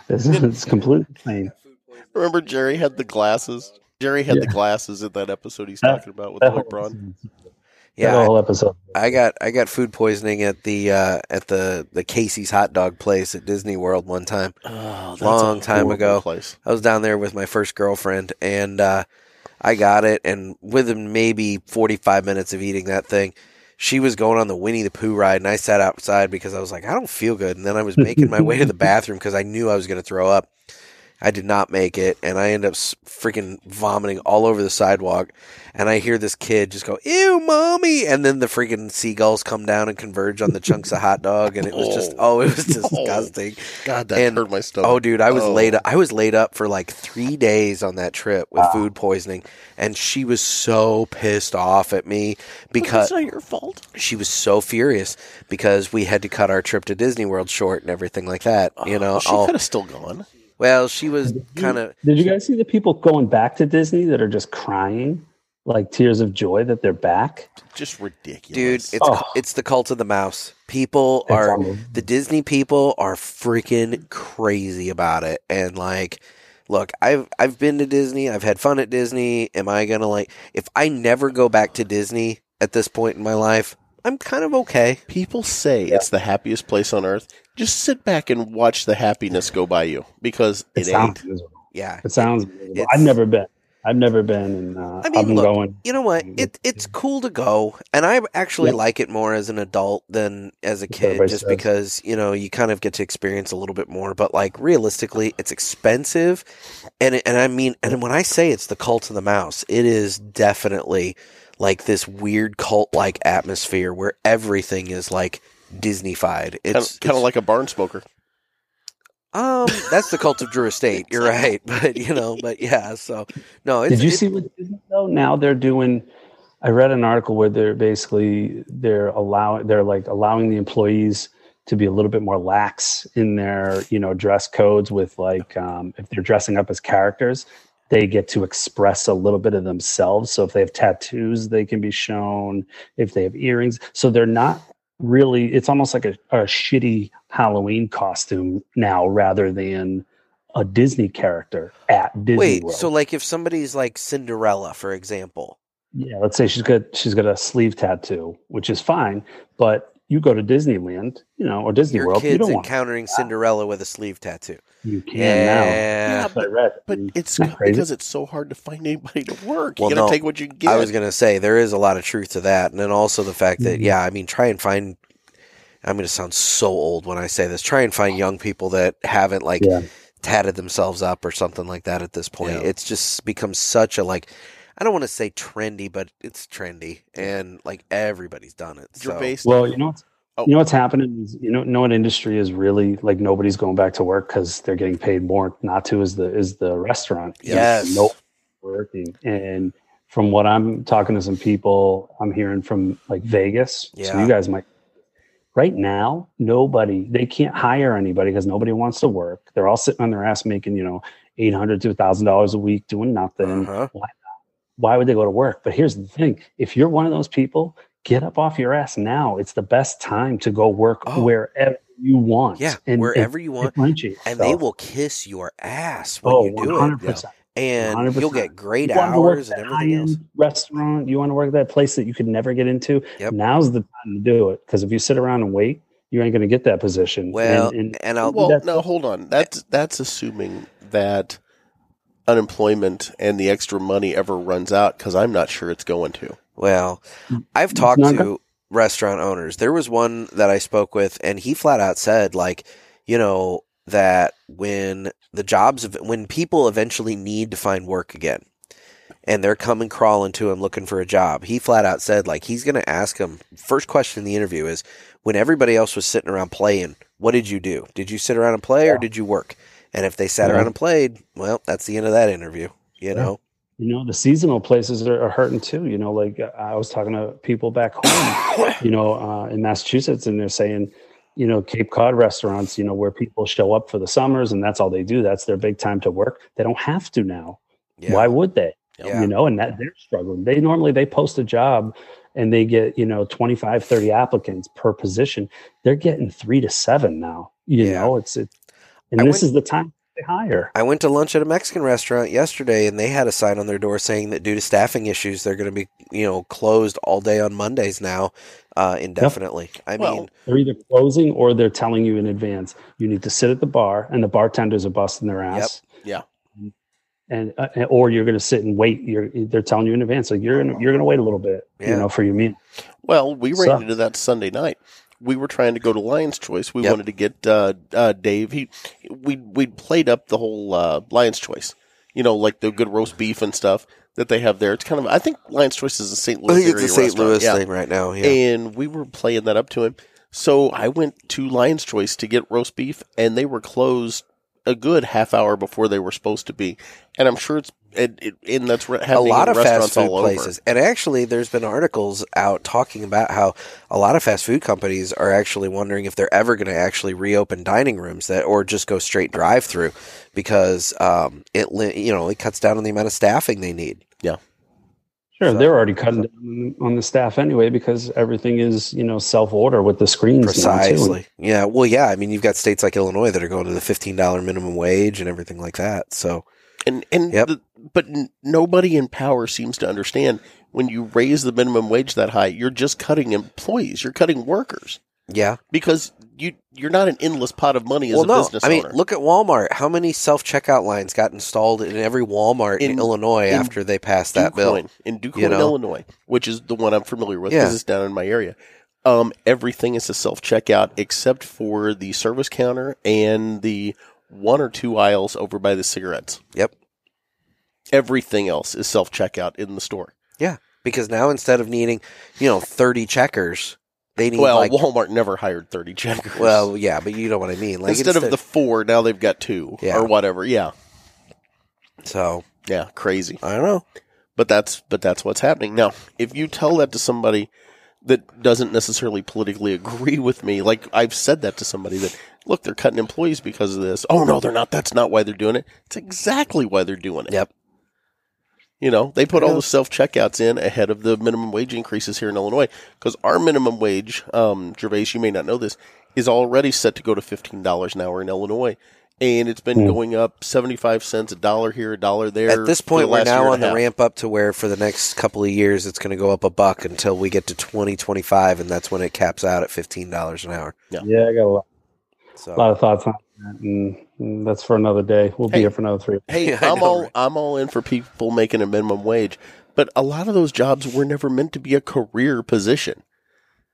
This is it's completely insane. Remember, Jerry had the glasses. Jerry had the glasses in that episode he's That- talking about with That Lloyd whole, Braun. episode- that Yeah, whole episode. I, I got I got food poisoning at the uh, at the the Casey's hot dog place at Disney World one time. Oh, a Long time horrible ago. Place. I was down there with my first girlfriend, and uh, I got it. And within maybe forty five minutes of eating that thing. She was going on the Winnie the Pooh ride, and I sat outside because I was like, I don't feel good. And then I was making my way to the bathroom because I knew I was going to throw up. I did not make it, and I end up s- freaking vomiting all over the sidewalk. And I hear this kid just go, "Ew, mommy!" And then the freaking seagulls come down and converge on the chunks of hot dog, and it was just oh, it was disgusting. God, that And- hurt my stomach. Oh, dude, I was Oh. laid. I was laid up for like three days on that trip with food poisoning, and she was so pissed off at me (laughs) because not your fault. she was so furious because we had to cut our trip to Disney World short and everything like that. You know, Oh, oh. she all- could have still gone. well, she was kind of. Did you guys see the people going back to Disney that are just crying, like tears of joy that they're back? Just Dude, ridiculous, it's Oh. it's the cult of the mouse. People It's are unbelievable. the Disney people are freaking crazy about it. And like, look, I've I've been to Disney. I've had fun at Disney. Am I gonna like if I never go back to Disney at this point in my life? I'm kind of okay. People say it's the happiest place on earth. Just sit back and watch the happiness go by you because it It ain't. sounds miserable. Yeah, It sounds. miserable. It's- I've never been. I've never been, and uh, I I mean, have been look, going. You know what? It it's cool to go, and I actually Yeah. like it more as an adult than as a That's what kid, everybody just says. because you know you kind of get to experience a little bit more. But like realistically, it's expensive, and it, and I mean, and when I say it's the cult of the mouse, it is definitely like this weird cult like atmosphere where everything is like Disneyfied. It's kind it's- of like a barn smoker. um, that's the cult of Drew (laughs) Estate. You're right, (laughs) but you know, but yeah. So no, it's, Did you it's- see what Disney though? Now they're doing. I read an article where they're basically they're allowing they're like allowing the employees to be a little bit more lax in their you know dress codes with like um, if they're dressing up as characters they get to express a little bit of themselves so if they have tattoos they can be shown if they have earrings so they're not really it's almost like a, a shitty halloween costume now rather than a disney character at disney Wait, World. so like if somebody's like Cinderella, for example, Yeah, let's say she's got she's got a sleeve tattoo, which is fine, but you go to Disneyland, you know, or Disney your World, you kid's don't want encountering Cinderella with a sleeve tattoo. you can Yeah. now. That's what I read. But And it's Isn't that crazy? because it's so hard to find anybody to work. Well, you gotta no. take what you can get. I was gonna say there is a lot of truth to that, and then also the fact that Mhm. yeah, I mean, try and find. I'm gonna sound so old when I say this. Try and find young people that haven't like Yeah. tatted themselves up or something like that. At this point, Yeah. it's just become such a like. I don't want to say trendy, but it's trendy, and like everybody's done it. Your so. base- well, you know what's Oh. you know what's happening is you know no one industry is really like nobody's going back to work because they're getting paid more not to is the is the restaurant. Yes. no working. And from what I'm talking to some people, I'm hearing from like Vegas. So Yeah. you guys might right now, nobody they can't hire anybody because nobody wants to work. They're all sitting on their ass making, you know, eight hundred to thousand dollars a week doing nothing. Uh-huh. Why would they go to work? But here's the thing if you're one of those people, get up off your ass now. It's the best time to go work Oh. wherever you want. Yeah, wherever you want, differentiate and they yourself. will kiss your ass when Oh, you do it. 100%. and 100%. you'll get great You want to work hours at and that everything else. high-end Restaurant, you want to work at that place that you could never get into. Yep. Now's the time to do it because if you sit around and wait, you ain't going to get that position. Well, and, and and I'll well, that's- no, hold on. That's that's assuming that unemployment and the extra money ever runs out because I'm not sure it's going to. well, I've It's talked not to restaurant owners. There was one that I spoke with, and he flat out said, like, you know, that when the jobs, ev- when people eventually need to find work again, and they're coming crawling to him looking for a job, he flat out said, like, he's going to ask him. First question in the interview is, when everybody else was sitting around playing, what did you do? Did you sit around and play, or did you work? And if they sat Yeah. around and played, well, that's the end of that interview. You know, you know the seasonal places are, are hurting too you know like uh, i was talking to people back (coughs) home you know uh, in massachusetts and they're saying you know cape cod restaurants you know where people show up for the summers and that's all they do that's their big time to work they don't have to now Yeah. why would they Yeah. you know and that they're struggling they normally they post a job and they get you know 25 30 applicants per position they're getting three to seven now you Yeah. know it's it and I this went- is the time they hire I went to lunch at a Mexican restaurant yesterday, and they had a sign on their door saying that due to staffing issues, they're going to be, you know, closed all day on Mondays now, uh, indefinitely. I Well, mean, They're either closing or they're telling you in advance you need to sit at the bar, and the bartenders are busting their ass. Yeah. And uh, and- or you're going to sit and wait. You're they're telling you in advance, like you're gonna, you're going to wait a little bit, Uh-huh. Yeah. you know, for your meal. Well, we ran So- into that Sunday night. We were trying to go to Lions Choice. We Yep. wanted to get uh, uh, Dave. He we we played up the whole uh, Lions Choice. You know, like the good roast beef and stuff that they have there. It's kind of I think Lions Choice is a St. I Louis. think it's area the St. restaurant. Louis Yeah. thing right now. Yeah. and we were playing that up to him. So I went to Lion's Choice to get roast beef, and they were closed a good half hour before they were supposed to be. And I'm sure it's and, it- and that's re- a happening lot in of restaurants fast food all over. places. And actually, there's been articles out talking about how a lot of fast food companies are actually wondering if they're ever going to actually reopen dining rooms that, or just go straight drive through, because um, it, li- you know, it cuts down on the amount of staffing they need. Sure, So- they're already cutting down on the staff anyway because everything is you know self order with the screens. now, too. Precisely. Yeah. Well, yeah. I mean, you've got states like Illinois that are going to the fifteen dollar minimum wage and everything like that. So And and Yep. the, but n- nobody in power seems to understand when you raise the minimum wage that high, you're just cutting employees, you're cutting workers yeah, because you you're not an endless pot of money as well, a no. business I mean, owner. look at Walmart. How many self checkout lines got installed in every Walmart in, In- Illinois in after they passed that bill? Ducoin, in Ducoin, you know? Illinois, which is the one I'm familiar with Yeah. because it's down in my area. Um, everything is a self checkout except for the service counter and the one or two aisles over by the cigarettes. Yep. Everything else is self checkout in the store. Because now instead of needing, you know, thirty checkers, they need Well, like Walmart never hired thirty checkers. well, yeah, but you know what I mean. (laughs) Like instead, of the four, now they've got two Yeah. or whatever. Yeah, so yeah, crazy. I don't know. But that's but that's what's happening now. If you tell that to somebody that doesn't necessarily politically agree with me, like I've said that to somebody that look, they're cutting employees because of this. Oh no, they're not. That's not why they're doing it. It's exactly why they're doing it. Yep. You know, they put I all know. the self checkouts in ahead of the minimum wage increases here in Illinois because our minimum wage, um, Gervais, you may not know this, is already set to go to fifteen dollars an hour in Illinois, and it's been Hmm. going up seventy five cents a dollar here, a dollar there. At this for point, the we're last year and now on a the half. ramp up to where for the next couple of years it's going to go up a buck until we get to twenty twenty five, and that's when it caps out at fifteen dollars an hour. Yeah, I got a lot, So a lot of thoughts on that, and, and that's for another day. We'll Hey. be here for another three. Hey, (laughs) Yeah, I I'm know, all right? I'm all in for people making a minimum wage, but a lot of those jobs were never meant to be a career position.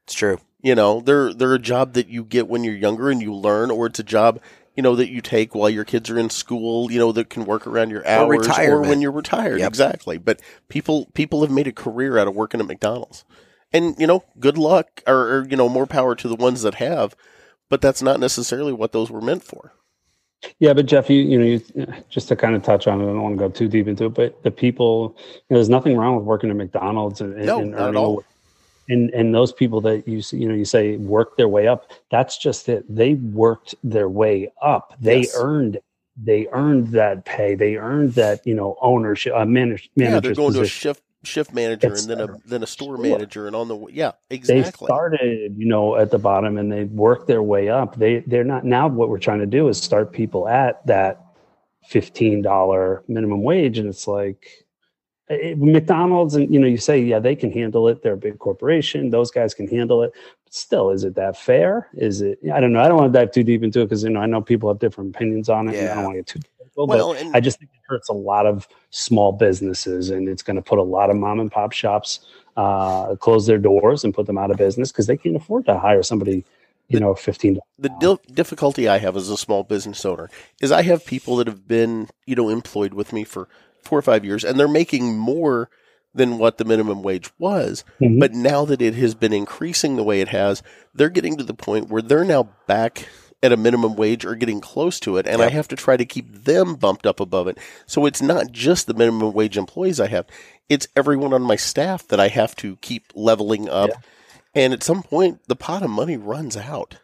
it's true. You know, they're they're a job that you get when you're younger and you learn, or it's a job you know that you take while your kids are in school. You know that can work around your hours or when retirement. you're retired. Yep. Exactly. But people people have made a career out of working at McDonald's, and you know, good luck or, or you know, more power to the ones that have. But that's not necessarily what those were meant for. Yeah, but Jeff, you you know, you, just to kind of touch on it, I don't want to go too deep into it, but the people, you know, there's nothing wrong with working at McDonald's and, and- No, and not at earning a all. wa- And and those people that you see, you know, you say work their way up. That's just it. They worked their way up. They Yes. earned. They earned that pay. They earned that you know ownership, uh, manage, yeah, they're manager's going to a position. shift shift manager and then a Etc. then a store Sure. manager and on the yeah they exactly started you know at the bottom and they worked their way up they they're not now what we're trying to do is start people at that $15 minimum wage and it's like it, mcdonald's and you know you say yeah they can handle it they're a big corporation those guys can handle it but still is it that fair is it i don't know i don't want to dive too deep into it because you know i know people have different opinions on it and i Yeah. don't want to get too technical, but well and I just think it hurts a lot of small businesses, and it's going to put a lot of mom and pop shops uh, close their doors and put them out of business because they can't afford to hire somebody, you know, fifteen. the dil- difficulty I have as a small business owner is I have people that have been you know employed with me for four or five years and they're making more than what the minimum wage was Mhm. but now that it has been increasing the way it has they're getting to the point where they're now back at a minimum wage or getting close to it and I Yep. have to try to keep them bumped up above it so it's not just the minimum wage employees I have it's everyone on my staff that I have to keep leveling up and at some point the pot of money runs out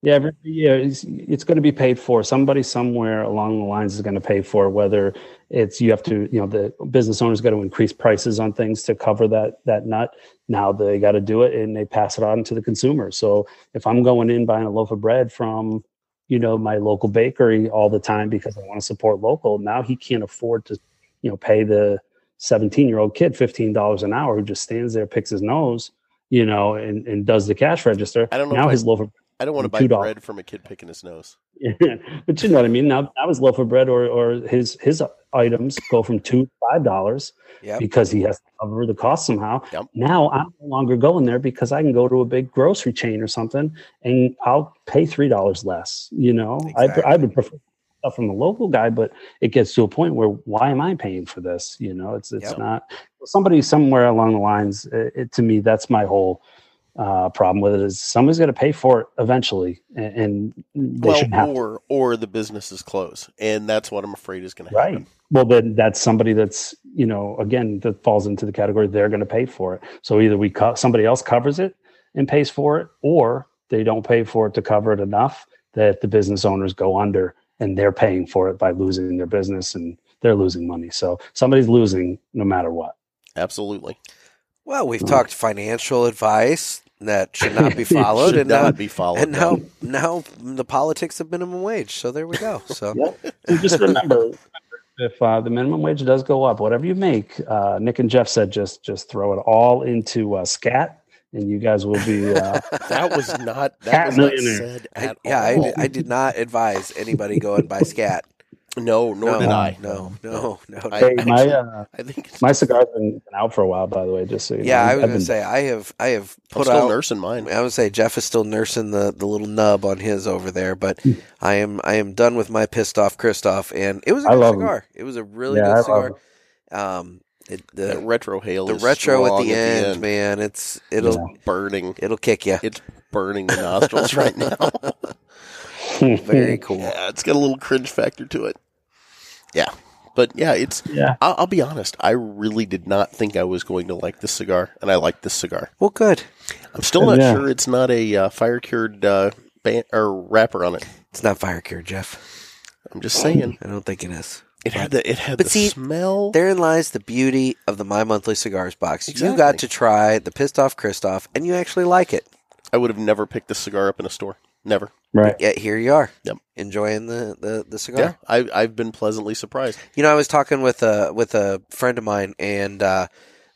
Yeah, every year it's, it's going to be paid for. Somebody somewhere along the lines is going to pay for it, whether it's you have to, you know, the business owner's got to increase prices on things to cover that that nut. Now they got to do it and they pass it on to the consumer. So if I'm going in buying a loaf of bread from, you know, my local bakery all the time because I want to support local, now he can't afford to, you know, pay the 17 year old kid $15 an hour who just stands there, picks his nose, you know, and, and does the cash register. I don't know if Now I- his loaf of I don't want to And buy $2. bread from a kid picking his nose. yeah, (laughs) but you know what I mean. Now, now his loaf of bread or or his his items go from two to five dollars Yep. because he has to cover the cost somehow. Yep. Now I'm no longer going there because I can go to a big grocery chain or something and I'll pay three dollars less. You know, I I Exactly. would prefer stuff from the local guy, but it gets to a point where why am I paying for this? You know, it's it's Yep. not somebody somewhere along the lines. It, it, to me, that's my whole. Uh, problem with it is somebody's going to pay for it eventually, and, and they well, shouldn't have to. or or the business is closed, and that's what I'm afraid is going to happen. Right. Well, then that's somebody that's you know again that falls into the category they're going to pay for it. So either we co- somebody else covers it and pays for it, or they don't pay for it to cover it enough that the business owners go under and they're paying for it by losing their business and they're losing money. So somebody's losing no matter what. Absolutely, Well, we've Mm-hmm. talked financial advice that should (laughs) not be followed, should and now not be followed. and no. now now the politics of minimum wage. So there (laughs) we go. So And just remember. If uh, the minimum wage does go up, whatever you make, uh, Nick and Jeff said, just just throw it all into uh, scat and you guys will be uh, That was (laughs) not that Cat was not millionaire. said I, at yeah, I, all. did- I did not advise anybody go and buy scat. no, (laughs) nor no, did I. No, no, no. no. (laughs) I- hey, my uh, I think it's, my cigar's been, been out for a while, by the way. Just so you yeah, know. I was I've gonna been- say I have I have I'm put still out. nursing mine. I would say Jeff is still nursing the, the little nub on his over there, but Hmm. I am I am done with my pissed off Christoph, and it was a I good love him. cigar. It was a really Yeah, I good love cigar. Um, it, That the retro hail. the is retro at strong the, end, man, it's it'll It's burning. it'll kick you. It's burning (laughs) the nostrils right now. Very cool. Yeah, it's got a little cringe factor to it. Yeah, but yeah, it's. (laughs) yeah, I'll, I'll be honest. I really did not think I was going to like this cigar, and I like this cigar. Well, good. I'm still not Yeah. sure it's not a uh, fire cured uh, ban- or wrapper on it. It's not fire cured, Jeff. I'm just saying I don't think it is. it had the it had But the see, smell. Therein lies the beauty of the My Monthly Cigars box. You Exactly. got to try the pissed off Christoph, and you actually like it. I would have never picked this cigar up in a store. Never. right. Yet here you are, Yep. enjoying the, the, the cigar. Yeah, I, I've been pleasantly surprised. You know, I was talking with a with a friend of mine, and uh,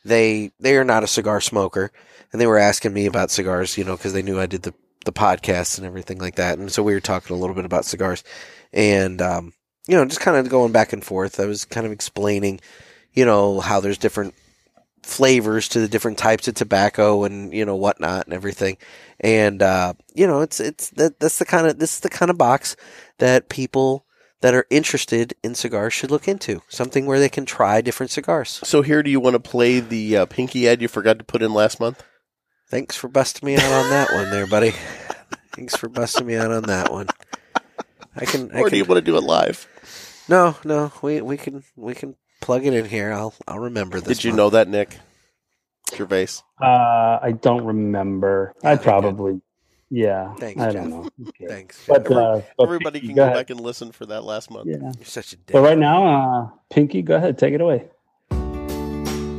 they they are not a cigar smoker, and they were asking me about cigars, you know, because they knew I did the the podcast and everything like that, and so we were talking a little bit about cigars, and um, you know, just kind of going back and forth. I was kind of explaining, you know, how there's different flavors to the different types of tobacco and you know whatnot and everything and uh you know it's it's that that's the kind of this is the kind of box that people that are interested in cigars should look into something where they can try different cigars. So here, do you want to play the uh, pinky ad you forgot to put in last month? Thanks for busting me out on that one, there, buddy. (laughs) Thanks for busting me out on that one. I can, I Or do can you want to do it live? no, no, we we can we can plug it in here. I'll I'll remember this. Did you month. know that, Nick? Gervais. Uh, I don't remember. Yeah, I you're good. probably, yeah. Thanks, I Jeff. don't know. Okay. Thanks. But, Every- uh, but Everybody Pinky, can go go ahead. back and listen for that last month. Yeah. You're such a dick. But right now, uh, Pinky, go ahead, take it away.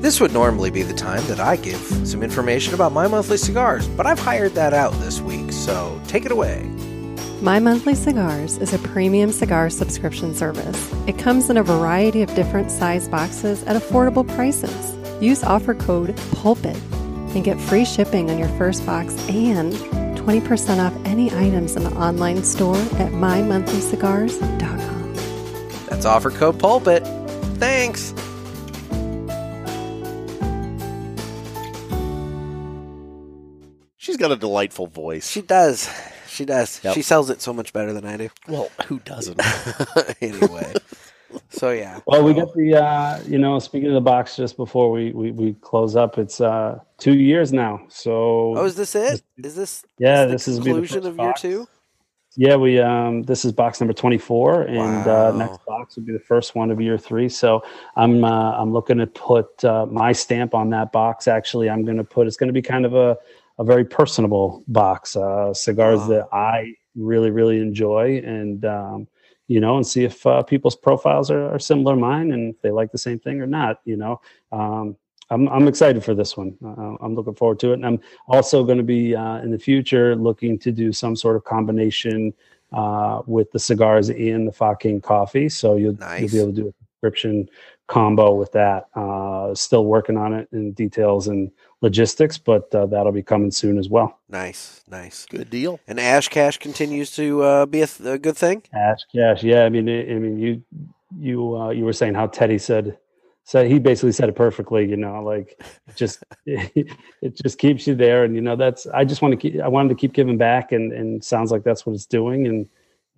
This would normally be the time that I give some information about my monthly cigars, but I've hired that out this week, so take it away. My Monthly Cigars is a premium cigar subscription service. It comes in a variety of different size boxes at affordable prices. Use offer code PULPIT and get free shipping on your first box and 20% off any items in the online store at mymonthlycigars.com. That's offer code pulpit. Thanks. She's got a delightful voice. She does. She does. Yep. She sells it so much better than I do. well, who doesn't? (laughs) anyway. so yeah. Well, we got the, uh, you know, speaking of the box, just before we, we, we close up, it's uh, two years now. So, Oh, is this it? Is this yeah, the this is conclusion of year two? Yeah, we um, this is box number twenty four, and Wow. uh, next box will be the first one of year three. So I'm uh, I'm looking to put uh, my stamp on that box. Actually, I'm going to put it's going to be kind of a a very personable box, uh, cigars Wow. that I really really enjoy, and um, you know, and see if uh, people's profiles are, are similar to mine and if they like the same thing or not. You know. Um, I'm, I'm excited for this one. Uh, I'm looking forward to it, and I'm also going to be uh, in the future looking to do some sort of combination uh, with the cigars and the fucking coffee. So you'll, Nice. you'll be able to do a subscription combo with that. Uh, still working on it in details and logistics, but uh, that'll be coming soon as well. Nice, nice. (laughs) Good deal. And Ash Cash continues to uh, be a, th- a good thing. Cash, cash. Yeah, I mean, I I mean, you, you, uh, you were saying how Teddy said, said he basically said it perfectly. You know, like just it just keeps you there, and you know that's. I just want to keep. I wanted to keep giving back, and and sounds like that's what it's doing, and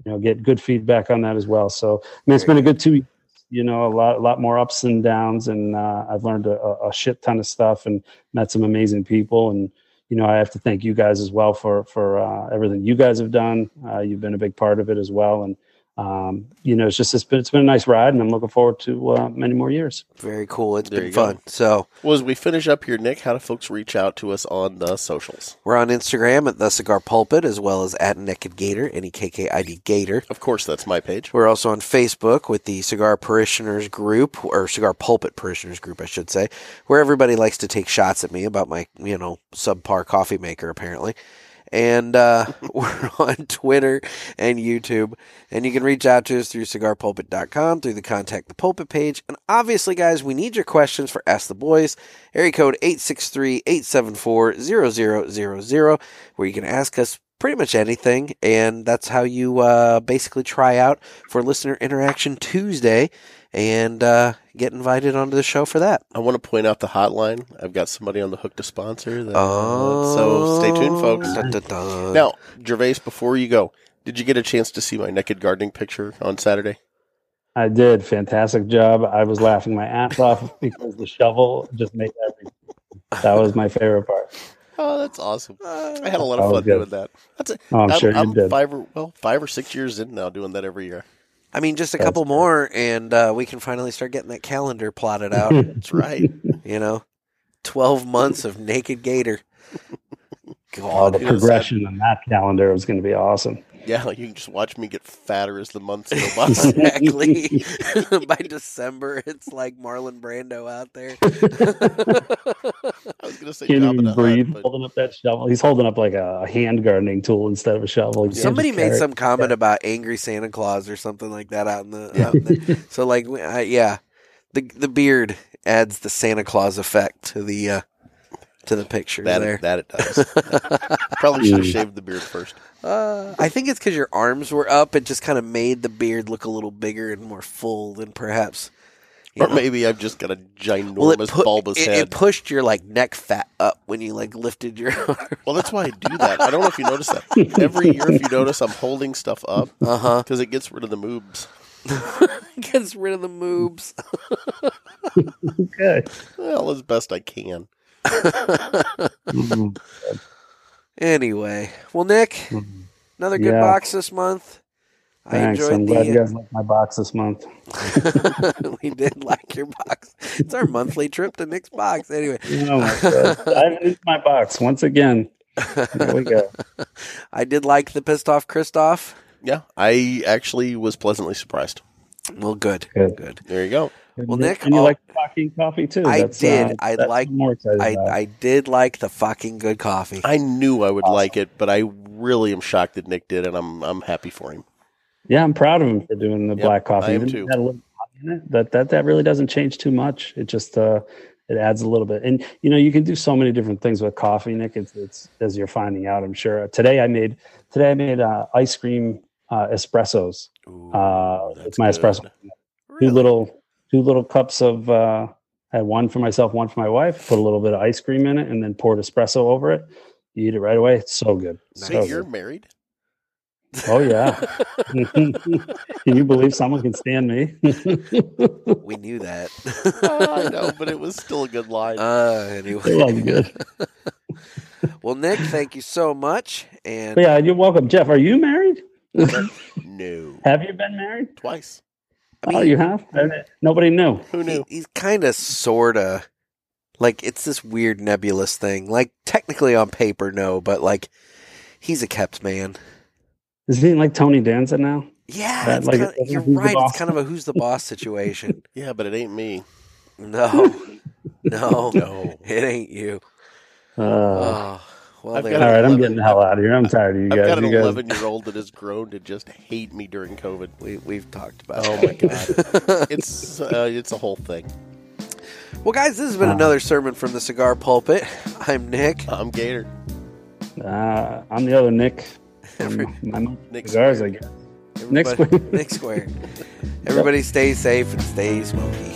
you know get good feedback on that as well. So I mean, it's been a good two. years, You know, a lot, a lot more ups and downs, and uh, I've learned a, a- a shit ton of stuff, and met some amazing people, and you know, I have to thank you guys as well for for uh, everything you guys have done. Uh, you've been a big part of it as well, and um, you know, it's just it's been it's been a nice ride, and I'm looking forward to uh, many more years. Very cool. It's There been you go. fun. So Well, as we finish up here, Nick, how do folks reach out to us on the socials? we're on Instagram at the Cigar Pulpit as well as at Naked Gator, N E K K I D Gator. Of course, that's my page. We're also on Facebook with the Cigar Parishioners Group or Cigar Pulpit Parishioners Group, I should say, where everybody likes to take shots at me about my, you know, subpar coffee maker apparently. And uh, (laughs) we're on Twitter and YouTube. And you can reach out to us through cigarpulpit.com, through the Contact the Pulpit page. And obviously, guys, we need your questions for Ask the Boys. Area code 863-874-0000, where you can ask us pretty much anything. And that's how you uh, basically try out for Listener Interaction Tuesday and uh, get invited onto the show for that. I want to point out the hotline. I've got somebody on the hook to sponsor. That, uh, so stay tuned, folks. Oh. Dun, dun, dun. Now, Gervais, before you go, did you get a chance to see my naked gardening picture on Saturday? I did fantastic job. I was laughing my ass off (laughs) because the shovel just made everything. That was my favorite part. Oh, that's awesome! I had a lot That of was fun good. doing that. That's it. Oh, I'm sure you I'm did. five or well, five or six years in now doing that every year. I mean, just a couple more, and uh, we can finally start getting that calendar plotted (laughs) out. That's (laughs) right. you know, twelve months of naked gator. All the It God, was- progression on that calendar was going to be awesome. yeah, you can just watch me get fatter as the months go by. (laughs) (laughs) exactly. (laughs) (laughs) By December, it's like Marlon Brando out there. I was going to say, Can't Jabba even the Hutt, breathe. but- Holding up that shovel. He's holding up like a hand gardening tool instead of a shovel. You can't Somebody just made carry it. some comment about angry Santa Claus or something like that out in the. Out in (laughs) the so like, we- I, yeah, the the beard adds the Santa Claus effect to the uh, to the picture that there. it, that it does. Probably should have shaved the beard first. (laughs) Uh, I think it's because your arms were up. It just kind of made the beard look a little bigger and more full than perhaps. you Or know. maybe I've just got a ginormous pu- bulbous it, head. it pushed your like neck fat up when you like lifted your (laughs) arm. well, that's why I do that. I don't know if you notice that. Every year, if you notice, I'm holding stuff up Uh huh. because it gets rid of the moobs. Gets rid of the moobs. Okay. (laughs) Well, as best I can. Mhm. Anyway, well, Nick, Mhm. another good Yeah. box this month. I Thanks. enjoyed I'm the. (laughs) glad you guys liked my box this month. we did like your box. It's our monthly trip to Nick's box. Anyway, Oh my God. I haven't used my box once again. There we go. I did like the pissed off Kristoff. Yeah, I actually was pleasantly surprised. Well, good, Good. good. There you go. (laughs) Well, Nick, and you all- like fucking coffee too. I That's, did. uh, I that's like- what I'm more excited I, about. I did like the fucking good coffee. I knew I would like it, but I really am shocked that Nick did, and I'm I'm happy for him. yeah, I'm proud of him for doing the Yep, black coffee. I am Even if too. it had a little coffee in it, that that that really doesn't change too much. It just uh, it adds a little bit. And you know, you can do so many different things with coffee, Nick. It's, it's as you're finding out. I'm sure. Today I made today I made uh, ice cream uh, espressos. Ooh, Oh, Uh, that's it's my good. espresso. Really? two little two little cups of uh I had one for myself, one for my wife, put a little bit of ice cream in it and then poured espresso over it. You eat it right away. It's so good. So So you're good. married? (laughs) Oh yeah. Can you believe someone can stand me? (laughs) we knew that. I know, but it was still a good (laughs) line. (laughs) Uh, Oh, anyway. good. Well, Nick, thank you so much. And But yeah, you're welcome. Jeff, are you married? no, Have you been married? twice. I mean, oh, you have? Mm-hmm. I- Nobody knew. Who he- knew? he's kind of, sort of, like, it's this weird nebulous thing. Like, technically on paper, no, but, like, he's a kept man. Is he like Tony Danza now? Yeah, That, it's like, kinda- it's you're who's the right. It's boss. kind of a who's the boss (laughs) situation. Yeah, but it ain't me. No, Oh. (laughs) no, No. it ain't you. Uh, Oh, well, I've there got all a- you right, I'm eleven- getting the hell out of here. I'm tired of you I've guys. got an You guys- 11 year old that has grown to just hate me during COVID. We, we've talked about Oh it. my god, (laughs) it's uh, it's a whole thing. Well, guys, this has been another sermon from the cigar pulpit. I'm Nick. I'm Gator. Uh, I'm the (laughs) other Nick. I'm, I'm Nick cigars, I guess. Nick Everybody- Square. Nick Square. Everybody stay safe and stay smoky.